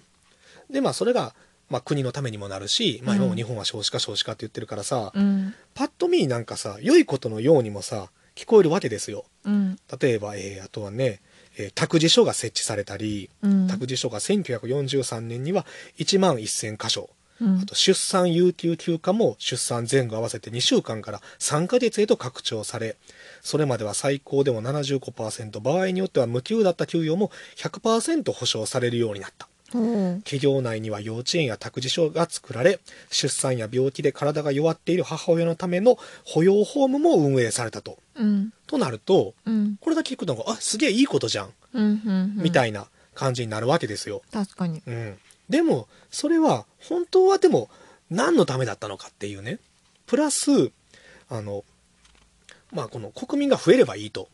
[SPEAKER 1] でまあそれが、まあ、国のためにもなるし、まあ、
[SPEAKER 2] うん
[SPEAKER 1] 今も日本は少子化少子化って言ってるからさ、
[SPEAKER 2] うん
[SPEAKER 1] パッと見なんかさ良いことのようにもさ聞こえるわけですよ。
[SPEAKER 2] うん
[SPEAKER 1] 例えば、えーあとはね、えー託児所が設置されたり
[SPEAKER 2] うん
[SPEAKER 1] 託児所が1943年には1万1,000箇所
[SPEAKER 2] うん
[SPEAKER 1] あと出産有給休暇も出産前後合わせて2週間から3ヶ月へと拡張されそれまでは最高でも75%場合によっては無給だった給与も100%保障されるようになった
[SPEAKER 2] おう
[SPEAKER 1] 企業内には幼稚園や託児所が作られ出産や病気で体が弱っている母親のための保養ホームも運営されたと。
[SPEAKER 2] うん
[SPEAKER 1] となると
[SPEAKER 2] うん
[SPEAKER 1] これだけ聞くのがあすげえいいことじゃん
[SPEAKER 2] うんうんうん
[SPEAKER 1] みたいな感じになるわけですよ。
[SPEAKER 2] 確かに
[SPEAKER 1] うん、でもそれは本当はでも何のためだったのかっていうねプラスあのまあこの国民が増えればいいと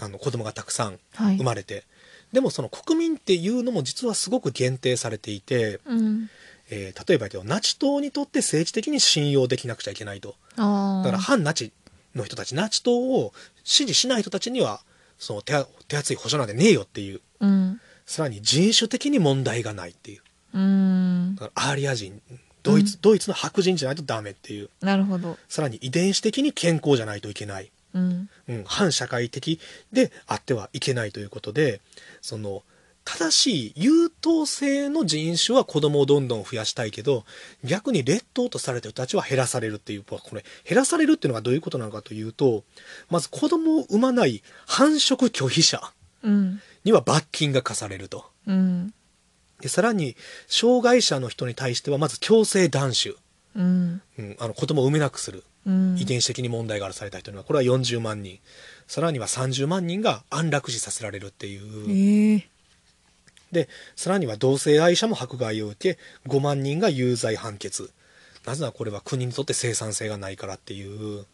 [SPEAKER 1] あの子供がたくさん
[SPEAKER 2] はい
[SPEAKER 1] 生まれて、でもその国民っていうのも実はすごく限定されていて、
[SPEAKER 2] うん
[SPEAKER 1] えー例えばやけどナチ党にとって政治的に信用できなくちゃいけないと
[SPEAKER 2] ああ
[SPEAKER 1] だから反ナチの人たちナチ党を支持しない人たちにはその手手厚い保障なんてねえよっていう
[SPEAKER 2] うん
[SPEAKER 1] さらに人種的に問題がないっていう
[SPEAKER 2] うん
[SPEAKER 1] だからアーリア人ドイツ、
[SPEAKER 2] う
[SPEAKER 1] ドイツの白人じゃないとダメっていう
[SPEAKER 2] なるほど
[SPEAKER 1] さらに遺伝子的に健康じゃないといけない、
[SPEAKER 2] うん
[SPEAKER 1] うん、反社会的であってはいけないということでその正しい優等生の人種は子供をどんどん増やしたいけど逆に劣等とされてる人たちは減らされるっていうこれ減らされるっていうのがどういうことなのかというとまず子供を産まない繁殖拒否者
[SPEAKER 2] うん
[SPEAKER 1] には罰金が課されると。
[SPEAKER 2] うん
[SPEAKER 1] でさらに障害者の人に対してはまず強制断種、
[SPEAKER 2] うん
[SPEAKER 1] うん、あの子供を産めなくする
[SPEAKER 2] うん
[SPEAKER 1] 遺伝子的に問題があるされた人にはこれは40万人さらには30万人が安楽死させられるっていう
[SPEAKER 2] ええ
[SPEAKER 1] でさらには同性愛者も迫害を受け5万人が有罪判決なぜならこれは国にとって生産性がないからっていう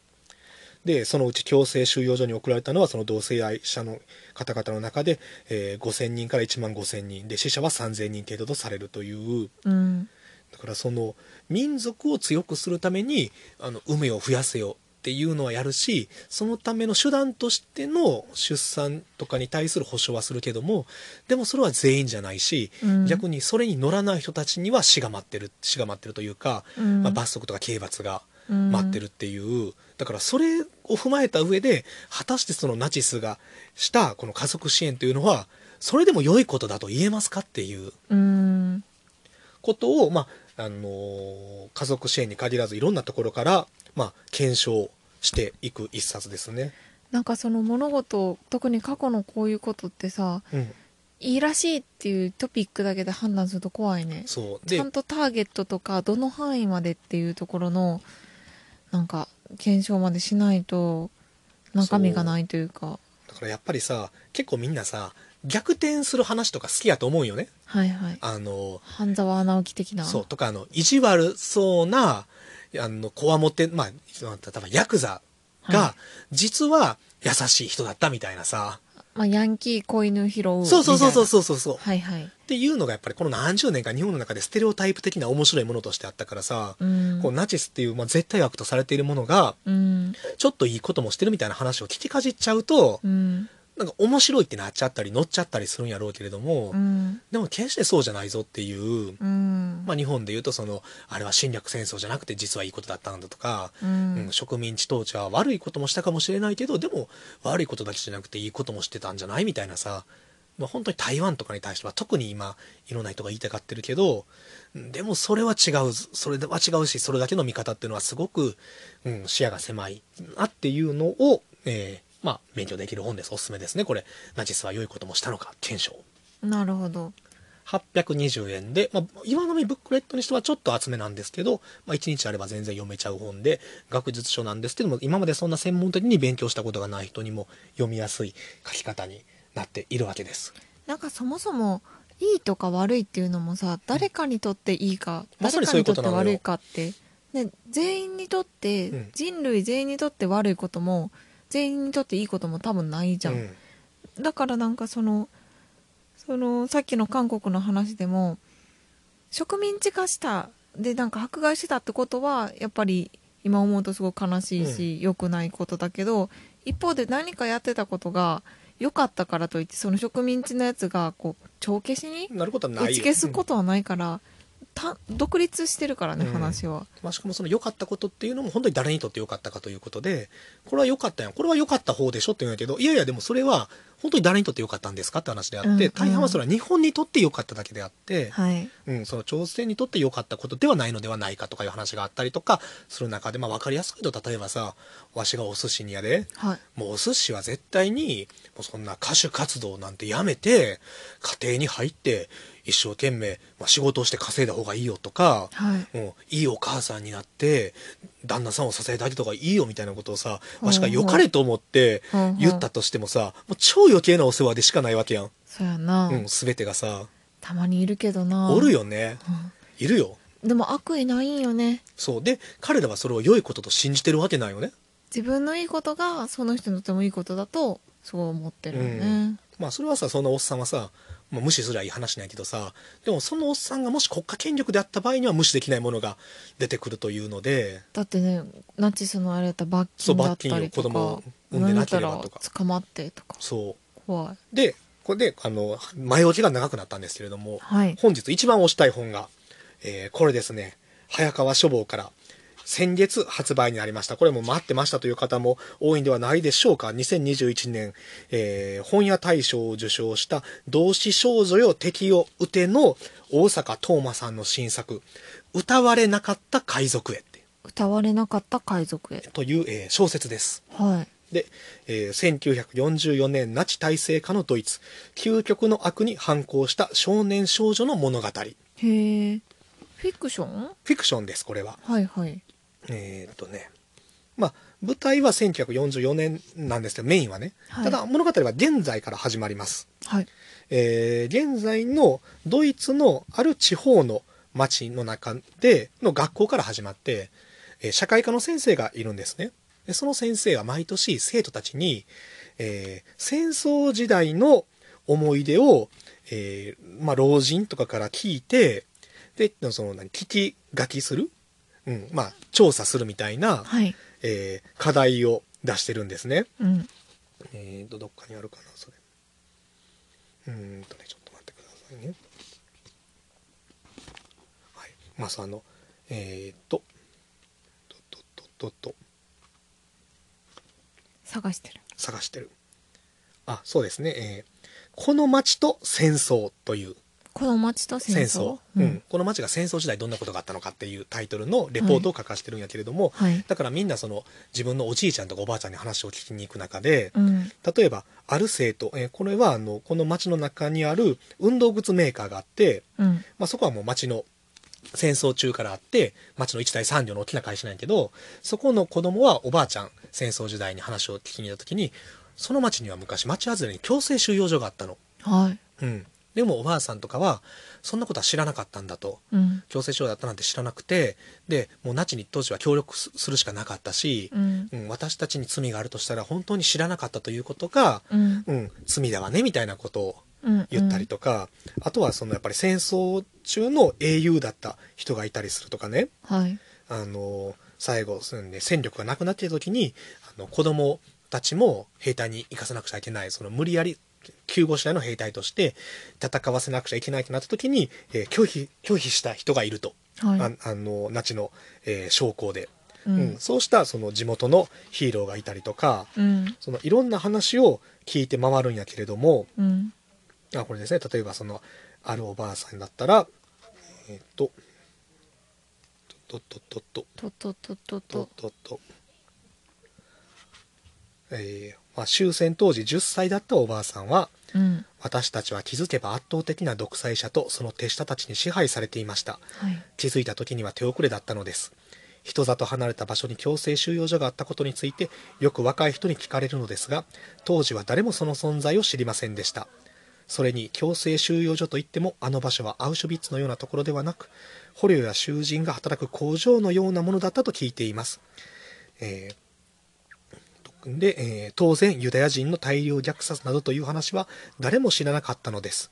[SPEAKER 1] でそのうち強制収容所に送られたのはその同性愛者の方々の中で、えー5000人から1万5000人で死者は3000人程度とされるという。
[SPEAKER 2] うん
[SPEAKER 1] だからその民族を強くするためにあの海を増やせよっていうのはやるしそのための手段としての出産とかに対する保障はするけどもでもそれは全員じゃないし、
[SPEAKER 2] うん
[SPEAKER 1] 逆にそれに乗らない人たちには死が待ってる死が待ってるというか、
[SPEAKER 2] うん
[SPEAKER 1] まあ、罰則とか刑罰が
[SPEAKER 2] うん
[SPEAKER 1] 待ってるっていう、だからそれを踏まえた上で果たしてそのナチスがしたこの家族支援というのはそれでも良いことだと言えますかっていう。
[SPEAKER 2] うん
[SPEAKER 1] ことを、まああのー家族支援に限らずいろんなところから、まあ、検証していく一冊ですね。
[SPEAKER 2] なんかその物事特に過去のこういうことってさ
[SPEAKER 1] うん、
[SPEAKER 2] いいらしいっていうトピックだけで判断すると怖いね
[SPEAKER 1] そう
[SPEAKER 2] ち
[SPEAKER 1] で
[SPEAKER 2] ゃんとターゲットとかどの範囲までっていうところのなんか検証までしないと中身がないというか
[SPEAKER 1] だからやっぱりさ結構みんなさ逆転する話とか好きやと思うよね。
[SPEAKER 2] はいはい
[SPEAKER 1] あの
[SPEAKER 2] 半沢直樹的な
[SPEAKER 1] そうとかあの意地悪そうなあのこわもてまあ例えばヤクザが、
[SPEAKER 2] は
[SPEAKER 1] 実は優しい人だったみたいなさ、
[SPEAKER 2] まあ、ヤンキー子犬拾う
[SPEAKER 1] そうそうそうそう
[SPEAKER 2] う
[SPEAKER 1] そうそうそう、
[SPEAKER 2] はいはい
[SPEAKER 1] っていうのがやっぱりこの何十年か日本の中でステレオタイプ的な面白いものとしてあったからさ、
[SPEAKER 2] うん
[SPEAKER 1] こうナチスっていう、まあ、絶対悪とされているものが
[SPEAKER 2] うん
[SPEAKER 1] ちょっといいこともしてるみたいな話を聞きかじっちゃうと
[SPEAKER 2] う、ん
[SPEAKER 1] なんか面白いってなっちゃったり乗っちゃったりするんやろうけれども、
[SPEAKER 2] うん
[SPEAKER 1] でも決してそうじゃないぞっていう、
[SPEAKER 2] うん
[SPEAKER 1] まあ、日本でいうとそのあれは侵略戦争じゃなくて実はいいことだったんだとか、
[SPEAKER 2] う
[SPEAKER 1] うん
[SPEAKER 2] ん
[SPEAKER 1] 植民地統治は悪いこともしたかもしれないけどでも悪いことだけじゃなくていいこともしてたんじゃないみたいなさ、まあ、本当に台湾とかに対しては特に今いろんな人が言いたがってるけどうんでもそれは違うそれは違うしそれだけの見方っていうのはすごく、うん、視野が狭いなっていうのを、えーまあ、勉強できる本ですおすすめですねこれナチスは良いこともしたのか検証
[SPEAKER 2] なるほど
[SPEAKER 1] 820円で、まあ、今のみブックレットにしてはちょっと厚めなんですけど、まあ、1日あれば全然読めちゃう本で学術書なんですけども今までそんな専門的に勉強したことがない人にも読みやすい書き方になっているわけです。
[SPEAKER 2] なんかそもそもいいとか悪いっていうのもさ誰かにとっていいか、
[SPEAKER 1] まさ
[SPEAKER 2] 誰
[SPEAKER 1] に
[SPEAKER 2] か
[SPEAKER 1] そうい
[SPEAKER 2] に
[SPEAKER 1] うこ
[SPEAKER 2] とっ
[SPEAKER 1] と
[SPEAKER 2] て
[SPEAKER 1] なのよ
[SPEAKER 2] 悪いかって、ね、全員にとって、
[SPEAKER 1] うん
[SPEAKER 2] 人類全員にとって悪いことも全員にとっていいことも多分ないじゃん、
[SPEAKER 1] うん
[SPEAKER 2] だからなんかそのそのさっきの韓国の話でも植民地化したでなんか迫害してたってことはやっぱり今思うとすごく悲しいし良、くないことだけど一方で何かやってたことが良かったからといってその植民地のやつがこう帳消しに
[SPEAKER 1] なることはない
[SPEAKER 2] 打
[SPEAKER 1] よ
[SPEAKER 2] ち消すことはないから、た独立してるからね
[SPEAKER 1] うん
[SPEAKER 2] 話は。
[SPEAKER 1] まあ、しかもその良かったことっていうのも本当に誰にとって良かったかということでこれは良かったやんこれは良かった方でしょって言うんだけどいやいやでもそれは本当に誰にとって良かったんですかって話であって、
[SPEAKER 2] うんうん
[SPEAKER 1] 大半はそれは日本にとって良かっただけであって、
[SPEAKER 2] はい
[SPEAKER 1] うん、その朝鮮にとって良かったことではないのではないかとかいう話があったりとかする中で、まあ、分かりやすく言うと例えばさわしがお寿司にやで
[SPEAKER 2] はい
[SPEAKER 1] もうお寿司は絶対にもうそんな歌手活動なんてやめて家庭に入って一生懸命、まあ、仕事をして稼いだ方がいいよとか、
[SPEAKER 2] はい
[SPEAKER 1] もういいお母さんになって旦那さんを支えてあげた方がいいよみたいなことをさ
[SPEAKER 2] ほうほう
[SPEAKER 1] わしが良かれと思って
[SPEAKER 2] ほうほう
[SPEAKER 1] 言ったとしてもさもう超余計なお世話でしかないわけやん、
[SPEAKER 2] そうやな、
[SPEAKER 1] うん、全てがさ
[SPEAKER 2] たまにいるけどな
[SPEAKER 1] おるよねいるよ。
[SPEAKER 2] うんでも悪意ないんよね
[SPEAKER 1] そうで彼らはそれを良いことと信じてるわけないよね。
[SPEAKER 2] 自分のいいことがその人にとってもいいことだとそう思ってるよ
[SPEAKER 1] う
[SPEAKER 2] ね、
[SPEAKER 1] まあそれはさそんなおっさんはさ、まあ無視すりゃいい話ないけどさでもそのおっさんがもし国家権力であった場合には無視できないものが出てくるというので
[SPEAKER 2] だってねナチスのあれだったら罰金だったりと
[SPEAKER 1] そう罰金よ子供
[SPEAKER 2] か
[SPEAKER 1] を産んでなければ
[SPEAKER 2] なんだ
[SPEAKER 1] と
[SPEAKER 2] った
[SPEAKER 1] から
[SPEAKER 2] 捕まってとか
[SPEAKER 1] そ
[SPEAKER 2] 怖いう
[SPEAKER 1] でこれであの前置きが長くなったんですけれども、
[SPEAKER 2] はい
[SPEAKER 1] 本日一番推したい本が、えーこれですね早川書房から先月発売になりましたこれも待ってましたという方も多いんではないでしょうか2021年、えー本屋大賞を受賞した「同志少女よ敵を撃て」の大阪東馬さんの新作「歌われなかった海賊へ」って
[SPEAKER 2] 歌われなかった海賊へ
[SPEAKER 1] という、えー小説です。
[SPEAKER 2] はい
[SPEAKER 1] で、えー1944年ナチ体制下のドイツ究極の悪に反抗した少年少女の物語フ
[SPEAKER 2] へえフィクション
[SPEAKER 1] ィクションですこれは
[SPEAKER 2] はいはい
[SPEAKER 1] えーっとねまあ舞台は1944年なんですけどメインはね、
[SPEAKER 2] はい
[SPEAKER 1] ただ物語は現在から始まります、
[SPEAKER 2] はい
[SPEAKER 1] えー現在のドイツのある地方の町の中での学校から始まって、えー社会科の先生がいるんですねでその先生は毎年生徒たちに、えー戦争時代の思い出を、えーまあ、老人とかから聞いてでその何聞き書きする、うんまあ、調査するみたいな、
[SPEAKER 2] はい
[SPEAKER 1] えー課題を出してるんですね。
[SPEAKER 2] うん
[SPEAKER 1] えーと、どっかにあるかな、それ。うーんとね、ちょっと待ってくださいね。はい。まずあの、えーと、と、と、と、と、と、
[SPEAKER 2] 探してる
[SPEAKER 1] 探してる。あ、そうですね。えーこの町と戦争という
[SPEAKER 2] この町と戦
[SPEAKER 1] 戦争、
[SPEAKER 2] 争
[SPEAKER 1] うんこの町が戦争時代どんなことがあったのかっていうタイトルのレポートを書かせてるんやけれども、
[SPEAKER 2] はい
[SPEAKER 1] だからみんなその自分のおじいちゃんとかおばあちゃんに話を聞きに行く中で、
[SPEAKER 2] うん
[SPEAKER 1] 例えばある生徒、えーこれはあのこの町の中にある運動靴メーカーがあって、
[SPEAKER 2] うん
[SPEAKER 1] まあ、そこはもう町の戦争中からあって町の一大産業の大きな会社なんやけどそこの子供はおばあちゃん戦争時代に話を聞きに行った時にその町には昔町外れに強制収容所があったの。
[SPEAKER 2] はい
[SPEAKER 1] うん、でもおばあさんとかはそんなことは知らなかったんだと。
[SPEAKER 2] うん
[SPEAKER 1] 強制収容だったなんて知らなくてでもうナチに当時は協力すするしかなかったし
[SPEAKER 2] う、ん
[SPEAKER 1] うん、私たちに罪があるとしたら本当に知らなかったということが
[SPEAKER 2] うん
[SPEAKER 1] うん、罪だわねみたいなことを
[SPEAKER 2] うん
[SPEAKER 1] 言ったりとか、あとはそのやっぱり戦争中の英雄だった人がいたりするとかね
[SPEAKER 2] はい
[SPEAKER 1] あの最後そのね、戦力がなくなっている時にあの子供たちも兵隊に行かせなくちゃいけないその無理やり救護師隊の兵隊として戦わせなくちゃいけないとなった時に、えー拒否拒否した人がいると、
[SPEAKER 2] はい
[SPEAKER 1] ああのナチの、えー将校で、う
[SPEAKER 2] う
[SPEAKER 1] ん
[SPEAKER 2] ん
[SPEAKER 1] そうしたその地元のヒーローがいたりとか
[SPEAKER 2] うん
[SPEAKER 1] そのいろんな話を聞いて回るんやけれども
[SPEAKER 2] うん
[SPEAKER 1] あこれですね例えばそのあるおばあさんだったらえーっととっとっとっと
[SPEAKER 2] ととと
[SPEAKER 1] と
[SPEAKER 2] と
[SPEAKER 1] っ
[SPEAKER 2] と
[SPEAKER 1] とっとえーまあ、終戦当時10歳だったおばあさんは
[SPEAKER 2] うん
[SPEAKER 1] 私たちは気づけば圧倒的な独裁者とその手下たちに支配されていました
[SPEAKER 2] はい
[SPEAKER 1] 気づいた時には手遅れだったのです人里離れた場所に強制収容所があったことについてよく若い人に聞かれるのですが当時は誰もその存在を知りませんでしたそれに強制収容所といってもあの場所はアウシュビッツのようなところではなく捕虜や囚人が働く工場のようなものだったと聞いています、えーで、えー当然ユダヤ人の大量虐殺などという話は誰も知らなかったのです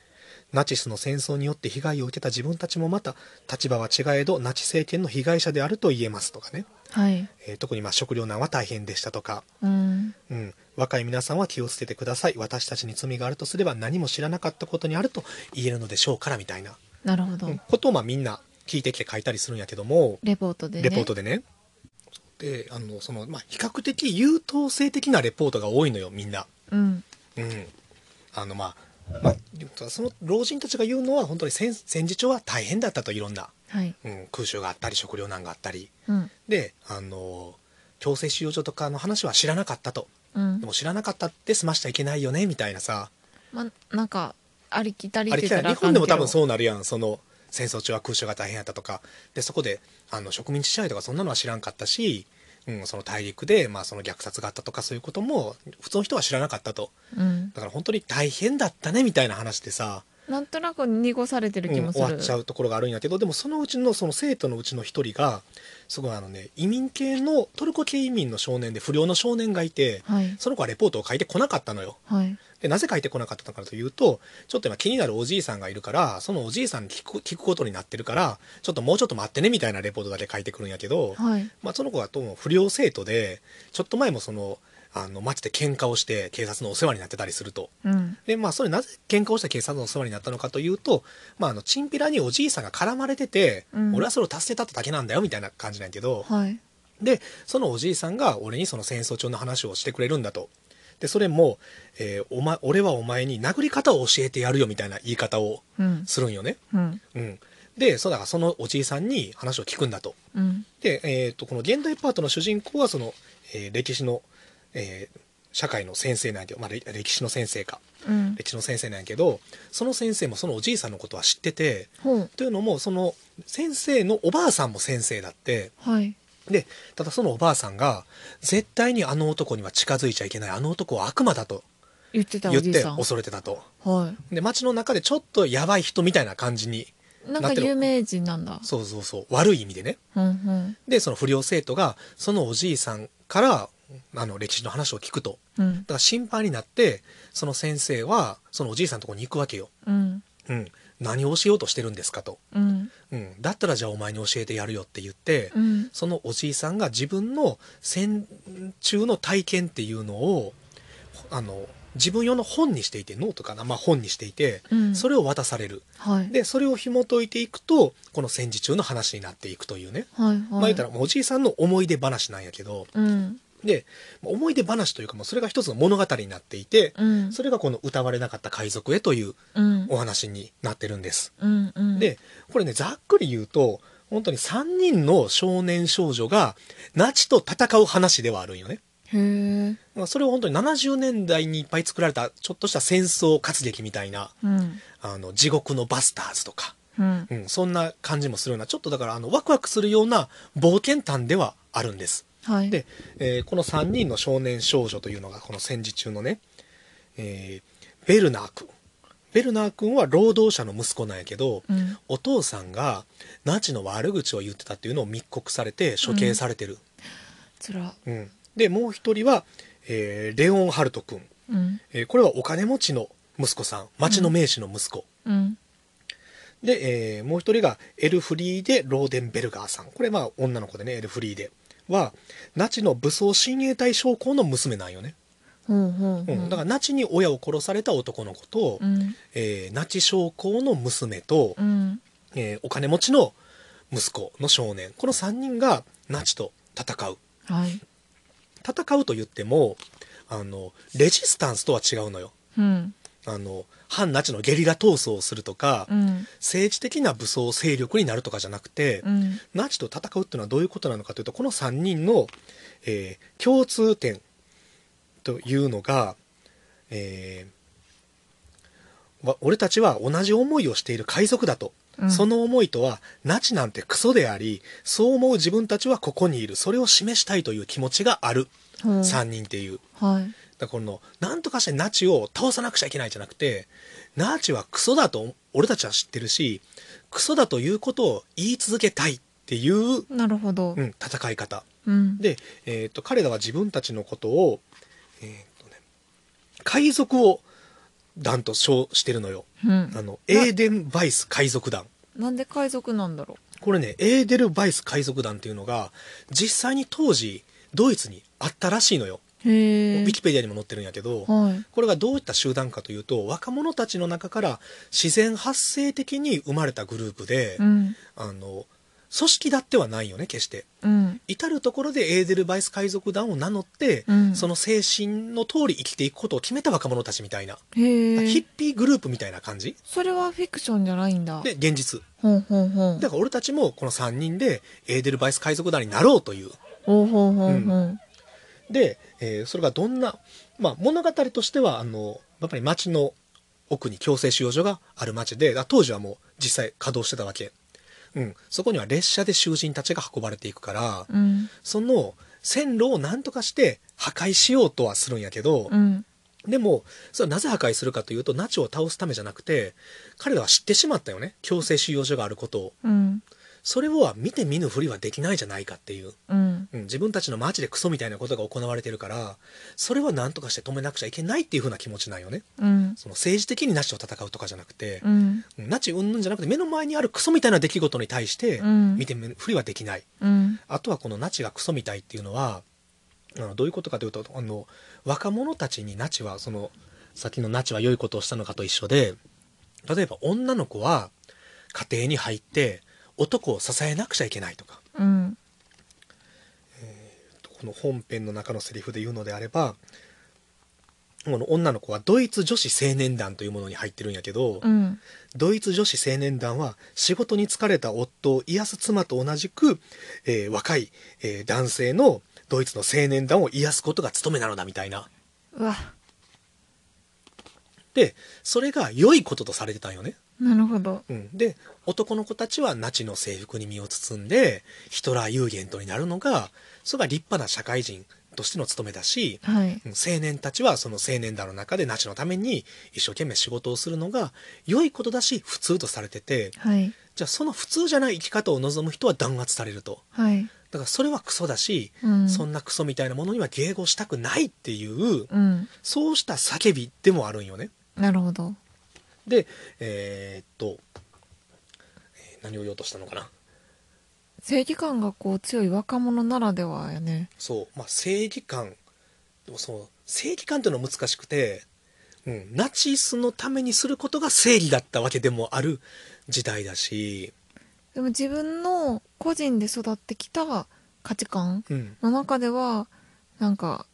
[SPEAKER 1] ナチスの戦争によって被害を受けた自分たちもまた立場は違えどナチ政権の被害者であると言えますとかね、
[SPEAKER 2] はい
[SPEAKER 1] えー特にまあ食糧難は大変でしたとか、
[SPEAKER 2] うん
[SPEAKER 1] うん、若い皆さんは気をつけてください私たちに罪があるとすれば何も知らなかったことにあると言えるのでしょうからみたいな、
[SPEAKER 2] なるほど、
[SPEAKER 1] うんことをまあみんな聞いてきて書いたりするんやけども
[SPEAKER 2] レポートでね
[SPEAKER 1] レポートでね。であのそのまあ、比較的優等生的なレポートが多いのよみんな。
[SPEAKER 2] うん
[SPEAKER 1] うん、あのまあ、まあ、その老人たちが言うのは本当に戦戦時中は大変だったといろんな、
[SPEAKER 2] はい
[SPEAKER 1] うん、空襲があったり食糧難があったり
[SPEAKER 2] うん
[SPEAKER 1] であの強制収容所とかの話は知らなかったと
[SPEAKER 2] うん
[SPEAKER 1] でも知らなかったって済ましちゃいけないよねみたいなさ
[SPEAKER 2] まあなんかありきたりっ
[SPEAKER 1] あ
[SPEAKER 2] て
[SPEAKER 1] れ
[SPEAKER 2] 言
[SPEAKER 1] 来
[SPEAKER 2] った
[SPEAKER 1] た
[SPEAKER 2] ら
[SPEAKER 1] ら
[SPEAKER 2] あ
[SPEAKER 1] 日
[SPEAKER 2] か
[SPEAKER 1] 本
[SPEAKER 2] ん
[SPEAKER 1] で
[SPEAKER 2] け
[SPEAKER 1] も
[SPEAKER 2] ど
[SPEAKER 1] 多分そうなるやんその戦争中は空襲が大変やったとかでそこであの植民地支配とかそんなのは知らんかったし、うん、その大陸で、まあ、その虐殺があったとかそういうことも普通の人は知らなかったと
[SPEAKER 2] うん、
[SPEAKER 1] だから本当に大変だったねみたいな話でさ
[SPEAKER 2] なんとなく濁されてる気もする、
[SPEAKER 1] うん終わっちゃうところがあるんやけどでもそのうちのその生徒のうちの一人がすごいあのね移民系のトルコ系移民の少年で不良の少年がいて
[SPEAKER 2] はい
[SPEAKER 1] その子はレポートを書いてこなかったのよ。
[SPEAKER 2] はい
[SPEAKER 1] でなぜ書いてこなかったのかというとちょっと今気になるおじいさんがいるからそのおじいさんに聞く聞くことになってるからちょっともうちょっと待ってねみたいなレポートだけ書いてくるんやけど、
[SPEAKER 2] はい
[SPEAKER 1] まあ、その子がどうも不良生徒でちょっと前もそのあの街で喧嘩をして警察のお世話になってたりすると。
[SPEAKER 2] うん
[SPEAKER 1] でまあそれなぜ喧嘩をした警察のお世話になったのかというと、まあ、あのチンピラにおじいさんが絡まれてて、
[SPEAKER 2] うん
[SPEAKER 1] 俺はそれを助けたってだけなんだよみたいな感じなんやけど、
[SPEAKER 2] はい
[SPEAKER 1] でそのおじいさんが俺にその戦争中の話をしてくれるんだとでそれも、えーお前俺はお前に殴り方を教えてやるよみたいな言い方を
[SPEAKER 2] うん
[SPEAKER 1] するんよね。
[SPEAKER 2] うん
[SPEAKER 1] うん、でそうだからそのおじいさんに話を聞くんだと。
[SPEAKER 2] うん
[SPEAKER 1] で、えー、とこの現代パートの主人公はその、えー歴史の、えー社会の先生なんやけど、まあ、れ歴史の先生か。
[SPEAKER 2] うん
[SPEAKER 1] 歴史の先生なんやけどその先生もそのおじいさんのことは知ってて
[SPEAKER 2] ほう
[SPEAKER 1] というのもその先生のおばあさんも先生だって
[SPEAKER 2] はい
[SPEAKER 1] でただそのおばあさんが絶対にあの男には近づいちゃいけないあの男は悪魔だと
[SPEAKER 2] 言ってたお
[SPEAKER 1] 言っ
[SPEAKER 2] じい
[SPEAKER 1] て
[SPEAKER 2] さん
[SPEAKER 1] 恐れてたと
[SPEAKER 2] は
[SPEAKER 1] で街の中でちょっとやばい人みたいな感じに
[SPEAKER 2] いなん
[SPEAKER 1] なっ
[SPEAKER 2] か
[SPEAKER 1] てる
[SPEAKER 2] 有名人なんだ
[SPEAKER 1] そうそうそう悪い意味でね
[SPEAKER 2] うんうん
[SPEAKER 1] でその不良生徒がそのおじいさんからあの歴史の話を聞くと
[SPEAKER 2] うん
[SPEAKER 1] だから心配になってその先生はそのおじいさんのところに行くわけよ、
[SPEAKER 2] うん
[SPEAKER 1] うん、何を教えようとしてるんですかと
[SPEAKER 2] うん
[SPEAKER 1] うん、だったらじゃあお前に教えてやるよって言って、
[SPEAKER 2] うん
[SPEAKER 1] そのおじいさんが自分の戦中の体験っていうのをあの自分用の本にしていてノートかな、まあ、本にしていて、
[SPEAKER 2] うん
[SPEAKER 1] それを渡される
[SPEAKER 2] はい
[SPEAKER 1] でそれを紐解いていくとこの戦時中の話になっていくというね、
[SPEAKER 2] はいはい
[SPEAKER 1] まあ言ったらもうおじいさんの思い出話なんやけど
[SPEAKER 2] うん
[SPEAKER 1] でまあ思い出話というかもうそれが一つの物語になっていて、
[SPEAKER 2] うん
[SPEAKER 1] それがこの歌われなかった海賊へという
[SPEAKER 2] うん
[SPEAKER 1] お話になってるんです。
[SPEAKER 2] うんうん
[SPEAKER 1] でこれねざっくり言うと本当に3人の少年少女がナチと戦う話ではあるんよね。
[SPEAKER 2] へえ
[SPEAKER 1] まあそれを本当に70年代にいっぱい作られたちょっとした戦争活劇みたいな
[SPEAKER 2] うん
[SPEAKER 1] あの地獄のバスターズとか、
[SPEAKER 2] うん
[SPEAKER 1] うん、そんな感じもするようなちょっとだからあのワクワクするような冒険譚ではあるんです。
[SPEAKER 2] はい
[SPEAKER 1] で、えーこの3人の少年少女というのがこの戦時中のね、えーベルナー君ベルナー君は労働者の息子なんやけど、
[SPEAKER 2] うん
[SPEAKER 1] お父さんがナチの悪口を言ってたっていうのを密告されて処刑されてる、
[SPEAKER 2] つら
[SPEAKER 1] うんでもう一人は、えーレオンハルト君、
[SPEAKER 2] うん
[SPEAKER 1] えーこれはお金持ちの息子さん町の名士の息子、
[SPEAKER 2] うん
[SPEAKER 1] で、えーもう一人がエルフリーでローデンベルガーさんこれまあ女の子でねエルフリーではナチの武装親衛隊将校の娘なんよね
[SPEAKER 2] ほうほうほ
[SPEAKER 1] う
[SPEAKER 2] う、
[SPEAKER 1] ん、だからナチに親を殺された男の子と、
[SPEAKER 2] うん
[SPEAKER 1] えーナチ将校の娘と、
[SPEAKER 2] うん
[SPEAKER 1] えーお金持ちの息子の少年この3人がナチと戦う
[SPEAKER 2] はい
[SPEAKER 1] 戦うと言ってもあのレジスタンスとは違うのよ
[SPEAKER 2] うん
[SPEAKER 1] あの反ナチのゲリラ闘争をするとか、
[SPEAKER 2] うん
[SPEAKER 1] 政治的な武装勢力になるとかじゃなくて、
[SPEAKER 2] うん
[SPEAKER 1] ナチと戦うっていうのはどういうことなのかというとこの3人の、えー共通点というのが、えーわ俺たちは同じ思いをしている海賊だと、
[SPEAKER 2] うん
[SPEAKER 1] その思いとはナチなんてクソでありそう思う自分たちはここにいるそれを示したいという気持ちがある、
[SPEAKER 2] ほう
[SPEAKER 1] 3人っていう。
[SPEAKER 2] はい
[SPEAKER 1] だからこのなんとかしてナチを倒さなくちゃいけないじゃなくてナチはクソだと俺たちは知ってるしクソだということを言い続けたいっていう、
[SPEAKER 2] なるほど
[SPEAKER 1] うん、戦い方
[SPEAKER 2] うん
[SPEAKER 1] で、えー、と彼らは自分たちのことを、えーとね、海賊を団と称してるのよ
[SPEAKER 2] うん
[SPEAKER 1] あのエーデン・バイス海賊団
[SPEAKER 2] なんで海賊なんだろ
[SPEAKER 1] これねエーデル・バイス海賊団っていうのが実際に当時ドイツにあったらしいのよ、
[SPEAKER 2] うへ
[SPEAKER 1] ウ
[SPEAKER 2] え
[SPEAKER 1] ィキペディアにも載ってるんやけど、
[SPEAKER 2] はい
[SPEAKER 1] これがどういった集団かというと若者たちの中から自然発生的に生まれたグループで、
[SPEAKER 2] うん
[SPEAKER 1] あの組織だってはないよね決して
[SPEAKER 2] うん
[SPEAKER 1] 至る所でエーデルバイス海賊団を名乗って、
[SPEAKER 2] うん
[SPEAKER 1] その精神の通り生きていくことを決めた若者たちみたいな、
[SPEAKER 2] へ
[SPEAKER 1] ヒ
[SPEAKER 2] え
[SPEAKER 1] ッピーグループみたいな感じ
[SPEAKER 2] それはフィクションじゃないんだ
[SPEAKER 1] で現実
[SPEAKER 2] ほうほうほう
[SPEAKER 1] だから俺たちもこの3人でエーデルバイス海賊団になろうという
[SPEAKER 2] ほうほうほうほう
[SPEAKER 1] で、えーそれがどんな、まあ、物語としてはあのやっぱり町の奥に強制収容所がある町であ当時はもう実際稼働してたわけ、うん、そこには列車で囚人たちが運ばれていくから、
[SPEAKER 2] うん
[SPEAKER 1] その線路をなんとかして破壊しようとはするんやけど
[SPEAKER 2] う、ん
[SPEAKER 1] でもそれはなぜ破壊するかというとナチを倒すためじゃなくて彼らは知ってしまったよね強制収容所があることを
[SPEAKER 2] うん
[SPEAKER 1] それを見て見ぬふりはできないじゃないかっていう
[SPEAKER 2] うん
[SPEAKER 1] うん、自分たちのマジでクソみたいなことが行われてるからそれは何とかして止めなくちゃいけないっていう風な気持ちなんよね
[SPEAKER 2] うん
[SPEAKER 1] その政治的にナチと戦うとかじゃなくて
[SPEAKER 2] う、ん
[SPEAKER 1] うんナチ云々じゃなくて目の前にあるクソみたいな出来事に対して
[SPEAKER 2] うん
[SPEAKER 1] 見てみふりはできない、
[SPEAKER 2] うん
[SPEAKER 1] あとはこのナチがクソみたいっていうのはあのどういうことかというとあの若者たちにナチはそのさっきのナチは良いことをしたのかと一緒で例えば女の子は家庭に入って男を支えなくちゃいけないとか
[SPEAKER 2] うん
[SPEAKER 1] この本編の中のセリフで言うのであればこの女の子はドイツ女子青年団というものに入ってるんやけど、
[SPEAKER 2] うん
[SPEAKER 1] ドイツ女子青年団は仕事に疲れた夫を癒す妻と同じく、えー若い、えー男性のドイツの青年団を癒すことが務めなのだみたいな。
[SPEAKER 2] うわ
[SPEAKER 1] でそれが良いこととされてたんよね。
[SPEAKER 2] なるほど
[SPEAKER 1] うん、で男の子たちはナチの制服に身を包んでヒトラー・ユーゲントになるのがそれが立派な社会人としての務めだし、
[SPEAKER 2] はい
[SPEAKER 1] うん青年たちはその青年団の中でナチのために一生懸命仕事をするのが良いことだし普通とされてて
[SPEAKER 2] はい
[SPEAKER 1] じゃあその普通じゃない生き方を望む人は弾圧されると
[SPEAKER 2] はい
[SPEAKER 1] だからそれはクソだし、
[SPEAKER 2] うん
[SPEAKER 1] そんなクソみたいなものには迎合したくないっていう
[SPEAKER 2] うん
[SPEAKER 1] そうした叫びでもあるんよね。
[SPEAKER 2] なるほど
[SPEAKER 1] でえーっとえー何を言おうとしたのかな
[SPEAKER 2] 正義感がこう強い若者ならではやね
[SPEAKER 1] そう、まあ、正義感でもその正義感っていうのは難しくて、うん、ナチスのためにすることが正義だったわけでもある時代だし、
[SPEAKER 2] でも自分の個人で育ってきた価値観
[SPEAKER 1] うん、
[SPEAKER 2] の中ではなんか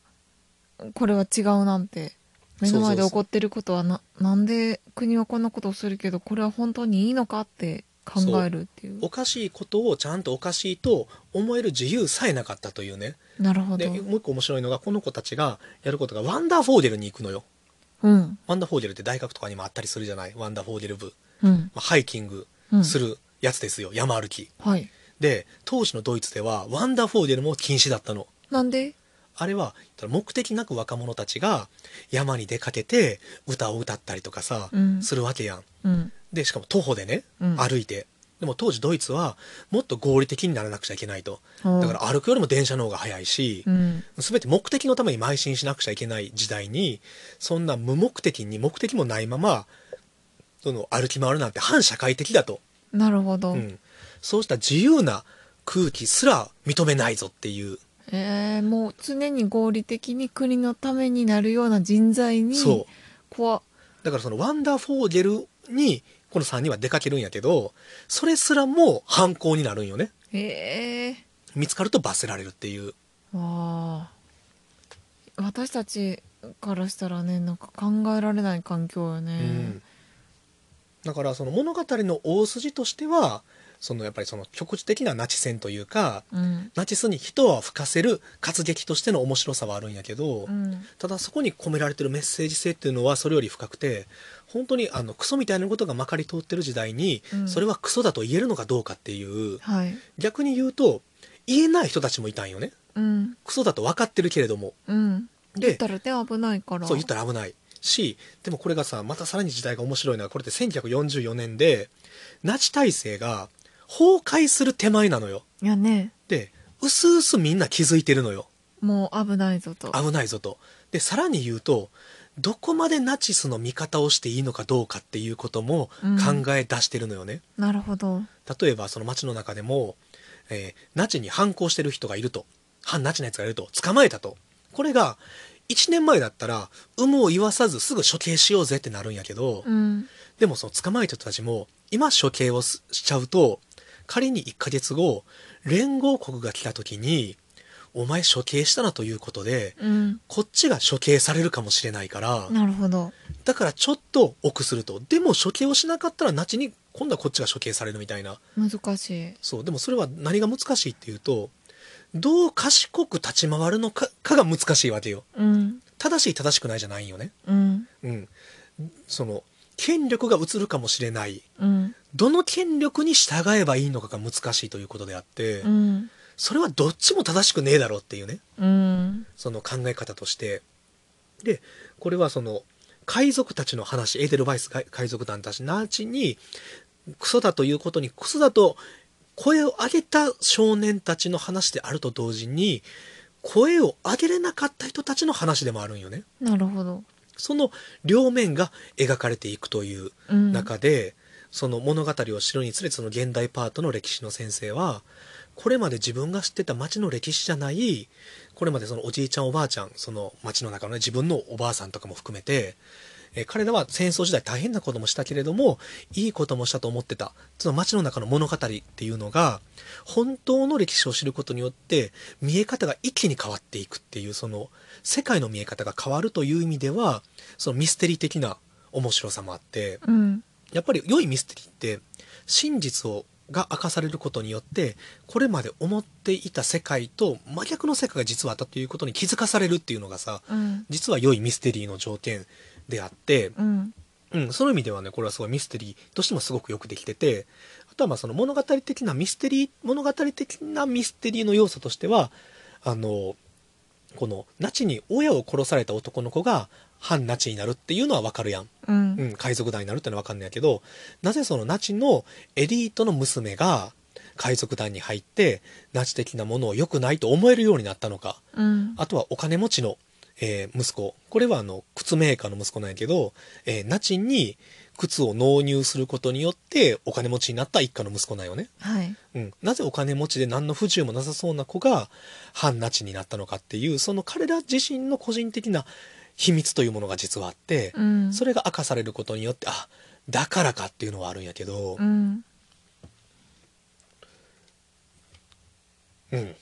[SPEAKER 2] これは違うなんて目の前で
[SPEAKER 1] そうそうそう
[SPEAKER 2] 起こってることはななんで国はこんなことをするけどこれは本当にいいのかって考えるっていう
[SPEAKER 1] おかしいことをちゃんとおかしいと思える自由さえなかったというね
[SPEAKER 2] なるほど
[SPEAKER 1] でもう一個面白いのがこの子たちがやることがワンダーフォーデルに行くのよ
[SPEAKER 2] うん
[SPEAKER 1] ワンダーフォーデルって大学とかにもあったりするじゃないワンダーフォーデル部、
[SPEAKER 2] うん
[SPEAKER 1] まあ、ハイキングするやつですよ、山歩き
[SPEAKER 2] はい
[SPEAKER 1] で当時のドイツではワンダーフォーデルも禁止だったの
[SPEAKER 2] なんで
[SPEAKER 1] あれは目的なく若者たちが山に出かけて歌を歌ったりとかさ、
[SPEAKER 2] うん
[SPEAKER 1] するわけやん。
[SPEAKER 2] うん
[SPEAKER 1] でしかも徒歩でね、
[SPEAKER 2] うん
[SPEAKER 1] 歩いてでも当時ドイツはもっと合理的にならなくちゃいけないと
[SPEAKER 2] うん
[SPEAKER 1] だから歩くよりも電車の方が早いし、
[SPEAKER 2] うん
[SPEAKER 1] 全て目的のために邁進しなくちゃいけない時代にそんな無目的に目的もないままその歩き回るなんて反社会的だと、
[SPEAKER 2] なるほど、
[SPEAKER 1] うんそうした自由な空気すら認めないぞっていう。
[SPEAKER 2] えー、もう常に合理的に国のためになるような人材に
[SPEAKER 1] そう
[SPEAKER 2] 怖っ
[SPEAKER 1] だからそのワンダーフォーゲルにこの3人は出かけるんやけどそれすらも犯行になるんよね
[SPEAKER 2] ええ
[SPEAKER 1] 見つかると罰せられるっていう
[SPEAKER 2] わあ私たちからしたらねなんか考えられない環境よね、
[SPEAKER 1] うんだからその物語の大筋としてはそのやっぱりその局地的なナチ戦というか
[SPEAKER 2] うん
[SPEAKER 1] ナチスに人は吹かせる活劇としての面白さはあるんやけど、
[SPEAKER 2] うん
[SPEAKER 1] ただそこに込められてるメッセージ性っていうのはそれより深くて本当にあのクソみたいなことがまかり通ってる時代に、
[SPEAKER 2] うん
[SPEAKER 1] それはクソだと言えるのかどうかっていう
[SPEAKER 2] はい
[SPEAKER 1] 逆に言うと言えない人たちもいたんよね
[SPEAKER 2] うん
[SPEAKER 1] クソだと分かってるけれども
[SPEAKER 2] うん言っ
[SPEAKER 1] で
[SPEAKER 2] たらね危ないから
[SPEAKER 1] そう言ったら危ないしでもこれがさまたさらに時代が面白いのはこれって1944年でナチ体制が崩壊する手前なのよ
[SPEAKER 2] いやね
[SPEAKER 1] でうすうすみんな気づいてるのよ
[SPEAKER 2] もう危ないぞと
[SPEAKER 1] 危ないぞとでさらに言うとどこまでナチスの味方をしていいのかどうかっていうことも考え出してるのよね、
[SPEAKER 2] なるほど
[SPEAKER 1] 例えばその街の中でも、えーナチに反抗してる人がいると反ナチなやつがいると捕まえたとこれが1年前だったら有無を言わさずすぐ処刑しようぜってなるんやけど、
[SPEAKER 2] うん
[SPEAKER 1] でもその捕まえた人たちも今処刑をしちゃうと仮に1ヶ月後連合国が来た時にお前処刑したなということで
[SPEAKER 2] うん
[SPEAKER 1] こっちが処刑されるかもしれないから、
[SPEAKER 2] なるほど
[SPEAKER 1] だからちょっと臆すると。でも処刑をしなかったらナチに今度はこっちが処刑されるみたいな。
[SPEAKER 2] 難しい
[SPEAKER 1] そう。でもそれは何が難しいっていうと、どう賢く立ち回るのかかが難しいわけよ。
[SPEAKER 2] うん
[SPEAKER 1] 正しい正しくないじゃないよね。
[SPEAKER 2] うん
[SPEAKER 1] うん。その、権力が移るかもしれない。
[SPEAKER 2] うん
[SPEAKER 1] どの権力に従えばいいのかが難しいということであって、
[SPEAKER 2] うん
[SPEAKER 1] それはどっちも正しくねえだろうっていうね。
[SPEAKER 2] うん
[SPEAKER 1] その考え方としてでこれはその海賊たちの話エーデルバイス海海賊団たちナーチにクソだということにクソだと声を上げた少年たちの話であると同時に声を上げれなかった人たちの話でもあるんよね。
[SPEAKER 2] なるほど
[SPEAKER 1] その両面が描かれていくという
[SPEAKER 2] うん
[SPEAKER 1] 中で、その物語を知るにつれその現代パートの歴史の先生はこれまで自分が知ってた町の歴史じゃないこれまでそのおじいちゃんおばあちゃんその町の中の、ね、自分のおばあさんとかも含めて、えー彼らは戦争時代大変なこともしたけれどもいいこともしたと思ってたその町の中の物語っていうのが本当の歴史を知ることによって見え方が一気に変わっていくっていうその世界の見え方が変わるという意味ではそのミステリー的な面白さもあって。
[SPEAKER 2] うん
[SPEAKER 1] やっぱり良いミステリーって真実をが明かされることによってこれまで思っていた世界と真逆の世界が実はあったということに気づかされるっていうのがさ
[SPEAKER 2] うん
[SPEAKER 1] 実は良いミステリーの条件であって、
[SPEAKER 2] うん
[SPEAKER 1] うん、その意味ではねこれはすごいミステリーとしてもすごくよくできててあとはまあその物語的なミステリー物語的なミステリーの要素としてはあのこのナチに親を殺された男の子が反ナチになるっていうのはわかるやん。
[SPEAKER 2] うん
[SPEAKER 1] うん、海賊団になるってのは分かんないけどなぜそのナチのエリートの娘が海賊団に入ってナチ的なものを良くないと思えるようになったのか
[SPEAKER 2] うん
[SPEAKER 1] あとはお金持ちの、えー息子これはあの靴メーカーの息子なんやけど、えーナチに靴を納入することによってお金持ちになった一家の息子なんよね、
[SPEAKER 2] はい
[SPEAKER 1] うん、なぜお金持ちで何の不自由もなさそうな子が反ナチになったのかっていうその彼ら自身の個人的な秘密というものが実はあって、
[SPEAKER 2] うん
[SPEAKER 1] それが明かされることによってあだからかっていうのはあるんやけど
[SPEAKER 2] う、ん
[SPEAKER 1] うん、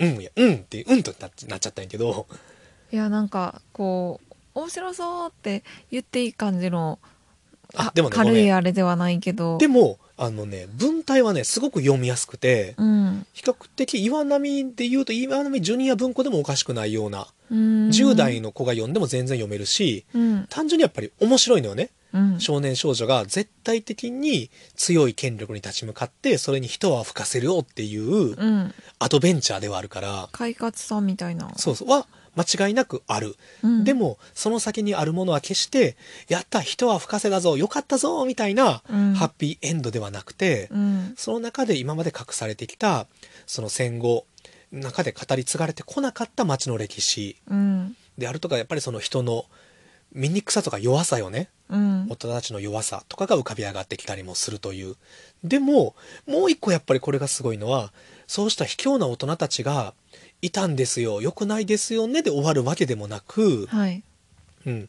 [SPEAKER 1] うん、いや、うんって、うんとなっなっちゃったんやけど、
[SPEAKER 2] いやなんかこう面白そうって言っていい感じの
[SPEAKER 1] あ
[SPEAKER 2] あ、
[SPEAKER 1] でもね、ご
[SPEAKER 2] 軽
[SPEAKER 1] め
[SPEAKER 2] い
[SPEAKER 1] ん。
[SPEAKER 2] あれではないけど
[SPEAKER 1] でも、あのね、文体はね、すごく読みやすくて、
[SPEAKER 2] うん
[SPEAKER 1] 比較的岩波で言うと、岩波ジュニア文庫でもおかしくないような、
[SPEAKER 2] うん
[SPEAKER 1] 10代の子が読んでも全然読めるし、
[SPEAKER 2] うん
[SPEAKER 1] 単純にやっぱり面白いのよね。
[SPEAKER 2] うん
[SPEAKER 1] 少年少女が絶対的に強い権力に立ち向かって、それに人は吹かせるよっていう
[SPEAKER 2] うん
[SPEAKER 1] アドベンチャーではあるから、
[SPEAKER 2] 快活さみたいな
[SPEAKER 1] そうそう、は間違いなくある。
[SPEAKER 2] うん
[SPEAKER 1] でも、その先にあるものは決して、やった、人は深瀬だぞ、よかったぞ、みたいな、
[SPEAKER 2] うん
[SPEAKER 1] ハッピーエンドではなくて、
[SPEAKER 2] うん
[SPEAKER 1] その中で今まで隠されてきた、その戦後、中で語り継がれてこなかった街の歴史
[SPEAKER 2] うん
[SPEAKER 1] であるとか、やっぱりその人の醜さとか弱さよね。
[SPEAKER 2] うん
[SPEAKER 1] 大人たちの弱さとかが浮かび上がってきたりもするという。でも、もう一個やっぱりこれがすごいのは、そうした卑怯な大人たちがいたんですよ良くないですよねで終わるわけでもなく、
[SPEAKER 2] はい
[SPEAKER 1] うん、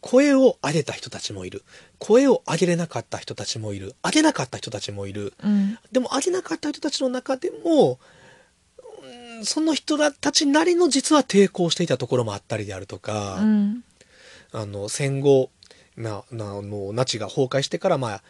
[SPEAKER 1] 声を上げた人たちもいる声を上げれなかった人たちもいる上げなかった人たちもいる
[SPEAKER 2] うん
[SPEAKER 1] でも上げなかった人たちの中でも、うん、その人たちなりの実は抵抗していたところもあったりであるとか、
[SPEAKER 2] うん
[SPEAKER 1] あの戦後ななあのナチが崩壊してから、まあ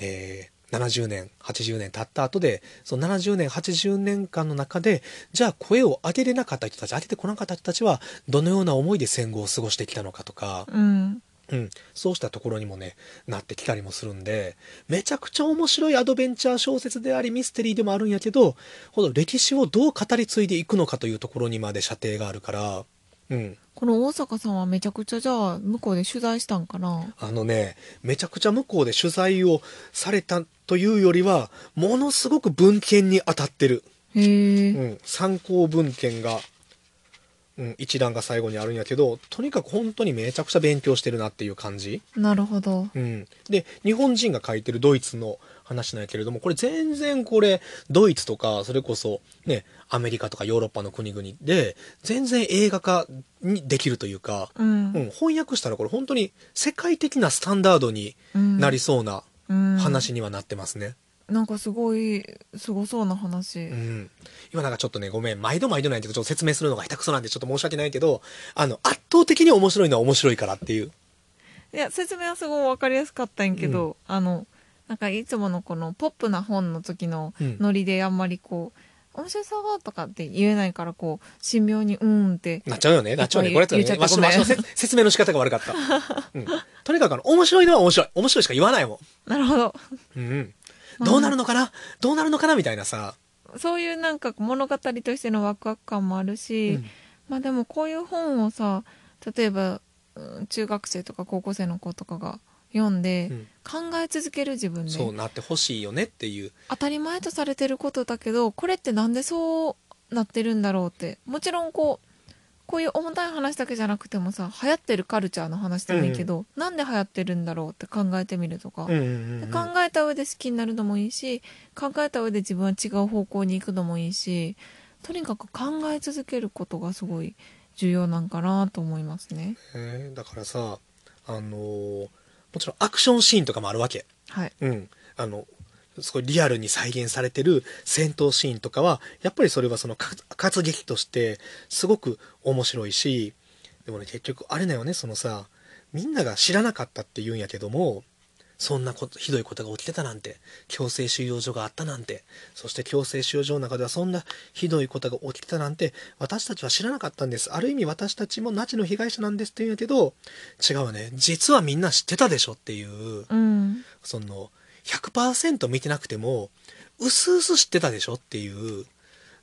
[SPEAKER 1] えー70年80年経った後でその70年80年間の中でじゃあ声を上げれなかった人たち上げてこなかった人たちはどのような思いで戦後を過ごしてきたのかとか、
[SPEAKER 2] うん
[SPEAKER 1] うん、そうしたところにもねなってきたりもするんでめちゃくちゃ面白いアドベンチャー小説でありミステリーでもあるんやけどこの歴史をどう語り継いでいくのかというところにまで射程があるから。うん
[SPEAKER 2] この大阪さんはめちゃくちゃじゃあ向こうで取材したんかな
[SPEAKER 1] あのね、めちゃくちゃ向こうで取材をされたというよりは、ものすごく文献に当たってる。
[SPEAKER 2] へえ、
[SPEAKER 1] うん、参考文献が、うん、一覧が最後にあるんやけど、とにかく本当にめちゃくちゃ勉強してるなっていう感じ。
[SPEAKER 2] なるほど
[SPEAKER 1] うん、で日本人が書いてるドイツの話なんやけれどもこれ全然これドイツとかそれこそねアメリカとかヨーロッパの国々で全然映画化にできるというか、
[SPEAKER 2] うん、
[SPEAKER 1] うん、翻訳したらこれ本当に世界的なスタンダードに
[SPEAKER 2] うん
[SPEAKER 1] なりそうな
[SPEAKER 2] うん
[SPEAKER 1] 話にはなってますね。
[SPEAKER 2] なんかすごいすごそうな話、
[SPEAKER 1] うん、今なんかちょっとねごめん毎度毎度なんやけどちょっと説明するのが下手くそなんでちょっと申し訳ないけどあの圧倒的に面白いのは面白いからっていう。
[SPEAKER 2] いや説明はすごい分かりやすかったんやけど、あのなんかいつものこのポップな本の時の
[SPEAKER 1] うん
[SPEAKER 2] ノリであんまりこう「面白さは?」とかって言えないからこう神妙に「うーん」って
[SPEAKER 1] なっちゃうよね。なっちゃうね。
[SPEAKER 2] 言
[SPEAKER 1] こ
[SPEAKER 2] っ
[SPEAKER 1] れ
[SPEAKER 2] ち
[SPEAKER 1] とね
[SPEAKER 2] ゃう言っちゃった
[SPEAKER 1] わしの
[SPEAKER 2] ごめん
[SPEAKER 1] わしの説説明の仕方が悪か
[SPEAKER 2] (laughs)
[SPEAKER 1] った。うん、とにかくあの、面白いのは面白い。面白いしか言わないも
[SPEAKER 2] なるほど
[SPEAKER 1] ん。うんうん。
[SPEAKER 2] まあ
[SPEAKER 1] どうなるのかなどうなるのかなみたいなさ。
[SPEAKER 2] そういうなんか物語としてのワクワク感もある
[SPEAKER 1] う
[SPEAKER 2] し、
[SPEAKER 1] ん。
[SPEAKER 2] まあでもこういう本をさ例えばうん中学生とか高校生の子とかが読んで、
[SPEAKER 1] うん
[SPEAKER 2] 考え続ける自分で
[SPEAKER 1] そうなってほしいよねっていう。
[SPEAKER 2] 当たり前とされてることだけどこれってなんでそうなってるんだろうってもちろんこうこういう重たい話だけじゃなくてもさ流行ってるカルチャーの話でもいいけど、なんで流行ってるんだろうって考えてみるとか、
[SPEAKER 1] うんうん
[SPEAKER 2] で
[SPEAKER 1] うん
[SPEAKER 2] 考えた上で好きになるのもいいし考えた上で自分は違う方向に行くのもいいしとにかく考え続けることがすごい重要なんかなと思いますね。
[SPEAKER 1] えーだからさ、あのーもちろんアクションシーンとかもあるわけ。
[SPEAKER 2] はい、
[SPEAKER 1] うん、あのすごいリアルに再現されてる戦闘シーンとかはやっぱりそれはそのか活劇としてすごく面白いしでもね結局あれだよねそのさみんなが知らなかったって言うんやけどもそんなことひどいことが起きてたなんて強制収容所があったなんてそして強制収容所の中ではそんなひどいことが起きてたなんて私たちは知らなかったんですある意味私たちもナチの被害者なんですって言うんやけど違うね実はみんな知ってたでしょっていう。
[SPEAKER 2] うん
[SPEAKER 1] その100%見てなくてもうすうす知ってたでしょっていう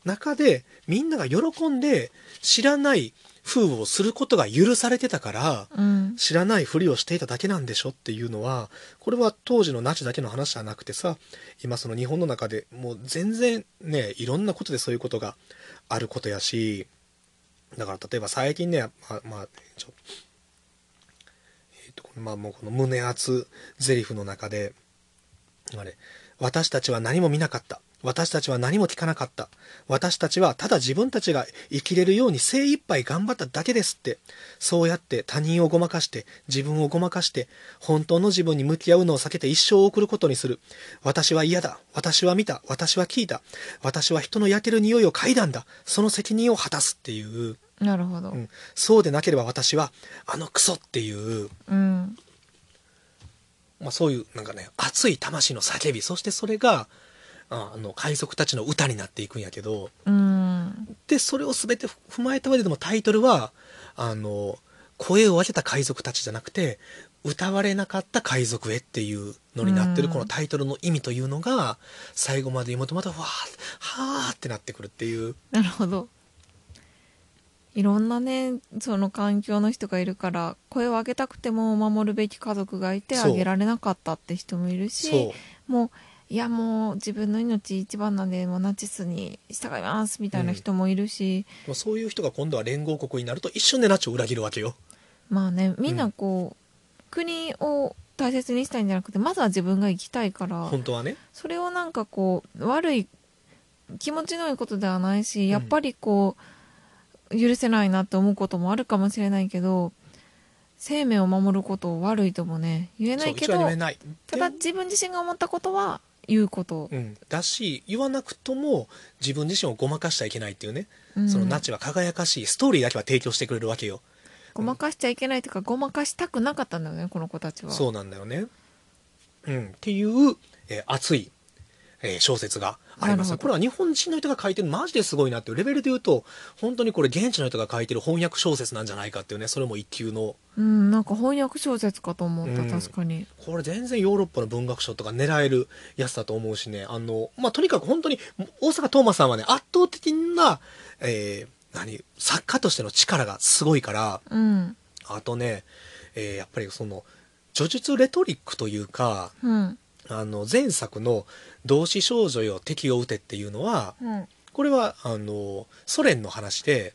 [SPEAKER 1] 中でみんなが喜んで知らない風をすることが許されてたから
[SPEAKER 2] うん
[SPEAKER 1] 知らないふりをしていただけなんでしょっていうのはこれは当時のナチだけの話じゃなくてさ今その日本の中でもう全然ねいろんなことでそういうことがあることやしだから例えば最近ねまあ、まあ、ちょえっとまあもうこの胸熱ゼリフの中であれ私たちは何も見なかった私たちは何も聞かなかった私たちはただ自分たちが生きれるように精一杯頑張っただけですってそうやって他人をごまかして自分をごまかして本当の自分に向き合うのを避けて一生を送ることにする私は嫌だ私は見た私は聞いた私は人の焼ける匂いを嗅いだんだその責任を果たすっていう、
[SPEAKER 2] なるほど、
[SPEAKER 1] うん、そうでなければ私はあのクソっていう
[SPEAKER 2] うん
[SPEAKER 1] まあ、そういうなんかね熱い魂の叫びそしてそれがああの海賊たちの歌になっていくんやけど
[SPEAKER 2] うん
[SPEAKER 1] でそれを全て踏まえた上ででもタイトルはあの声を上げた海賊たちじゃなくて歌われなかった海賊へっていうのになってる
[SPEAKER 2] うん
[SPEAKER 1] このタイトルの意味というのが最後まで読むとまたわーはーってなってくるっていう
[SPEAKER 2] なるほどいろんなねその環境の人がいるから声を上げたくても守るべき家族がいて
[SPEAKER 1] そう
[SPEAKER 2] 上げられなかったって人もいるし
[SPEAKER 1] そう
[SPEAKER 2] もういやもう自分の命一番なんでもうナチスに従いますみたいな人もいるし、
[SPEAKER 1] まあそういう人が今度は連合国になると一瞬でナチを裏切るわけよ。
[SPEAKER 2] まあねみんなこう、国を大切にしたいんじゃなくてまずは自分が生きたいから
[SPEAKER 1] 本当はね
[SPEAKER 2] それをなんかこう悪い気持ちのいいことではないしやっぱりこう、許せないなって思うこともあるかもしれないけど生命を守ることを悪いともね言えな
[SPEAKER 1] そう
[SPEAKER 2] いうけ
[SPEAKER 1] ち
[SPEAKER 2] ど
[SPEAKER 1] は言えない
[SPEAKER 2] ただ自分自身が思ったことは言うこと、
[SPEAKER 1] うん、だし言わなくとも自分自身をごまかしちゃいけないっていうね、
[SPEAKER 2] うん
[SPEAKER 1] そのナチは輝かしいストーリーだけは提供してくれるわけよ
[SPEAKER 2] ごまかしちゃいけないというかごまかしたくなかったんだよねこの子たちは
[SPEAKER 1] そうなんだよね、うん、っていう、えー熱い、えー小説がありま
[SPEAKER 2] なる
[SPEAKER 1] す
[SPEAKER 2] ほど
[SPEAKER 1] これは日本人の人が書いてるマジですごいなっていうレベルで言うと本当にこれ現地の人が書いてる翻訳小説なんじゃないかっていうねそれも一級の
[SPEAKER 2] うんなんか翻訳小説かと思った、
[SPEAKER 1] うん
[SPEAKER 2] 確かに
[SPEAKER 1] これ全然ヨーロッパの文学賞とか狙えるやつだと思うしねあの、まあ、とにかく本当に大阪トーマさんはね圧倒的な、えー何作家としての力がすごいから
[SPEAKER 2] うん
[SPEAKER 1] あとね、えーやっぱりその叙述レトリックというか
[SPEAKER 2] うん
[SPEAKER 1] あの前作の「同志少女よ敵を撃て」っていうのは
[SPEAKER 2] うん
[SPEAKER 1] これはあのソ連の話で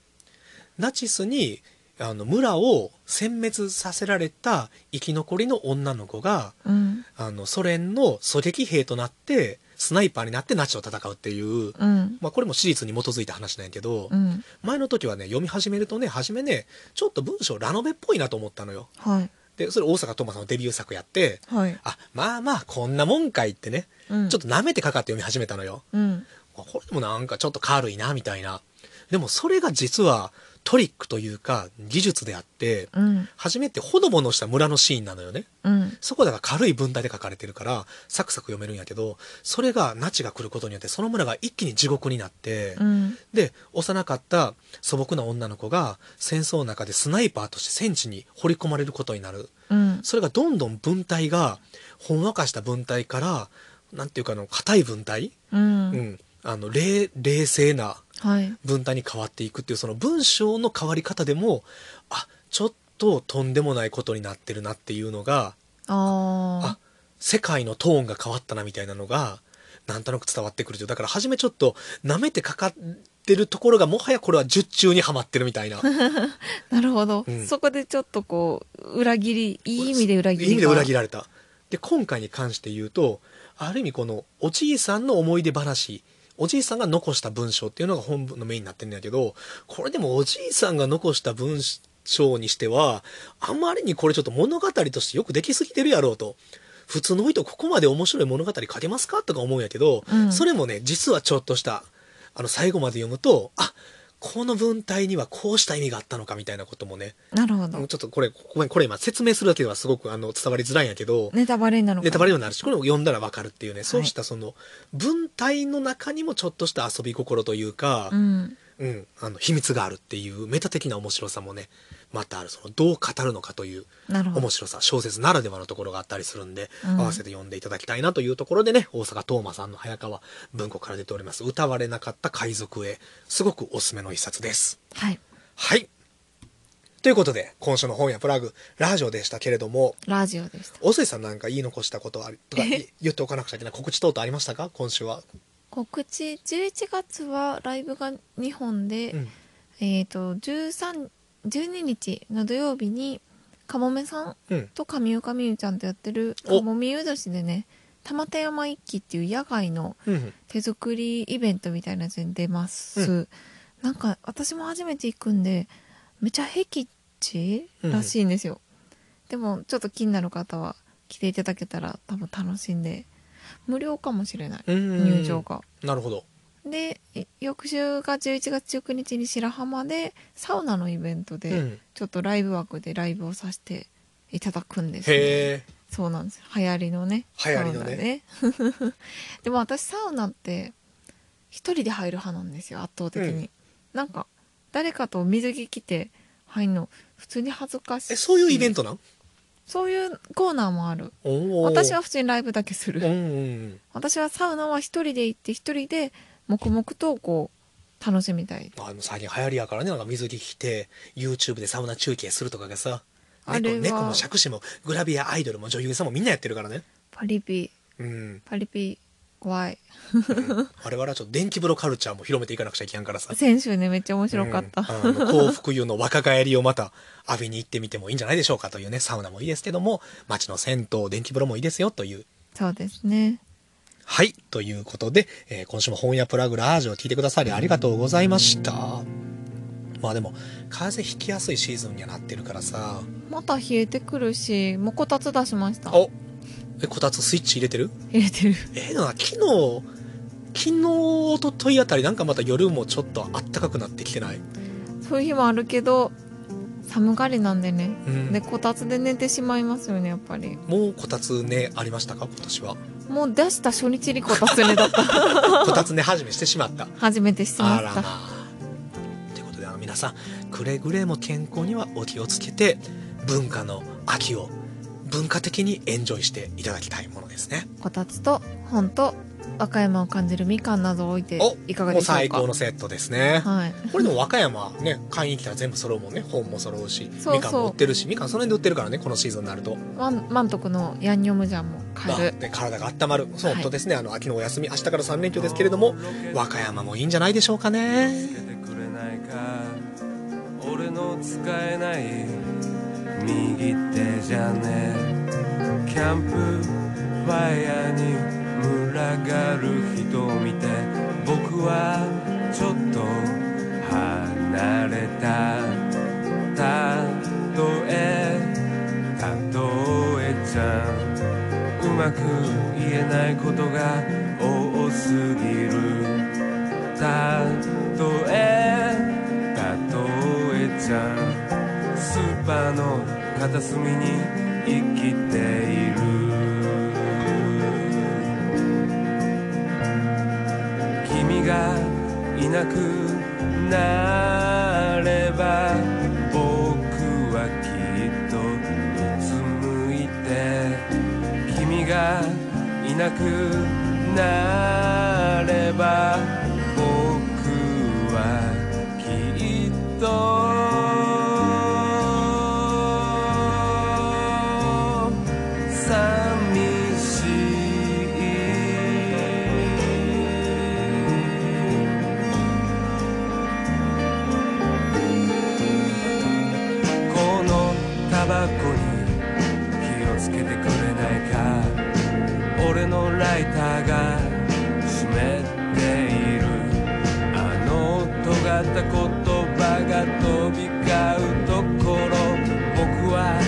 [SPEAKER 1] ナチスにあの村を殲滅させられた生き残りの女の子が
[SPEAKER 2] うん
[SPEAKER 1] あのソ連の狙撃兵となってスナイパーになってナチと戦うっていう、
[SPEAKER 2] うん
[SPEAKER 1] まあ、これも史実に基づいた話なんやけど、
[SPEAKER 2] うん
[SPEAKER 1] 前の時はね読み始めるとね初めねちょっと文章ラノベっぽいなと思ったのよ。
[SPEAKER 2] はい
[SPEAKER 1] でそれ大阪トーマさんのデビュー作やって
[SPEAKER 2] はい
[SPEAKER 1] あまあまあこんなもんかいってね、
[SPEAKER 2] うん
[SPEAKER 1] ちょっと舐めてかかって読み始めたのよ。
[SPEAKER 2] うん
[SPEAKER 1] あこれでもなんかちょっと軽いなみたいな。でもそれが実はトリックというか技術であって、
[SPEAKER 2] うん
[SPEAKER 1] 初めてほのぼのした村のシーンなのよね。
[SPEAKER 2] うん
[SPEAKER 1] そこだから軽い文体で書かれてるからサクサク読めるんやけどそれがナチが来ることによってその村が一気に地獄になって、
[SPEAKER 2] うん
[SPEAKER 1] で幼かった素朴な女の子が戦争の中でスナイパーとして戦地に掘り込まれることになる
[SPEAKER 2] うん
[SPEAKER 1] それがどんどん文体がほんわかした文体からなんていうかあの硬い文体、
[SPEAKER 2] う
[SPEAKER 1] うん
[SPEAKER 2] ん
[SPEAKER 1] あの冷冷静な
[SPEAKER 2] はい
[SPEAKER 1] 文体に変わっていくっていうその文章の変わり方でもあちょっととんでもないことになってるなっていうのが
[SPEAKER 2] あ
[SPEAKER 1] あ世界のトーンが変わったなみたいなのがなんとなく伝わってくるというだから初めちょっとなめてかかってるところがもはやこれは術中にはまってるみたいな
[SPEAKER 2] あなるほど、
[SPEAKER 1] うん
[SPEAKER 2] そこでちょっとこう裏切りいい意味で裏切り
[SPEAKER 1] いい意味で裏切
[SPEAKER 2] り
[SPEAKER 1] られたで今回に関して言うとある意味このおじいさんの思い出話おじいさんが残した文章っていうのが本文のメインになってるんだけどこれでもおじいさんが残した文章にしてはあまりにこれちょっと物語としてよくできすぎてるやろうと普通の人ここまで面白い物語書けますかとか思うんやけど、
[SPEAKER 2] うん
[SPEAKER 1] それもね実はちょっとしたあの最後まで読むとあこの文体にはこうした意味があったのかみたいなこともね
[SPEAKER 2] なるほ
[SPEAKER 1] あの
[SPEAKER 2] ど
[SPEAKER 1] ちょっとこれ、ごめん、これ今説明するだけではすごくあの伝わりづらいんやけど、
[SPEAKER 2] ネタバレになるのか
[SPEAKER 1] ネタバレにもなるし、これも読んだらわかるっていうね、そう
[SPEAKER 2] はい
[SPEAKER 1] したその文体の中にもちょっとした遊び心というか
[SPEAKER 2] う、ん
[SPEAKER 1] うん、あの秘密があるっていうメタ的な面白さもね、またある、そのどう語るのかという
[SPEAKER 2] なるほど
[SPEAKER 1] 面白さ、小説ならではのところがあったりするんで、
[SPEAKER 2] うん
[SPEAKER 1] 合わせて読んでいただきたいなというところでね、大阪トーマさんの早川文庫から出ております、歌われなかった海賊へ、すごくおすすめの一冊です。
[SPEAKER 2] はい
[SPEAKER 1] はい。ということで、今週の本やプラグ、ラジオでしたけれども、
[SPEAKER 2] ラジオでした
[SPEAKER 1] 大水さんなんか言い残したことありとかい言っておかなくちゃいけない告知等々ありましたか今週は。
[SPEAKER 2] 告知11月はライブが2本で、
[SPEAKER 1] うん。
[SPEAKER 2] えっ、と13 12日の土曜日にかもめさん
[SPEAKER 1] うん。
[SPEAKER 2] と上岡美優ちゃんとやってる「
[SPEAKER 1] お
[SPEAKER 2] かもみゆ年」でね玉手山一揆っていう野外の
[SPEAKER 1] うん。
[SPEAKER 2] 手作りイベントみたいなやつに出ます、
[SPEAKER 1] う
[SPEAKER 2] なんか私も初めて行くんでめちゃ僻地らしいんですよ、でもちょっと気になる方は来ていただけたら多分楽しんで無料かもしれない、
[SPEAKER 1] うん
[SPEAKER 2] 入場が
[SPEAKER 1] なるほど。
[SPEAKER 2] でえ翌週が11月19日に白浜でサウナのイベント
[SPEAKER 1] う
[SPEAKER 2] で
[SPEAKER 1] ん。
[SPEAKER 2] ちょっとライブ枠でライブをさせていただくんです、
[SPEAKER 1] へえ。
[SPEAKER 2] そうなんです流行りのね
[SPEAKER 1] 流行りのね
[SPEAKER 2] サウナねで (laughs) も私サウナって一人で入る派なんですよ圧倒的に、
[SPEAKER 1] うん
[SPEAKER 2] なんか誰かと水着着て入るの普通に恥ずかしい
[SPEAKER 1] え、そういうイベントなん、
[SPEAKER 2] そういうコーナーもある
[SPEAKER 1] おお。
[SPEAKER 2] 私は。普通にライブだけす
[SPEAKER 1] うんう
[SPEAKER 2] る
[SPEAKER 1] ん。
[SPEAKER 2] 私はサウナは一人で行って一人で黙々とこう楽しみたい
[SPEAKER 1] あの最近流行りやからね、なんか水着着て、YouTube でサウナ中継するとかがさ、
[SPEAKER 2] あれ
[SPEAKER 1] 猫
[SPEAKER 2] は
[SPEAKER 1] 猫も杓子もグラビアアイドルも女優さんもみんなやってるからね。
[SPEAKER 2] パリピ (laughs)
[SPEAKER 1] うん。
[SPEAKER 2] パリピ怖い
[SPEAKER 1] 我々はちょっと電気風呂カルチャーも広めていかなくちゃいけんからさ。
[SPEAKER 2] 先週ねめっちゃ面白かった、
[SPEAKER 1] うんあの幸福湯の若返りをまた浴びに行ってみてもいいんじゃないでしょうかというね、サウナもいいですけども、街の銭湯、電気風呂もいいですよという。
[SPEAKER 2] そうですね
[SPEAKER 1] はい。ということで、えー今週も本屋プラグラージュを聞いてくださりありがとうございました。まあでも、風邪ひきやすいシーズンにはなってるからさ。
[SPEAKER 2] また冷えてくるしもうこたつ出しました
[SPEAKER 1] おえ、こたつスイッチ入れてる
[SPEAKER 2] 入れてる
[SPEAKER 1] ええな、昨日、昨日、おとといあたりなんかまた夜もちょっとあったかくなってきてない。
[SPEAKER 2] そういう日もあるけど寒がりなんでね
[SPEAKER 1] うん
[SPEAKER 2] で。こたつで寝てしまいますよねやっぱり
[SPEAKER 1] もうこたつね、ありましたか今年は。
[SPEAKER 2] もう出した初日にこたつ寝だ
[SPEAKER 1] (laughs)
[SPEAKER 2] った
[SPEAKER 1] こたつね、始めしてしまった。
[SPEAKER 2] 初めてしてま
[SPEAKER 1] あ
[SPEAKER 2] し
[SPEAKER 1] らま
[SPEAKER 2] た
[SPEAKER 1] あ。ということであの皆さんくれぐれも健康にはお気をつけて文化の秋を文化的にエンジョイしていただきたいものですね。
[SPEAKER 2] こたつと本と和歌山を感じるみかんなどを置いて
[SPEAKER 1] お
[SPEAKER 2] いか
[SPEAKER 1] も
[SPEAKER 2] がで
[SPEAKER 1] う
[SPEAKER 2] しょうか
[SPEAKER 1] 最高のセットですね。
[SPEAKER 2] はい、
[SPEAKER 1] これでも和歌山ね買いに来たら全部揃うもんね本も揃うし
[SPEAKER 2] そうそう
[SPEAKER 1] みかんも売ってるしみかんその辺で売ってるからねこのシーズンになると、
[SPEAKER 2] まん満徳のヤンニョムジャンも買える
[SPEAKER 1] まあね体が温まるそう
[SPEAKER 2] はい
[SPEAKER 1] 本当ですね、あの秋のお休み明日から3連休ですけれども和歌山もいいんじゃないでしょうかね
[SPEAKER 3] 助けてくれないか俺の使えない右手じゃねえキャンプファイヤーに群がる人を見て僕はちょっと離れたたとえたとえちゃんうまく言えないことが多すぎるたとえたとえちゃんスーパーの片隅に生きている君がいなくなれば僕はきっとうつむいて君がいなくなれば僕はきっと寂しいこのタバコに火をつけてくれないか俺のライターが湿っているあの尖った言葉が飛び交うところ僕は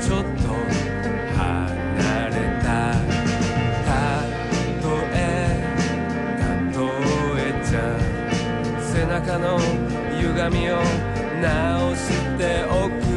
[SPEAKER 3] ちょっと離れたたとえたとえちゃん背中の歪みを直しておく